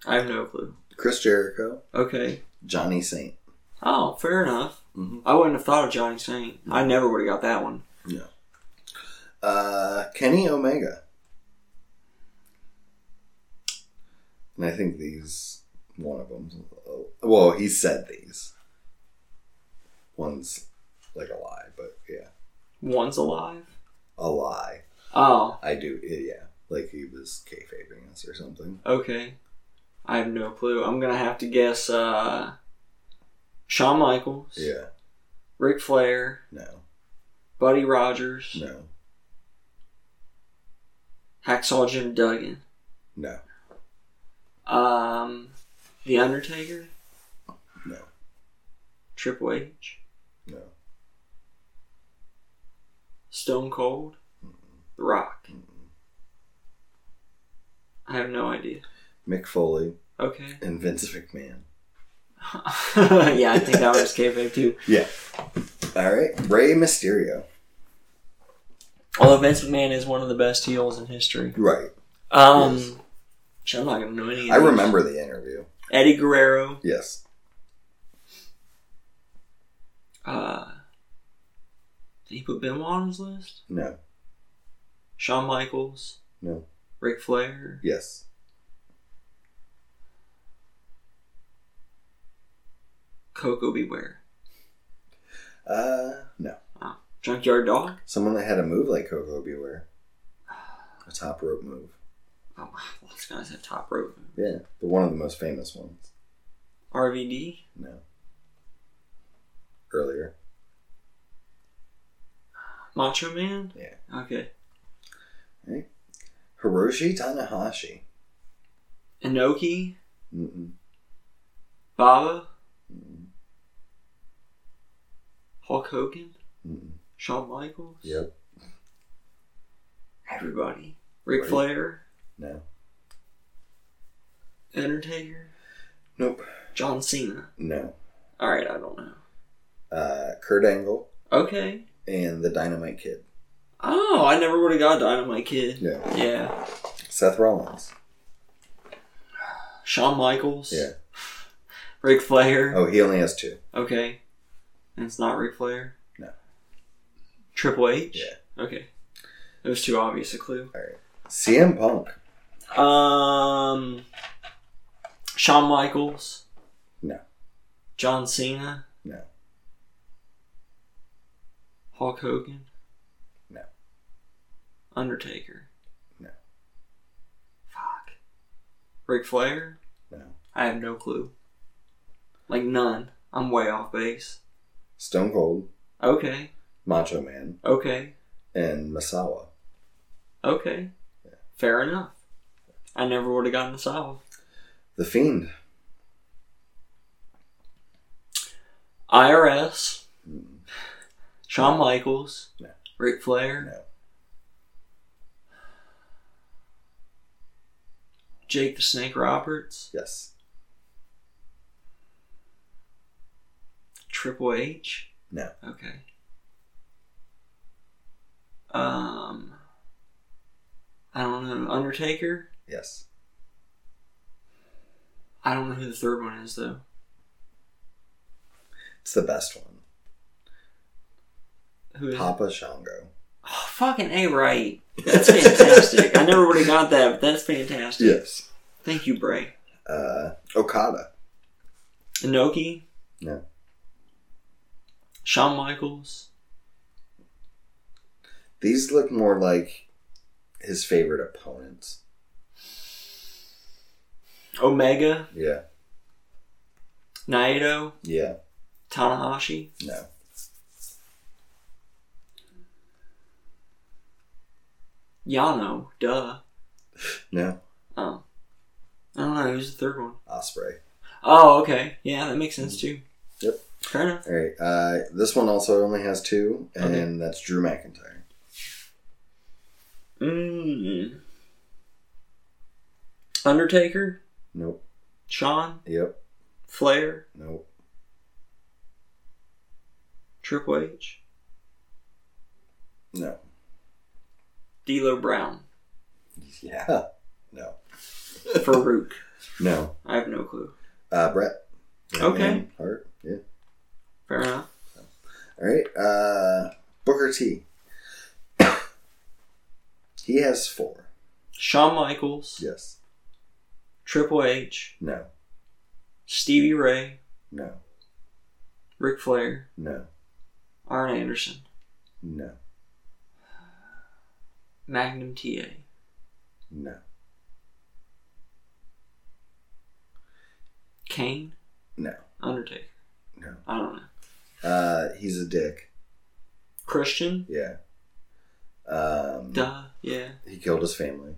[SPEAKER 2] I have no clue.
[SPEAKER 1] Chris Jericho.
[SPEAKER 2] Okay.
[SPEAKER 1] Johnny Saint.
[SPEAKER 2] Oh, fair enough.
[SPEAKER 1] Mhm.
[SPEAKER 2] I wouldn't have thought of Johnny Saint. I never would have got that one.
[SPEAKER 1] Uh, Kenny Omega. And I think these, one of them, well, he said these. One's like a lie, but yeah,
[SPEAKER 2] One's alive.
[SPEAKER 1] a lie.
[SPEAKER 2] Oh,
[SPEAKER 1] I do, yeah, like he was kayfabing us or something.
[SPEAKER 2] okay. I have no clue. I'm gonna have to guess. uh Shawn Michaels.
[SPEAKER 1] Yeah,
[SPEAKER 2] Ric Flair.
[SPEAKER 1] no,
[SPEAKER 2] Buddy Rogers.
[SPEAKER 1] no,
[SPEAKER 2] Hacksaw Jim Duggan.
[SPEAKER 1] no,
[SPEAKER 2] Um, The Undertaker.
[SPEAKER 1] no,
[SPEAKER 2] Triple H.
[SPEAKER 1] no,
[SPEAKER 2] Stone Cold. The Rock. I have no idea.
[SPEAKER 1] Mick Foley
[SPEAKER 2] Okay.
[SPEAKER 1] and Vince McMahon.
[SPEAKER 2] yeah, I think that was kayfabe too.
[SPEAKER 1] All right, Rey Mysterio.
[SPEAKER 2] Although Vince McMahon is one of the best heels in history.
[SPEAKER 1] Right,
[SPEAKER 2] Um,
[SPEAKER 1] Yes.
[SPEAKER 2] which I'm not gonna know any. Of
[SPEAKER 1] I
[SPEAKER 2] these.
[SPEAKER 1] remember the interview.
[SPEAKER 2] Eddie Guerrero.
[SPEAKER 1] Yes,
[SPEAKER 2] Uh, did he put Benoit on his list?
[SPEAKER 1] no,
[SPEAKER 2] Shawn Michaels.
[SPEAKER 1] No.
[SPEAKER 2] Ric Flair.
[SPEAKER 1] yes.
[SPEAKER 2] Coco Beware.
[SPEAKER 1] Uh, no.
[SPEAKER 2] Junkyard Dog.
[SPEAKER 1] Someone that had a move like Coco Beware. A top rope move.
[SPEAKER 2] Oh, wow, this guy's a top rope.
[SPEAKER 1] Yeah. But one of the most famous ones.
[SPEAKER 2] RVD.
[SPEAKER 1] No. Earlier.
[SPEAKER 2] Macho Man.
[SPEAKER 1] Yeah.
[SPEAKER 2] Okay.
[SPEAKER 1] Hiroshi Tanahashi.
[SPEAKER 2] Inoki.
[SPEAKER 1] Mm-mm.
[SPEAKER 2] Baba. Hulk Hogan.
[SPEAKER 1] Mm-mm.
[SPEAKER 2] Shawn Michaels.
[SPEAKER 1] Yep.
[SPEAKER 2] Everybody. Ric
[SPEAKER 1] Right.
[SPEAKER 2] Flair.
[SPEAKER 1] No.
[SPEAKER 2] Undertaker.
[SPEAKER 1] Nope.
[SPEAKER 2] John Cena.
[SPEAKER 1] No.
[SPEAKER 2] All right, I don't know.
[SPEAKER 1] Uh, Kurt Angle
[SPEAKER 2] Okay.
[SPEAKER 1] and the Dynamite Kid.
[SPEAKER 2] Oh, I never would have got Dynamite Kid.
[SPEAKER 1] No.
[SPEAKER 2] Yeah.
[SPEAKER 1] Seth Rollins.
[SPEAKER 2] Shawn Michaels.
[SPEAKER 1] Yeah.
[SPEAKER 2] Ric Flair.
[SPEAKER 1] Oh, he only has two.
[SPEAKER 2] Okay. And it's not Ric Flair.
[SPEAKER 1] No.
[SPEAKER 2] Triple H.
[SPEAKER 1] Yeah.
[SPEAKER 2] Okay. It was too obvious a clue.
[SPEAKER 1] CM Punk.
[SPEAKER 2] Um. Shawn Michaels.
[SPEAKER 1] No.
[SPEAKER 2] John Cena.
[SPEAKER 1] No.
[SPEAKER 2] Hulk Hogan.
[SPEAKER 1] No.
[SPEAKER 2] Undertaker.
[SPEAKER 1] No.
[SPEAKER 2] Fuck. Ric Flair.
[SPEAKER 1] No.
[SPEAKER 2] I have no clue. Like none. I'm way off base.
[SPEAKER 1] Stone Cold.
[SPEAKER 2] Okay.
[SPEAKER 1] Macho Man.
[SPEAKER 2] Okay.
[SPEAKER 1] And Masawa.
[SPEAKER 2] Okay. Fair enough. I never would have gotten this out.
[SPEAKER 1] The Fiend.
[SPEAKER 2] IRS.
[SPEAKER 1] Mm.
[SPEAKER 2] Shawn Michaels.
[SPEAKER 1] No.
[SPEAKER 2] Ric Flair.
[SPEAKER 1] No.
[SPEAKER 2] Jake the Snake Roberts,
[SPEAKER 1] Yes.
[SPEAKER 2] Triple H.
[SPEAKER 1] No.
[SPEAKER 2] Okay. Um, I don't know. Undertaker.
[SPEAKER 1] Yes.
[SPEAKER 2] I don't know who the third one is though.
[SPEAKER 1] It's the best one.
[SPEAKER 2] Who is?
[SPEAKER 1] Papa Shango.
[SPEAKER 2] Oh, fucking a right. That's fantastic. I never would have got that, but that's fantastic.
[SPEAKER 1] Yes.
[SPEAKER 2] Thank you, Bray.
[SPEAKER 1] Uh, Okada.
[SPEAKER 2] Inoki.
[SPEAKER 1] No.
[SPEAKER 2] Shawn Michaels.
[SPEAKER 1] These look more like his favorite opponents.
[SPEAKER 2] Omega.
[SPEAKER 1] Yeah.
[SPEAKER 2] Naito.
[SPEAKER 1] Yeah.
[SPEAKER 2] Tanahashi.
[SPEAKER 1] No.
[SPEAKER 2] Yano. Duh.
[SPEAKER 1] No.
[SPEAKER 2] Oh. I don't know. Who's the third one?
[SPEAKER 1] Osprey.
[SPEAKER 2] Oh, okay. Yeah, that makes sense too.
[SPEAKER 1] Yep.
[SPEAKER 2] Fair enough.
[SPEAKER 1] All right. Uh, this one also only has two, and
[SPEAKER 2] Okay.
[SPEAKER 1] that's Drew McIntyre.
[SPEAKER 2] Mm. Undertaker,
[SPEAKER 1] Nope.
[SPEAKER 2] Sean,
[SPEAKER 1] Yep.
[SPEAKER 2] Flair,
[SPEAKER 1] Nope.
[SPEAKER 2] Triple H,
[SPEAKER 1] No.
[SPEAKER 2] D'Lo Brown,
[SPEAKER 1] Yeah. No.
[SPEAKER 2] Farouk.
[SPEAKER 1] No.
[SPEAKER 2] I have no clue.
[SPEAKER 1] Uh, Brett.
[SPEAKER 2] Okay.
[SPEAKER 1] Man, Hart. Yeah.
[SPEAKER 2] Fair enough.
[SPEAKER 1] All right. Uh, Booker T. he has four.
[SPEAKER 2] Shawn Michaels,
[SPEAKER 1] Yes.
[SPEAKER 2] Triple H,
[SPEAKER 1] No.
[SPEAKER 2] Stevie Ray,
[SPEAKER 1] No.
[SPEAKER 2] Ric Flair,
[SPEAKER 1] No.
[SPEAKER 2] Arn Anderson,
[SPEAKER 1] No.
[SPEAKER 2] Magnum TA.
[SPEAKER 1] No.
[SPEAKER 2] Kane?
[SPEAKER 1] No.
[SPEAKER 2] Undertaker?
[SPEAKER 1] No.
[SPEAKER 2] I don't know.
[SPEAKER 1] Uh, he's a dick.
[SPEAKER 2] Christian?
[SPEAKER 1] Yeah. Um,
[SPEAKER 2] Duh. Yeah.
[SPEAKER 1] he killed his family.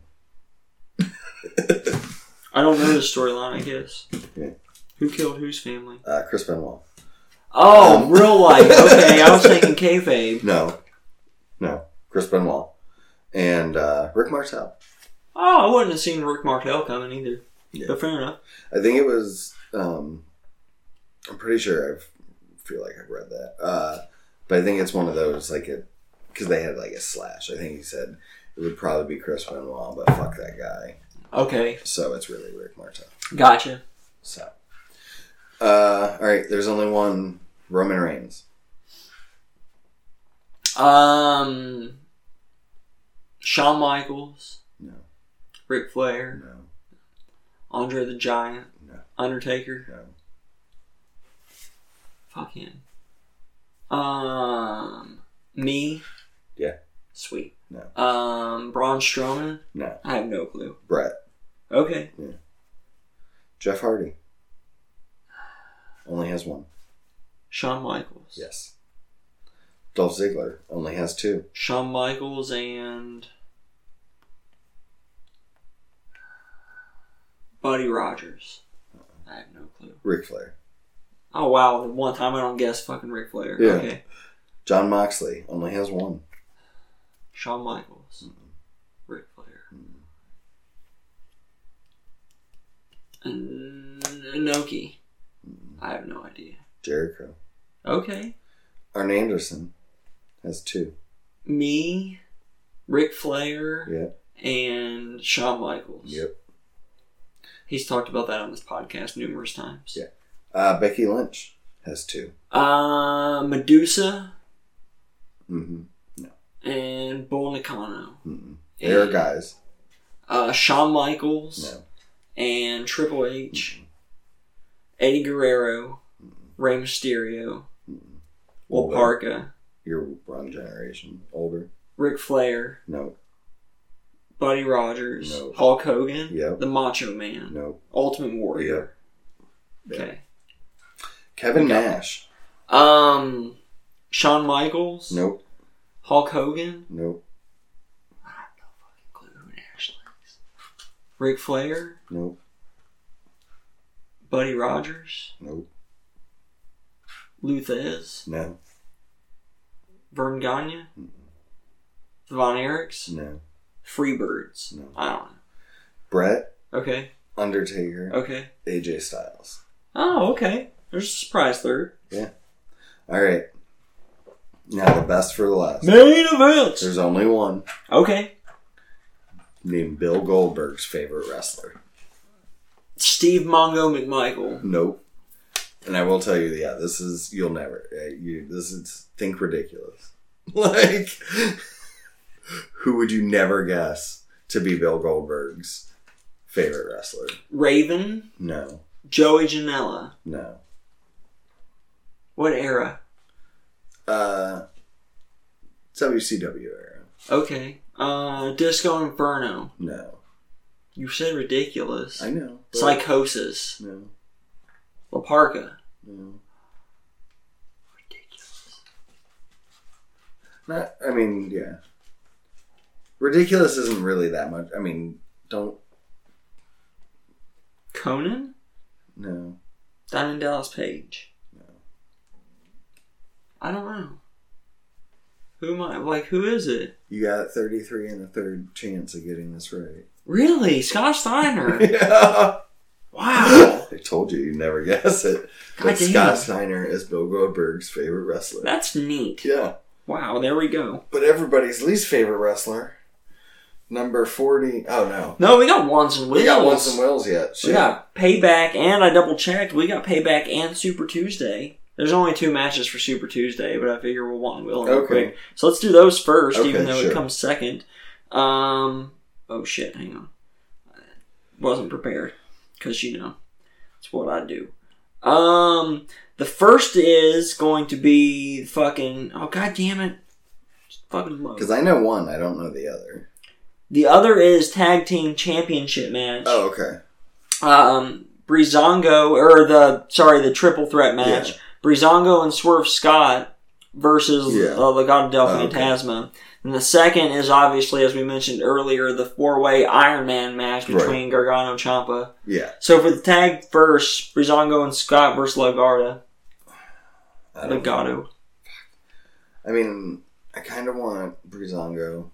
[SPEAKER 2] I don't know the storyline, I guess.
[SPEAKER 1] Yeah.
[SPEAKER 2] Who killed whose family?
[SPEAKER 1] Uh, Chris Benoit.
[SPEAKER 2] Oh,
[SPEAKER 1] Um.
[SPEAKER 2] real life. Okay, I was thinking kayfabe.
[SPEAKER 1] No. No. Chris Benoit. And uh, Rick Martel.
[SPEAKER 2] Oh, I wouldn't have seen Rick Martel coming either.
[SPEAKER 1] Yeah.
[SPEAKER 2] But fair enough.
[SPEAKER 1] I think it was. Um, I'm pretty sure I feel like I've read that, uh, but I think it's one of those like it because they had like a slash. I think he said it would probably be Chris Benoit, but fuck that guy.
[SPEAKER 2] Okay,
[SPEAKER 1] So it's really Rick Martel.
[SPEAKER 2] gotcha.
[SPEAKER 1] So, uh, all right. There's only one Roman Reigns.
[SPEAKER 2] Um, Shawn Michaels,
[SPEAKER 1] No,
[SPEAKER 2] Ric Flair,
[SPEAKER 1] no,
[SPEAKER 2] Andre the Giant,
[SPEAKER 1] No.
[SPEAKER 2] Undertaker.
[SPEAKER 1] no.
[SPEAKER 2] Fuck him. Um, me.
[SPEAKER 1] Yeah.
[SPEAKER 2] Sweet.
[SPEAKER 1] No.
[SPEAKER 2] Um, Braun Strowman.
[SPEAKER 1] No.
[SPEAKER 2] I have no clue.
[SPEAKER 1] Brett,
[SPEAKER 2] Okay.
[SPEAKER 1] Jeff Hardy, only has one.
[SPEAKER 2] Shawn Michaels.
[SPEAKER 1] Yes. Dolph Ziggler only has two.
[SPEAKER 2] Shawn Michaels and Buddy Rogers. I have no clue.
[SPEAKER 1] Ric Flair,
[SPEAKER 2] Oh wow, the one time I don't guess fucking Ric Flair.
[SPEAKER 1] Yeah.
[SPEAKER 2] Okay.
[SPEAKER 1] John Moxley only has one.
[SPEAKER 2] Shawn Michaels. Ric Flair. And Inoki. I have no idea.
[SPEAKER 1] Jericho.
[SPEAKER 2] Okay.
[SPEAKER 1] Arn Anderson has two.
[SPEAKER 2] Me, Ric Flair,
[SPEAKER 1] Yep.
[SPEAKER 2] and Shawn Michaels.
[SPEAKER 1] Yep.
[SPEAKER 2] He's talked about that on this podcast numerous times.
[SPEAKER 1] Yeah. Uh, Becky Lynch has two.
[SPEAKER 2] Uh, Medusa
[SPEAKER 1] Mm-hmm.
[SPEAKER 2] and Bull Nakano.
[SPEAKER 1] Mm-hmm. There are
[SPEAKER 2] And,
[SPEAKER 1] guys.
[SPEAKER 2] Uh, Shawn Michaels
[SPEAKER 1] No.
[SPEAKER 2] and Triple
[SPEAKER 1] Mm-hmm.
[SPEAKER 2] H, Eddie Guerrero, Rey Mysterio, Will
[SPEAKER 1] Older.
[SPEAKER 2] Parka,
[SPEAKER 1] Your wrong generation. Older.
[SPEAKER 2] Ric Flair,
[SPEAKER 1] No.
[SPEAKER 2] Buddy Rogers,
[SPEAKER 1] No.
[SPEAKER 2] Hulk Hogan,
[SPEAKER 1] Yep.
[SPEAKER 2] The Macho Man,
[SPEAKER 1] No.
[SPEAKER 2] Ultimate Warrior.
[SPEAKER 1] Yep.
[SPEAKER 2] Okay.
[SPEAKER 1] Kevin
[SPEAKER 2] Okay.
[SPEAKER 1] Nash.
[SPEAKER 2] Um, Shawn Michaels,
[SPEAKER 1] Nope.
[SPEAKER 2] Hulk Hogan,
[SPEAKER 1] Nope.
[SPEAKER 2] Clue who Nash likes. Ric Flair,
[SPEAKER 1] Nope.
[SPEAKER 2] Buddy Rogers,
[SPEAKER 1] Nope.
[SPEAKER 2] Luthez,
[SPEAKER 1] No.
[SPEAKER 2] Vern Gagne, Von Erichs,
[SPEAKER 1] No.
[SPEAKER 2] Freebirds.
[SPEAKER 1] Mm-hmm. Mm. No.
[SPEAKER 2] I don't know.
[SPEAKER 1] Brett,
[SPEAKER 2] Okay,
[SPEAKER 1] Undertaker,
[SPEAKER 2] okay.
[SPEAKER 1] AJ Styles.
[SPEAKER 2] Oh, okay. There's a surprise third.
[SPEAKER 1] All right. Now the best for the last.
[SPEAKER 2] Main events!
[SPEAKER 1] There's only one
[SPEAKER 2] Okay.
[SPEAKER 1] named Bill Goldberg's favorite wrestler.
[SPEAKER 2] Steve Mongo McMichael.
[SPEAKER 1] Nope. And I will tell you, yeah, this is you'll never. Uh, you this is think ridiculous. Like, who would you never guess to be Bill Goldberg's favorite wrestler?
[SPEAKER 2] Raven,
[SPEAKER 1] No,
[SPEAKER 2] Joey Janela.
[SPEAKER 1] no.
[SPEAKER 2] What era?
[SPEAKER 1] Uh, WCW era.
[SPEAKER 2] Okay. Uh, Disco Inferno.
[SPEAKER 1] No,
[SPEAKER 2] You said ridiculous.
[SPEAKER 1] I know. but-
[SPEAKER 2] Psychosis.
[SPEAKER 1] No,
[SPEAKER 2] La Parca.
[SPEAKER 1] no.
[SPEAKER 2] Ridiculous.
[SPEAKER 1] Not. I mean, yeah. Ridiculous isn't really that much. I mean, don't.
[SPEAKER 2] Conan?
[SPEAKER 1] No.
[SPEAKER 2] Diamond Dallas Page. I don't know. Who am I? Like, who is it?
[SPEAKER 1] You got thirty-three and a third chance of getting this right.
[SPEAKER 2] Really? Scott Steiner?
[SPEAKER 1] Yeah.
[SPEAKER 2] wow.
[SPEAKER 1] I told you, you never guess it.
[SPEAKER 2] God
[SPEAKER 1] But
[SPEAKER 2] damn.
[SPEAKER 1] Scott Steiner is Bill Goldberg's favorite wrestler.
[SPEAKER 2] That's neat.
[SPEAKER 1] yeah.
[SPEAKER 2] Wow, there we go.
[SPEAKER 1] But everybody's least favorite wrestler, number 40. Oh, no.
[SPEAKER 2] No, we got ones and wheels.
[SPEAKER 1] We got Once and Wills yet.
[SPEAKER 2] We
[SPEAKER 1] Shit.
[SPEAKER 2] got payback, and I double checked. We got payback and Super Tuesday. There's only two matches for Super Tuesday, but I figure we'll want Will real
[SPEAKER 1] Okay.
[SPEAKER 2] quick. So let's do those first,
[SPEAKER 1] Okay,
[SPEAKER 2] even though
[SPEAKER 1] sure.
[SPEAKER 2] it comes second. Um, oh shit, hang on. Wasn't prepared because you know it's what I do. Um, the first is going to be fucking. Oh god damn it, fucking low.
[SPEAKER 1] Because I know one, I don't know the other.
[SPEAKER 2] The other is tag team championship match
[SPEAKER 1] Oh, okay.
[SPEAKER 2] um, Brizongo or the sorry the triple threat match Brizongo and Swerve Scott versus
[SPEAKER 1] Yeah.
[SPEAKER 2] uh, Legado del
[SPEAKER 1] Oh, okay.
[SPEAKER 2] Fantasma. And the second is obviously, as we mentioned earlier, the four-way Iron Man match
[SPEAKER 1] Right.
[SPEAKER 2] between Gargano and Champa.
[SPEAKER 1] Yeah.
[SPEAKER 2] So for the tag first, Brizongo and Scott versus Legarda.
[SPEAKER 1] I, don't know.
[SPEAKER 2] Legato.
[SPEAKER 1] I mean, I kind of want Brizongo's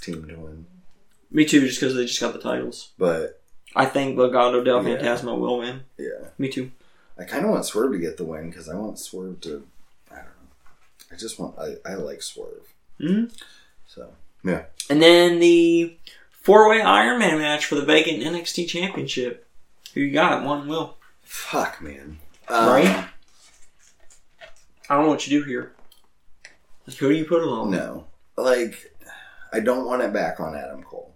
[SPEAKER 1] team to win,
[SPEAKER 2] Me too, just because they just got the titles.
[SPEAKER 1] but
[SPEAKER 2] I think Legado del
[SPEAKER 1] Yeah.
[SPEAKER 2] Fantasma will win.
[SPEAKER 1] yeah.
[SPEAKER 2] Me too.
[SPEAKER 1] I kind of want Swerve to get the win because I want Swerve to. I don't know. I just want. I, I like Swerve.
[SPEAKER 2] hmm
[SPEAKER 1] So.
[SPEAKER 2] And then the four-way Iron Man match for the vacant NXT Championship. Who you got? One will.
[SPEAKER 1] Fuck, man. Um,
[SPEAKER 2] Right? I don't know what you do here. Like, who do you put along?
[SPEAKER 1] No. Like, I don't want it back on Adam Cole.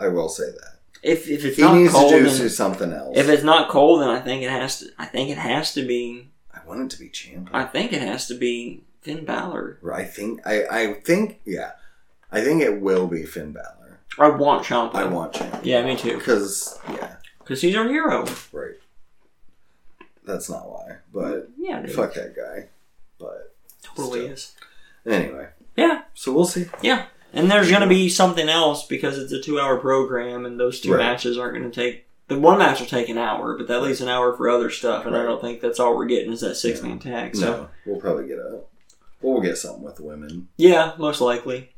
[SPEAKER 1] I will say that.
[SPEAKER 2] If if it's
[SPEAKER 1] He
[SPEAKER 2] not
[SPEAKER 1] needs
[SPEAKER 2] cold,
[SPEAKER 1] to do
[SPEAKER 2] then,
[SPEAKER 1] something else.
[SPEAKER 2] if it's not cold, then I think it has to. I think it has to be.
[SPEAKER 1] I want it to be champion.
[SPEAKER 2] I think it has to be Finn Balor.
[SPEAKER 1] I think I, I think yeah, I think it will be Finn Balor.
[SPEAKER 2] I want Ciampa.
[SPEAKER 1] I want champion.
[SPEAKER 2] Yeah, me too.
[SPEAKER 1] Because yeah,
[SPEAKER 2] Because he's our hero.
[SPEAKER 1] right. That's not why, but
[SPEAKER 2] yeah, dude,
[SPEAKER 1] fuck that guy. But
[SPEAKER 2] totally
[SPEAKER 1] still.
[SPEAKER 2] is.
[SPEAKER 1] anyway,
[SPEAKER 2] Yeah,
[SPEAKER 1] so we'll see.
[SPEAKER 2] yeah. And there's gonna be something else because it's a two-hour program, and those two
[SPEAKER 1] Right.
[SPEAKER 2] matches aren't gonna take. The one match will take an hour, but that leaves an hour for other stuff, and I
[SPEAKER 1] Right.
[SPEAKER 2] don't think that's all we're getting is that six-man tag. So.
[SPEAKER 1] No, we'll probably get a. Well, we'll get something with women.
[SPEAKER 2] Yeah, most likely.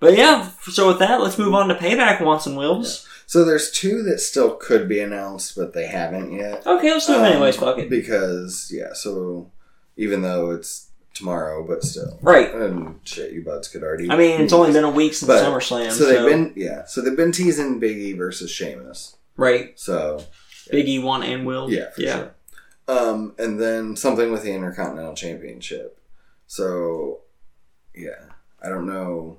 [SPEAKER 2] But yeah, so with that, let's move on to payback wants and wills.
[SPEAKER 1] So there's two that still could be announced, but they haven't yet.
[SPEAKER 2] Okay, let's do it
[SPEAKER 1] Um,
[SPEAKER 2] anyways. Fuck it.
[SPEAKER 1] Because yeah, so even though it's tomorrow, but still,
[SPEAKER 2] Right.
[SPEAKER 1] and shit, you buds could already.
[SPEAKER 2] I mean, it's only been a week since
[SPEAKER 1] But-
[SPEAKER 2] SummerSlam.
[SPEAKER 1] So they've been yeah. So they've been teasing Big E versus Sheamus.
[SPEAKER 2] right.
[SPEAKER 1] So
[SPEAKER 2] Big E want and will.
[SPEAKER 1] yeah, for sure. Um, and then something with the Intercontinental Championship. So yeah, I don't know.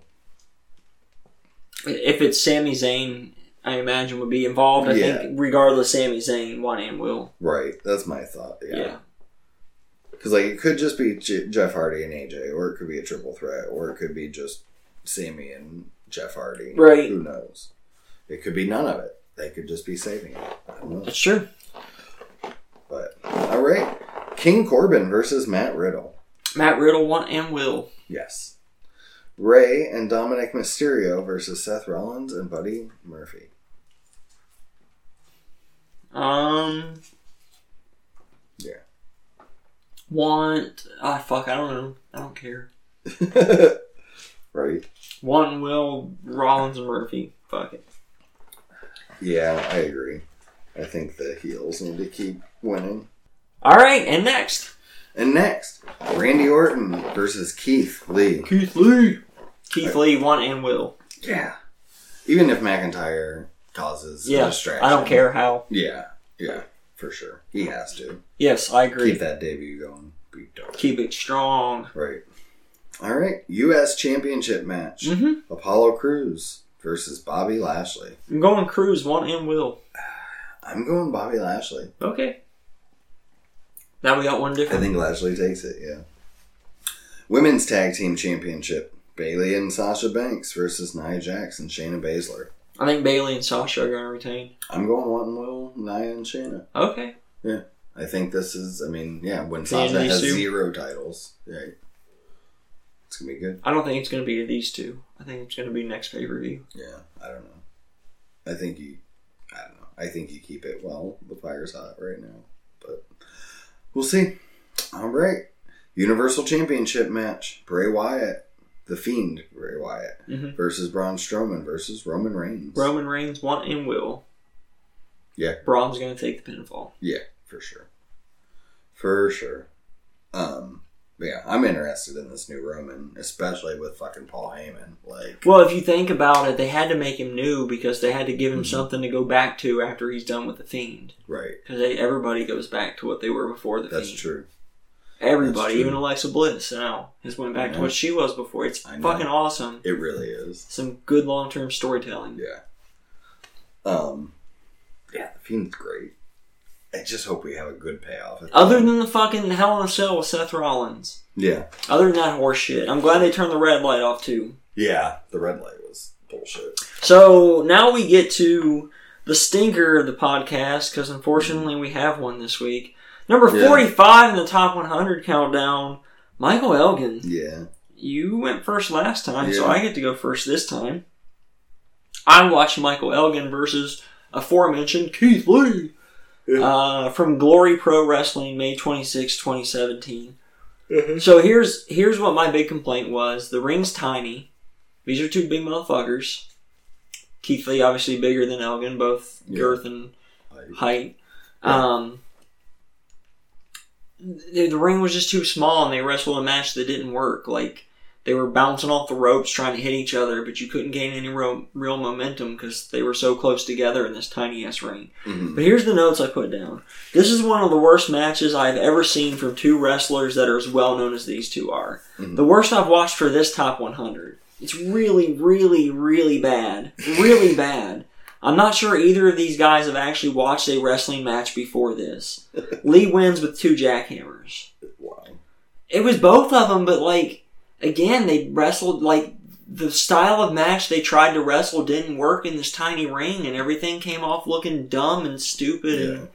[SPEAKER 2] If it's Sami Zayn, I imagine would be involved. I
[SPEAKER 1] Yeah.
[SPEAKER 2] think regardless, Sami Zayn want and will.
[SPEAKER 1] Right, that's my thought.
[SPEAKER 2] Yeah.
[SPEAKER 1] Yeah, because like it could just be J- Jeff Hardy and AJ, or it could be a triple threat, or it could be just Sammy and Jeff Hardy.
[SPEAKER 2] Right.
[SPEAKER 1] Who knows? It could be none of it. They could just be saving it. I don't know.
[SPEAKER 2] that's true.
[SPEAKER 1] But all right, King Corbin versus Matt Riddle.
[SPEAKER 2] Matt Riddle want and will.
[SPEAKER 1] Yes. Ray and Dominic Mysterio versus Seth Rollins and Buddy Murphy.
[SPEAKER 2] Um.
[SPEAKER 1] Yeah.
[SPEAKER 2] Want ah fuck I don't know I don't care.
[SPEAKER 1] right.
[SPEAKER 2] Want and will Rollins and Murphy. Fuck it.
[SPEAKER 1] Yeah, I agree. I think the heels need to keep winning.
[SPEAKER 2] All right, and next.
[SPEAKER 1] And next, Randy Orton versus Keith Lee.
[SPEAKER 2] Keith Lee. Keith Lee, want and will.
[SPEAKER 1] Yeah. Even if McIntyre causes a
[SPEAKER 2] Yeah,
[SPEAKER 1] distraction.
[SPEAKER 2] I don't care how.
[SPEAKER 1] Yeah. Yeah. For sure. He has to.
[SPEAKER 2] Yes, I agree.
[SPEAKER 1] Keep
[SPEAKER 2] Keep,
[SPEAKER 1] that debut going. Be dark.
[SPEAKER 2] it strong.
[SPEAKER 1] Right. All right. U.S. Championship match.
[SPEAKER 2] Mhm.
[SPEAKER 1] Apollo Cruz versus Bobby Lashley.
[SPEAKER 2] I'm going Cruz, want and will.
[SPEAKER 1] I'm going Bobby Lashley.
[SPEAKER 2] Okay. Now we got one
[SPEAKER 1] I
[SPEAKER 2] different.
[SPEAKER 1] think Lashley takes it. Yeah. Women's Tag Team Championship. Bailey and Sasha Banks versus Nia Jax and Shayna Baszler.
[SPEAKER 2] I think Bailey and Sasha are going to retain.
[SPEAKER 1] I'm going one will Nia and Shayna.
[SPEAKER 2] Okay.
[SPEAKER 1] I think this is. I mean, yeah. When
[SPEAKER 2] Can you
[SPEAKER 1] Sasha has
[SPEAKER 2] sue?
[SPEAKER 1] zero titles, right? It's gonna be good.
[SPEAKER 2] I don't think it's going to be these two. I think it's going to be next pay per view.
[SPEAKER 1] Yeah. I don't know. I think you. I don't know. I think you keep it well. The fire's hot right now, but we'll see. All right. Universal Championship match: Bray Wyatt, the Fiend Bray Wyatt
[SPEAKER 2] Mhm.
[SPEAKER 1] versus Braun Strowman versus Roman Reigns.
[SPEAKER 2] Roman Reigns, want and will.
[SPEAKER 1] Yeah.
[SPEAKER 2] Braun's going to take the pinfall.
[SPEAKER 1] for sure. For sure. Um, but yeah, I'm interested in this new Roman, especially with fucking Paul Heyman. Like,
[SPEAKER 2] Well, if you think about it, they had to make him new because they had to give him
[SPEAKER 1] Mhm.
[SPEAKER 2] something to go back to after he's done with the Fiend.
[SPEAKER 1] right?
[SPEAKER 2] Because everybody goes back to what they were before the
[SPEAKER 1] That's
[SPEAKER 2] Fiend.
[SPEAKER 1] true.
[SPEAKER 2] Everybody,
[SPEAKER 1] That's true.
[SPEAKER 2] even Alexa Bliss, now has went back
[SPEAKER 1] Yeah.
[SPEAKER 2] to what she was before. It's
[SPEAKER 1] I know.
[SPEAKER 2] fucking awesome.
[SPEAKER 1] It really is.
[SPEAKER 2] Some good long term storytelling.
[SPEAKER 1] Yeah. Um. Yeah, the Fiend's great. I just hope we have a good payoff.
[SPEAKER 2] Other than the fucking Hell in a Cell with Seth Rollins.
[SPEAKER 1] yeah,
[SPEAKER 2] Other than that horse shit. I'm glad they turned the red light off too.
[SPEAKER 1] yeah, the red light was bullshit.
[SPEAKER 2] So now we get to the stinker of the podcast because unfortunately we have one this week. Number
[SPEAKER 1] Yeah.
[SPEAKER 2] 45 in the top 100 countdown, Michael Elgin.
[SPEAKER 1] Yeah,
[SPEAKER 2] You went first last time, so
[SPEAKER 1] Yeah.
[SPEAKER 2] I get to go first this time. I watched Michael Elgin versus aforementioned Keith Lee
[SPEAKER 1] Yeah.
[SPEAKER 2] uh, from Glory Pro Wrestling, May 26, 2017.
[SPEAKER 1] Mm-hmm.
[SPEAKER 2] So here's here's what my big complaint was: the ring's tiny. These are two big motherfuckers. Keith Lee, obviously bigger than Elgin, both
[SPEAKER 1] Yeah.
[SPEAKER 2] girth and
[SPEAKER 1] Like,
[SPEAKER 2] height.
[SPEAKER 1] Yeah.
[SPEAKER 2] Um, the, the ring was just too small, and they wrestled a match that didn't work. Like they were bouncing off the ropes trying to hit each other, but you couldn't gain any real, real momentum because they were so close together in this tiny ass ring.
[SPEAKER 1] mhm.
[SPEAKER 2] But here's the notes I put down. This is one of the worst matches I've ever seen from two wrestlers that are as well known as these two are.
[SPEAKER 1] Mhm.
[SPEAKER 2] The worst I've watched for this top 100. It's really, really, really bad. Really bad. I'm not sure either of these guys have actually watched a wrestling match before this. Lee wins with two jackhammers.
[SPEAKER 1] wow.
[SPEAKER 2] It was both of them, but like, again, they wrestled, like, the style of match they tried to wrestle didn't work in this tiny ring, and everything came off looking dumb and stupid.
[SPEAKER 1] Yeah,
[SPEAKER 2] And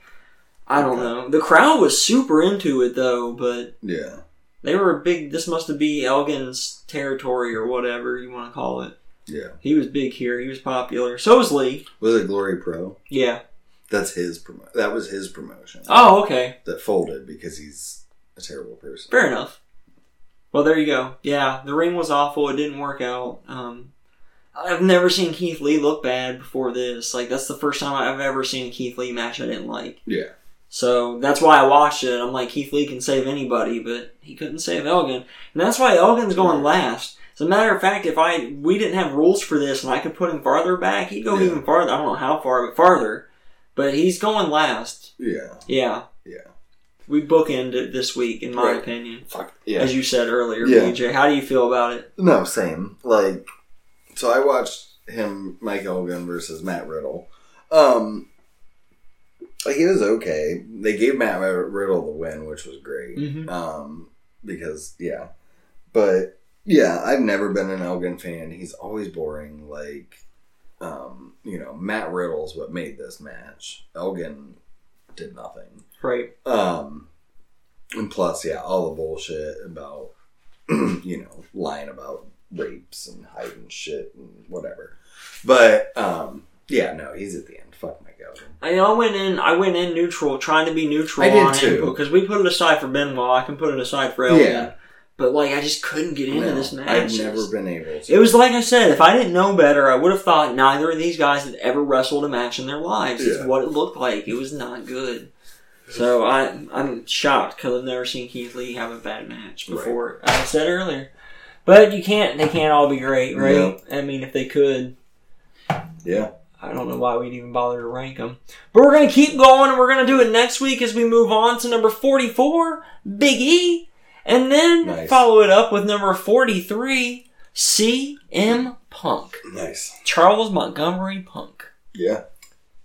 [SPEAKER 2] I don't know. The crowd was super into it, though, but
[SPEAKER 1] yeah,
[SPEAKER 2] they were a big. This must be Elgin's territory or whatever you want to call it.
[SPEAKER 1] yeah.
[SPEAKER 2] He was big here. He was popular. So was Lee.
[SPEAKER 1] Was it Glory Pro?
[SPEAKER 2] Yeah.
[SPEAKER 1] That's his promo. That was his promotion.
[SPEAKER 2] Oh, okay.
[SPEAKER 1] That folded because he's a terrible person.
[SPEAKER 2] Fair enough. Well, there you go. Yeah, the ring was awful. It didn't work out. Um, I've never seen Keith Lee look bad before this. Like that's the first time I've ever seen a Keith Lee match I didn't like.
[SPEAKER 1] Yeah.
[SPEAKER 2] So that's why I watched it. I'm like, Keith Lee can save anybody, but he couldn't save Elgin. And that's why Elgin's going last. As a matter of fact, if I we didn't have rules for this and I could put him farther back, he'd go
[SPEAKER 1] Yeah.
[SPEAKER 2] even farther. I don't know how far, but farther. But he's going last.
[SPEAKER 1] Yeah,
[SPEAKER 2] Yeah.
[SPEAKER 1] Yeah.
[SPEAKER 2] We bookend it this week, in my
[SPEAKER 1] Right.
[SPEAKER 2] opinion.
[SPEAKER 1] fuck. Yeah,
[SPEAKER 2] As you said earlier,
[SPEAKER 1] Yeah.
[SPEAKER 2] BJ. How do you feel about it?
[SPEAKER 1] No, same. Like, so I watched him, Mike Elgin versus Matt Riddle. Um, like it was okay. They gave Matt Riddle the win, which was great.
[SPEAKER 2] Mm-hmm.
[SPEAKER 1] Um, because yeah, but yeah, I've never been an Elgin fan. He's always boring. Like, um, you know, Matt Riddle's what made this match. Elgin did nothing.
[SPEAKER 2] Right.
[SPEAKER 1] Um, and plus, yeah, all the bullshit about you know lying about rapes and hiding shit and whatever. But um, yeah, no, he's at the end. Fuck my god.
[SPEAKER 2] I know I went in. I went in neutral, trying to be neutral
[SPEAKER 1] I did
[SPEAKER 2] on him
[SPEAKER 1] too.
[SPEAKER 2] because we put it aside for Benoit. I can put it aside for Elgin.
[SPEAKER 1] Yeah.
[SPEAKER 2] But like, I just couldn't get into
[SPEAKER 1] No,
[SPEAKER 2] this match.
[SPEAKER 1] I've never been able to.
[SPEAKER 2] It was like I said. If I didn't know better, I would have thought neither of these guys had ever wrestled a match in their lives. It's
[SPEAKER 1] Yeah.
[SPEAKER 2] what it looked like. It was not good. So I, I'm shocked because I've never seen Keith Lee have a bad match
[SPEAKER 1] Right.
[SPEAKER 2] before. I said earlier, but you can't. They can't all be great, right? I mean, if they could,
[SPEAKER 1] yeah,
[SPEAKER 2] I don't know why we'd even bother to rank them. But we're going to keep going and we're going to do it next week as we move on to number 44, Big E. And then
[SPEAKER 1] Nice.
[SPEAKER 2] follow it up with number 43, CM Punk.
[SPEAKER 1] nice.
[SPEAKER 2] Charles Montgomery Punk.
[SPEAKER 1] Yeah,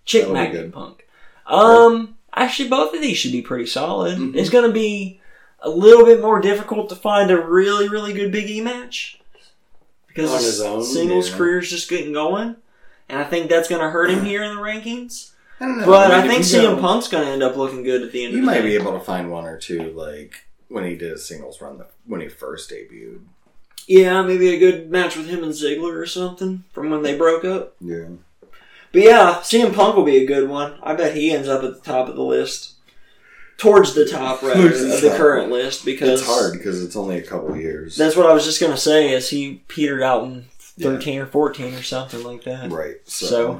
[SPEAKER 2] Chick
[SPEAKER 1] That'll be
[SPEAKER 2] Magnet
[SPEAKER 1] good.
[SPEAKER 2] Punk. Um, actually, both of these should be pretty solid.
[SPEAKER 1] Mm-hmm.
[SPEAKER 2] It's going to be a little bit more difficult to find a really, really good Big E match because
[SPEAKER 1] On
[SPEAKER 2] his,
[SPEAKER 1] his own,
[SPEAKER 2] singles
[SPEAKER 1] yeah.
[SPEAKER 2] career's just getting going, and I think that's going to hurt him here in the rankings.
[SPEAKER 1] I don't know.
[SPEAKER 2] But
[SPEAKER 1] mean,
[SPEAKER 2] I
[SPEAKER 1] if
[SPEAKER 2] think
[SPEAKER 1] you
[SPEAKER 2] CM
[SPEAKER 1] go-
[SPEAKER 2] Punk's going to end up looking good at the end.
[SPEAKER 1] You
[SPEAKER 2] of the
[SPEAKER 1] might be
[SPEAKER 2] day.
[SPEAKER 1] able to find one or two, like when he did a singles run the, when he first debuted.
[SPEAKER 2] yeah, maybe a good match with him and Ziggler or something from when they broke up.
[SPEAKER 1] Yeah,
[SPEAKER 2] But yeah, CM Punk will be a good one. I bet he ends up at the top of the list, towards the top rather
[SPEAKER 1] Towards the
[SPEAKER 2] of the
[SPEAKER 1] top.
[SPEAKER 2] current list because
[SPEAKER 1] it's hard because it's only a couple years.
[SPEAKER 2] That's what I was just gonna say. Is he petered out in thirteen or fourteen or something like that?
[SPEAKER 1] right. So,
[SPEAKER 2] So,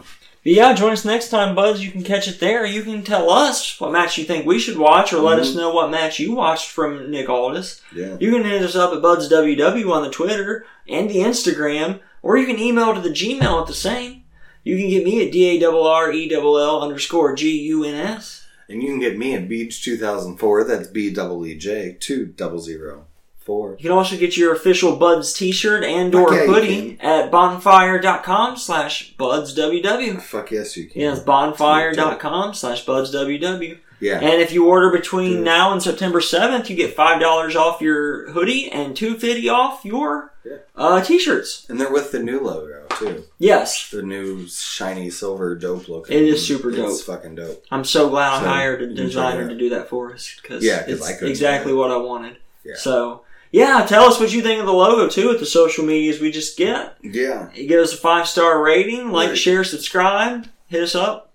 [SPEAKER 2] But yeah, join us next time, buds. You can catch it there. You can tell us what match you think we should watch, or let
[SPEAKER 1] Mm-hmm.
[SPEAKER 2] us know what match you watched from Nick Aldis.
[SPEAKER 1] Yeah.
[SPEAKER 2] You can hit us up at BudsWW on the Twitter and the Instagram, or you can email to the Gmail at the same. You can get me at D-A-R-R-E-L-L E underscore G-U-N-S.
[SPEAKER 1] And you can get me at Beej2004. That's B double E J two double zero four.
[SPEAKER 2] You can also get your official Buds t-shirt and or
[SPEAKER 1] Okay, you
[SPEAKER 2] hoodie at bonfire.com slash BudsWW.
[SPEAKER 1] Fuck yes, you can.
[SPEAKER 2] Yeah, it's bonfire.com slash BudsWW.
[SPEAKER 1] Yeah.
[SPEAKER 2] And if you order between
[SPEAKER 1] Dude.
[SPEAKER 2] now and September 7th, you get $5 off your hoodie and 250 off your
[SPEAKER 1] Yeah.
[SPEAKER 2] uh, t-shirts.
[SPEAKER 1] And they're with the new logo too.
[SPEAKER 2] Yes.
[SPEAKER 1] The new shiny silver dope looking.
[SPEAKER 2] It is super dope.
[SPEAKER 1] It's fucking dope.
[SPEAKER 2] I'm so glad
[SPEAKER 1] So,
[SPEAKER 2] I hired a
[SPEAKER 1] you can check it
[SPEAKER 2] designer
[SPEAKER 1] out.
[SPEAKER 2] to do that for us because
[SPEAKER 1] Yeah, 'cause
[SPEAKER 2] it's
[SPEAKER 1] I couldn't do
[SPEAKER 2] exactly
[SPEAKER 1] that.
[SPEAKER 2] what I wanted.
[SPEAKER 1] Yeah.
[SPEAKER 2] So, yeah, tell us what you think of the logo too at the social medias we just get.
[SPEAKER 1] Yeah.
[SPEAKER 2] Give us a five-star rating, like,
[SPEAKER 1] Right.
[SPEAKER 2] share, subscribe, hit us up.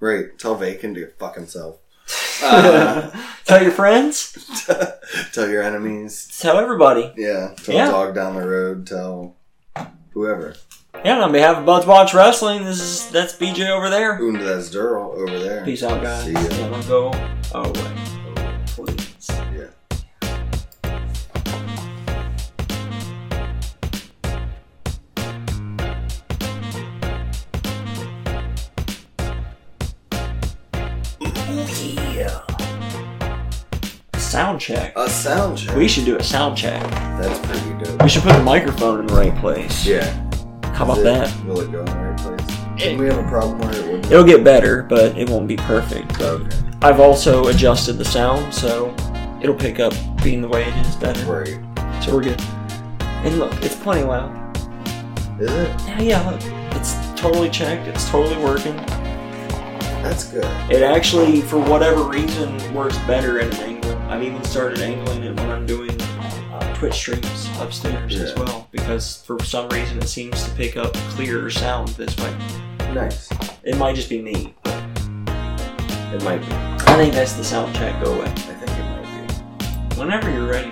[SPEAKER 1] Right. Tell Vacant to your fucking self. Uh,
[SPEAKER 2] tell your friends.
[SPEAKER 1] tell your enemies.
[SPEAKER 2] Tell everybody.
[SPEAKER 1] Yeah. Tell
[SPEAKER 2] Yeah.
[SPEAKER 1] dog down the road. Tell whoever.
[SPEAKER 2] Yeah, and on behalf of Buds Watch Wrestling, this is that's BJ over there.
[SPEAKER 1] Boom to that's Durl over there.
[SPEAKER 2] Peace out, guys.
[SPEAKER 1] See ya.
[SPEAKER 2] Don't go away, please.
[SPEAKER 1] Yeah.
[SPEAKER 2] Ooh, yeah. Sound check.
[SPEAKER 1] A sound check.
[SPEAKER 2] We should do a sound check.
[SPEAKER 1] That's pretty dope.
[SPEAKER 2] We should put the microphone in the right place.
[SPEAKER 1] Yeah.
[SPEAKER 2] How about
[SPEAKER 1] Is it-
[SPEAKER 2] that?
[SPEAKER 1] Will it go in the right place? Didn't we have a problem where it wouldn't?
[SPEAKER 2] It'll get better, but it won't be perfect.
[SPEAKER 1] Okay.
[SPEAKER 2] I've also adjusted the sound, so it'll pick up being the way it is better.
[SPEAKER 1] Right.
[SPEAKER 2] So we're good. And look, it's plenty loud.
[SPEAKER 1] Is it?
[SPEAKER 2] Yeah, yeah, look. It's totally checked. It's totally working.
[SPEAKER 1] That's good.
[SPEAKER 2] It actually, for whatever reason, works better at an angle. I've even started angling it when I'm doing uh, Twitch streams upstairs as
[SPEAKER 1] Yeah.
[SPEAKER 2] well, because for some reason it seems to pick up clearer sound this way.
[SPEAKER 1] Nice.
[SPEAKER 2] It might just be me.
[SPEAKER 1] It might be.
[SPEAKER 2] I think that's the sound check. Go away.
[SPEAKER 1] I think it might be.
[SPEAKER 2] Whenever you're ready.